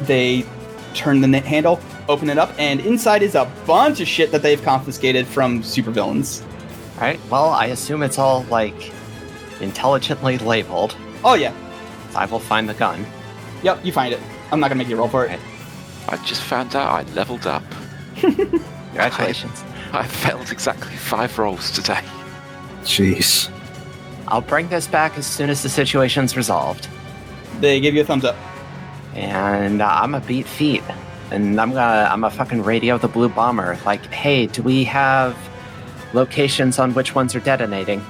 S1: they turn the net handle, open it up, and inside is a bunch of shit that they've confiscated from supervillains.
S4: All right. Well, I assume it's all like intelligently labeled.
S1: Oh yeah,
S4: I will find the gun.
S1: yep, you find it. I'm not gonna make you roll for it.
S3: I just found out I leveled up. (laughs)
S4: Congratulations.
S3: I failed exactly five rolls today.
S5: Jeez.
S4: I'll bring this back as soon as the situation's resolved.
S1: They give you a thumbs up.
S4: And uh, I'm a beat feet. And I'm gonna I'm a fucking radio the blue bomber. Like, hey, do we have locations on which ones are detonating?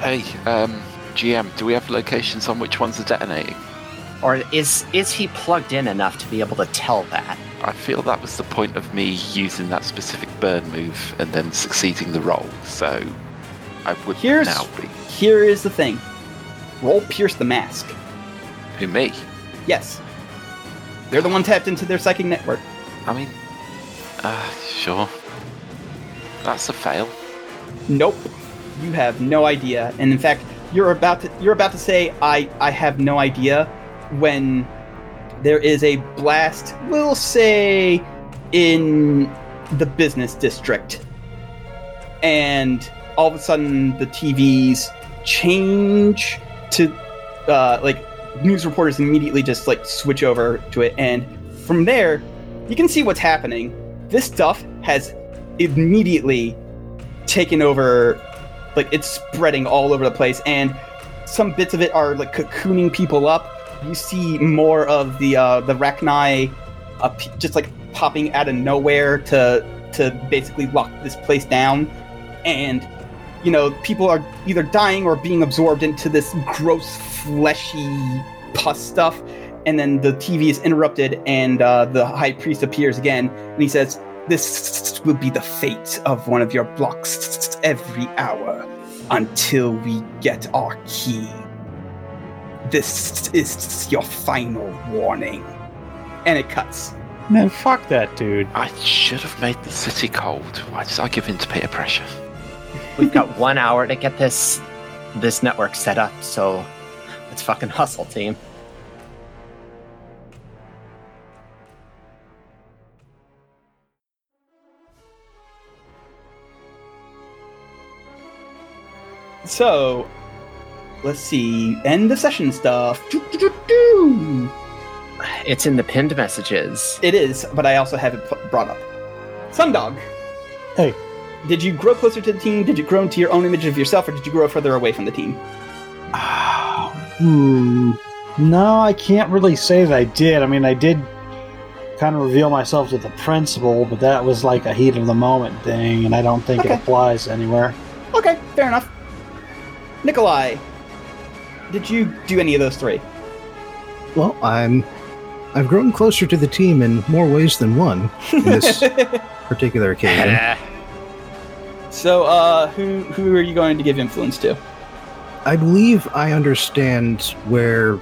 S3: Hey, um, GM, do we have locations on which ones are detonating?
S4: Or is is he plugged in enough to be able to tell that?
S3: I feel that was the point of me using that specific burn move and then succeeding the roll, so I would
S1: Here's-
S3: now be.
S1: Here is the thing. Roll Pierce the Mask.
S3: Who, me?
S1: Yes. They're the one tapped into their psychic network.
S3: I mean, uh, sure. That's a fail.
S1: Nope. You have no idea. And in fact, you're about to you're about to say I I have no idea when there is a blast, we'll say in the business district. And all of a sudden the TVs change to uh, like news reporters immediately just like switch over to it and from there you can see what's happening. This stuff has immediately taken over like it's spreading all over the place and some bits of it are like cocooning people up you see more of the uh the rachni uh, p- just like popping out of nowhere to to basically lock this place down and you know people are either dying or being absorbed into this gross fleshy pus stuff and then the tv is interrupted and uh, the high priest appears again and he says this will be the fate of one of your blocks every hour until we get our key. This is your final warning. And it cuts.
S2: Man, fuck that dude. (sighs)
S3: I should have made the city cold. Why did I give in to peer pressure?
S4: We've got one hour to get this this network set up, so let's fucking hustle, team.
S1: So, let's see. End the session stuff. Doo-doo-doo-doo.
S4: It's in the pinned messages.
S1: It is, but I also have it pu- brought up. Sundog.
S2: Hey.
S1: Did you grow closer to the team? Did you grow into your own image of yourself, or did you grow further away from the team?
S2: Hmm. No, I can't really say that I did. I mean, I did kind of reveal myself to the principal, but that was like a heat of the moment thing, and I don't think
S1: Okay.
S2: it applies anywhere.
S1: Okay, fair enough. Nikolai, did you do any of those three?
S5: Well, I'm. I've grown closer to the team in more ways than one
S1: (laughs)
S5: in this particular occasion.
S1: so, uh, who who are you going to give influence to?
S5: I believe I understand where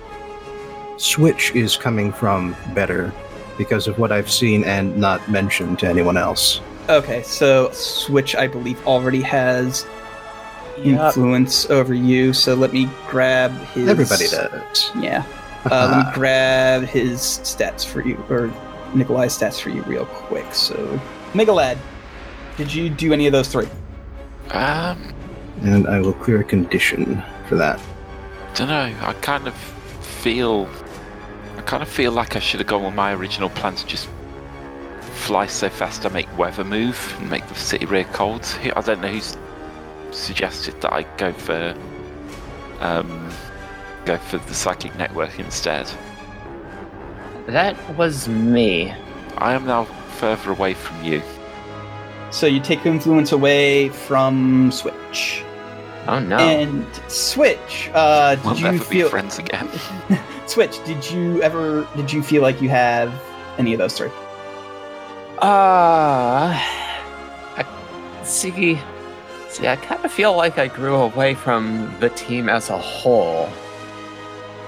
S5: Switch is coming from better because of what I've seen and not mentioned to anyone else.
S1: Okay, so Switch, I believe, already has influence over you. So let me grab his.
S5: Everybody does. (laughs)
S1: Yeah. Uh, let me grab his stats for you, or Nikolai's stats for you, real quick. So, Megalad, did you do any of those three?
S3: Um,
S5: and I will clear a condition for that.
S3: don't know. I kind of feel, I kind of feel like I should have gone with my original plan to just fly so fast I make weather move and make the city rear cold. Who- I don't know who's suggested that I go for, um, go for the psychic network instead.
S4: That was me.
S3: I am now further away from you.
S1: So you take influence away from Switch,
S4: Oh no.
S1: and Switch. Uh, did
S3: We'll
S1: you
S3: never
S1: feel
S3: be friends again.
S1: Switch? Did you ever? Did you feel like you have any of those three?
S4: Uh, I, see, see, I kind of feel like I grew away from the team as a whole.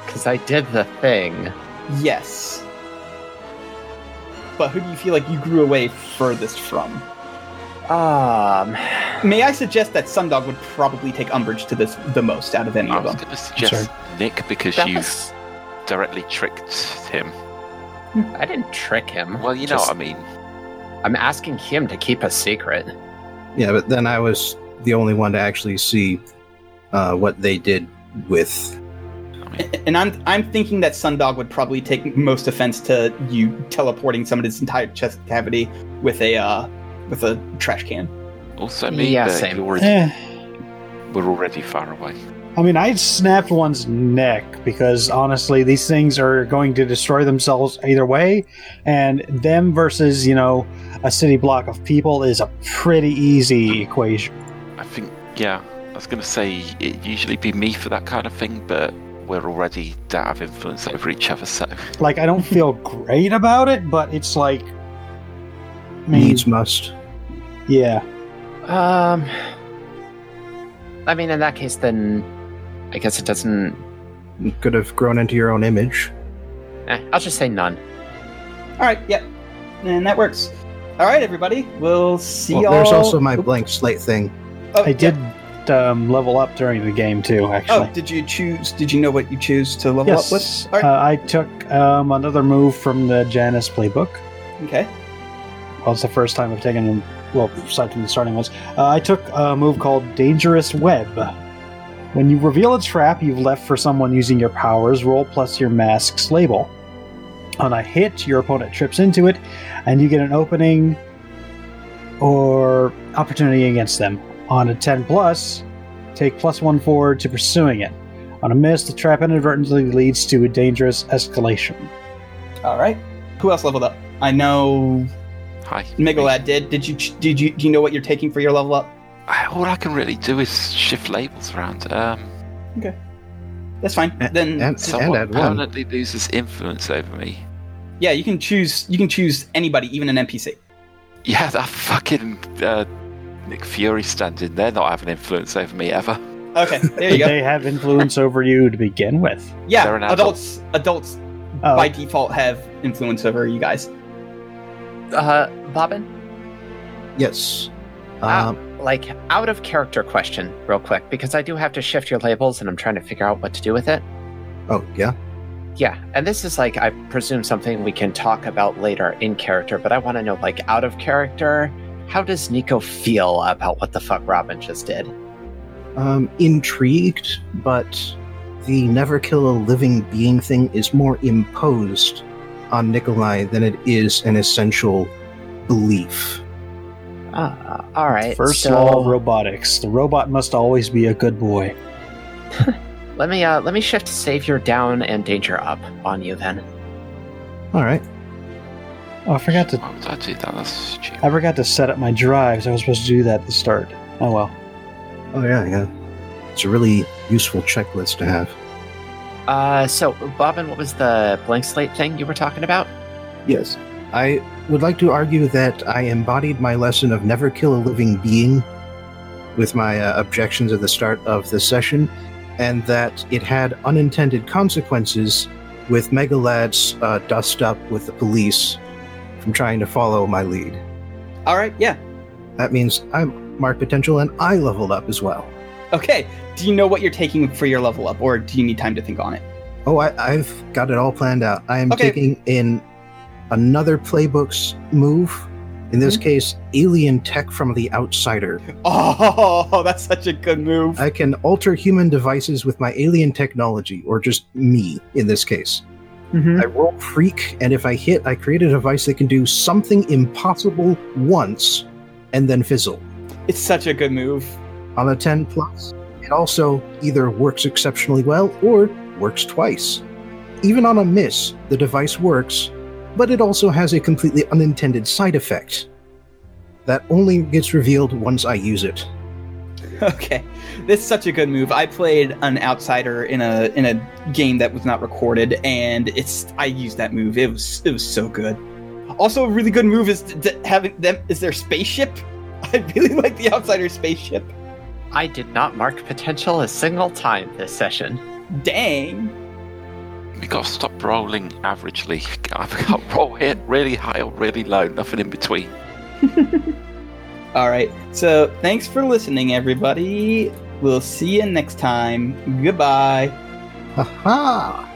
S4: Because I did the thing.
S1: Yes. But who do you feel like you grew away furthest from?
S4: Um,
S1: May I suggest that Sundog would probably take umbrage to this the most out of any
S3: I
S1: of
S3: was
S1: them?
S3: going to suggest Nick because
S4: that
S3: you
S4: was-
S3: directly tricked him.
S4: I didn't trick him.
S3: Well, you know
S4: Just-
S3: what I mean.
S4: I'm asking him to keep a secret.
S5: Yeah, but then I was the only one to actually see uh, what they did with.
S1: And I'm I'm thinking that Sundog would probably take most offense to you teleporting somebody's entire chest cavity with a uh, with a trash can.
S3: Also, me,
S4: Yeah,
S3: but
S4: same.
S3: you're already-
S2: Eh,
S3: we're already far away.
S2: I mean, I snapped one's neck because honestly, these things are going to destroy themselves either way, and them versus you know a city block of people is a pretty easy equation.
S3: I think, yeah, I was going to say it'd usually be me for that kind of thing, but we're already don't have influence over each other, so
S2: Like, I don't feel great about it, but it's like, I mean,
S5: Needs must.
S2: yeah,
S4: Um, I mean, in that case, then I guess it doesn't.
S5: You could have grown into your own image.
S4: Eh, I'll just say none.
S1: All right, yep, and that works. All right, everybody, we'll see
S5: Well,
S1: y'all.
S5: there's also my
S1: Oop,
S5: blank slate thing.
S1: oh,
S2: I
S1: yeah.
S2: did um, level up during the game too.
S1: Oh,
S2: Actually,
S1: did you choose? Did you know what you choose to level up with?
S2: yes,
S1: All right.
S2: uh, I took um, another move from the Janus playbook.
S1: Okay.
S2: Well, it's the first time I've taken, well, aside from the starting ones, uh, I took a move called Dangerous Web. When you reveal a trap you've left for someone using your powers, roll plus your mask's label. On a hit, your opponent trips into it, and you get an opening or opportunity against them. On a 10 plus, take plus one forward to pursuing it. On a miss, the trap inadvertently leads to a dangerous escalation.
S1: All right. Who else leveled up? I know
S3: hi.
S1: Megalad did. Did you ch- did you do you know what you're taking for your level up?
S3: I- All I can really do is shift labels around. Um,
S1: That's fine.
S5: A-
S1: then
S5: And, and
S3: someone
S5: add one.
S3: permanently loses influence over me.
S1: yeah, you can choose you can choose anybody, even an NPC.
S3: Yeah, that fucking uh, Nick Fury standing there not having influence over me ever.
S1: Okay, there you
S2: Did
S5: (laughs)
S1: go.
S2: they have influence over you to begin with?
S1: Yeah,
S3: They're an adult.
S1: adults adults
S2: Oh,
S1: by default have influence over you guys.
S4: Uh, Bobbin,
S5: Yes.
S4: Ah.
S5: Um,
S4: like out of character question, real quick, because I do have to shift your labels, and I'm trying to figure out what to do with it.
S5: oh, yeah.
S4: Yeah, and this is like I presume something we can talk about later in character, but I want to know like out of character, how does Nico feel about what the fuck Robin just did?
S5: Um, intrigued, but the never kill a living being thing is more imposed on Nikolai than it is an essential belief.
S4: Ah, all right.
S2: First
S4: so
S2: law of robotics: the robot must always be a good boy.
S4: let me uh let me shift savior down and danger up on you then.
S5: All right.
S2: Oh, I forgot to.
S3: Why would I do that? That's stupid.
S2: I forgot to set up my drives. I was supposed to do that at the start. Oh well.
S5: Oh, yeah, yeah. It's a really useful checklist to have.
S4: Uh, so Bobbin, what was the blank slate thing you were talking about?
S5: Yes. I would like to argue that I embodied my lesson of never kill a living being with my uh, objections at the start of the session, and that it had unintended consequences with Megalad's uh, dust up with the police from trying to follow my lead.
S1: All right, yeah.
S5: That means I'm marked potential and I leveled up as well.
S1: Okay. Do you know what you're taking for your level up, or do you need time to think on it?
S5: Oh, I, I've got it all planned out. I am
S1: Okay.
S5: taking in another playbook's move. In this case, alien tech from the outsider.
S1: Oh, (laughs) that's such a good move.
S5: I can alter human devices with my alien technology, or just me in this case.
S2: Mm-hmm.
S1: Mhm.
S5: I roll freak, and if I hit, I create a device that can do something impossible once and then fizzle.
S1: It's such a good move. (laughs)
S5: On a 10 plus, it also either works exceptionally well or works twice. Even on a miss, the device works, but it also has a completely unintended side effect that only gets revealed once I use it.
S1: Okay, this is such a good move. I played an outsider in a in a game that was not recorded, and it's I used that move. It was it was so good. Also, a really good move is to, to having them is their spaceship. (laughs) I really like the outsider spaceship.
S4: I did not mark potential a single time this session.
S1: Dang.
S3: We gotta stop rolling averagely. (laughs) I've got roll it really high or really low, nothing in between.
S1: All right. So thanks for listening, everybody. We'll see you next time. Goodbye.
S5: Aha!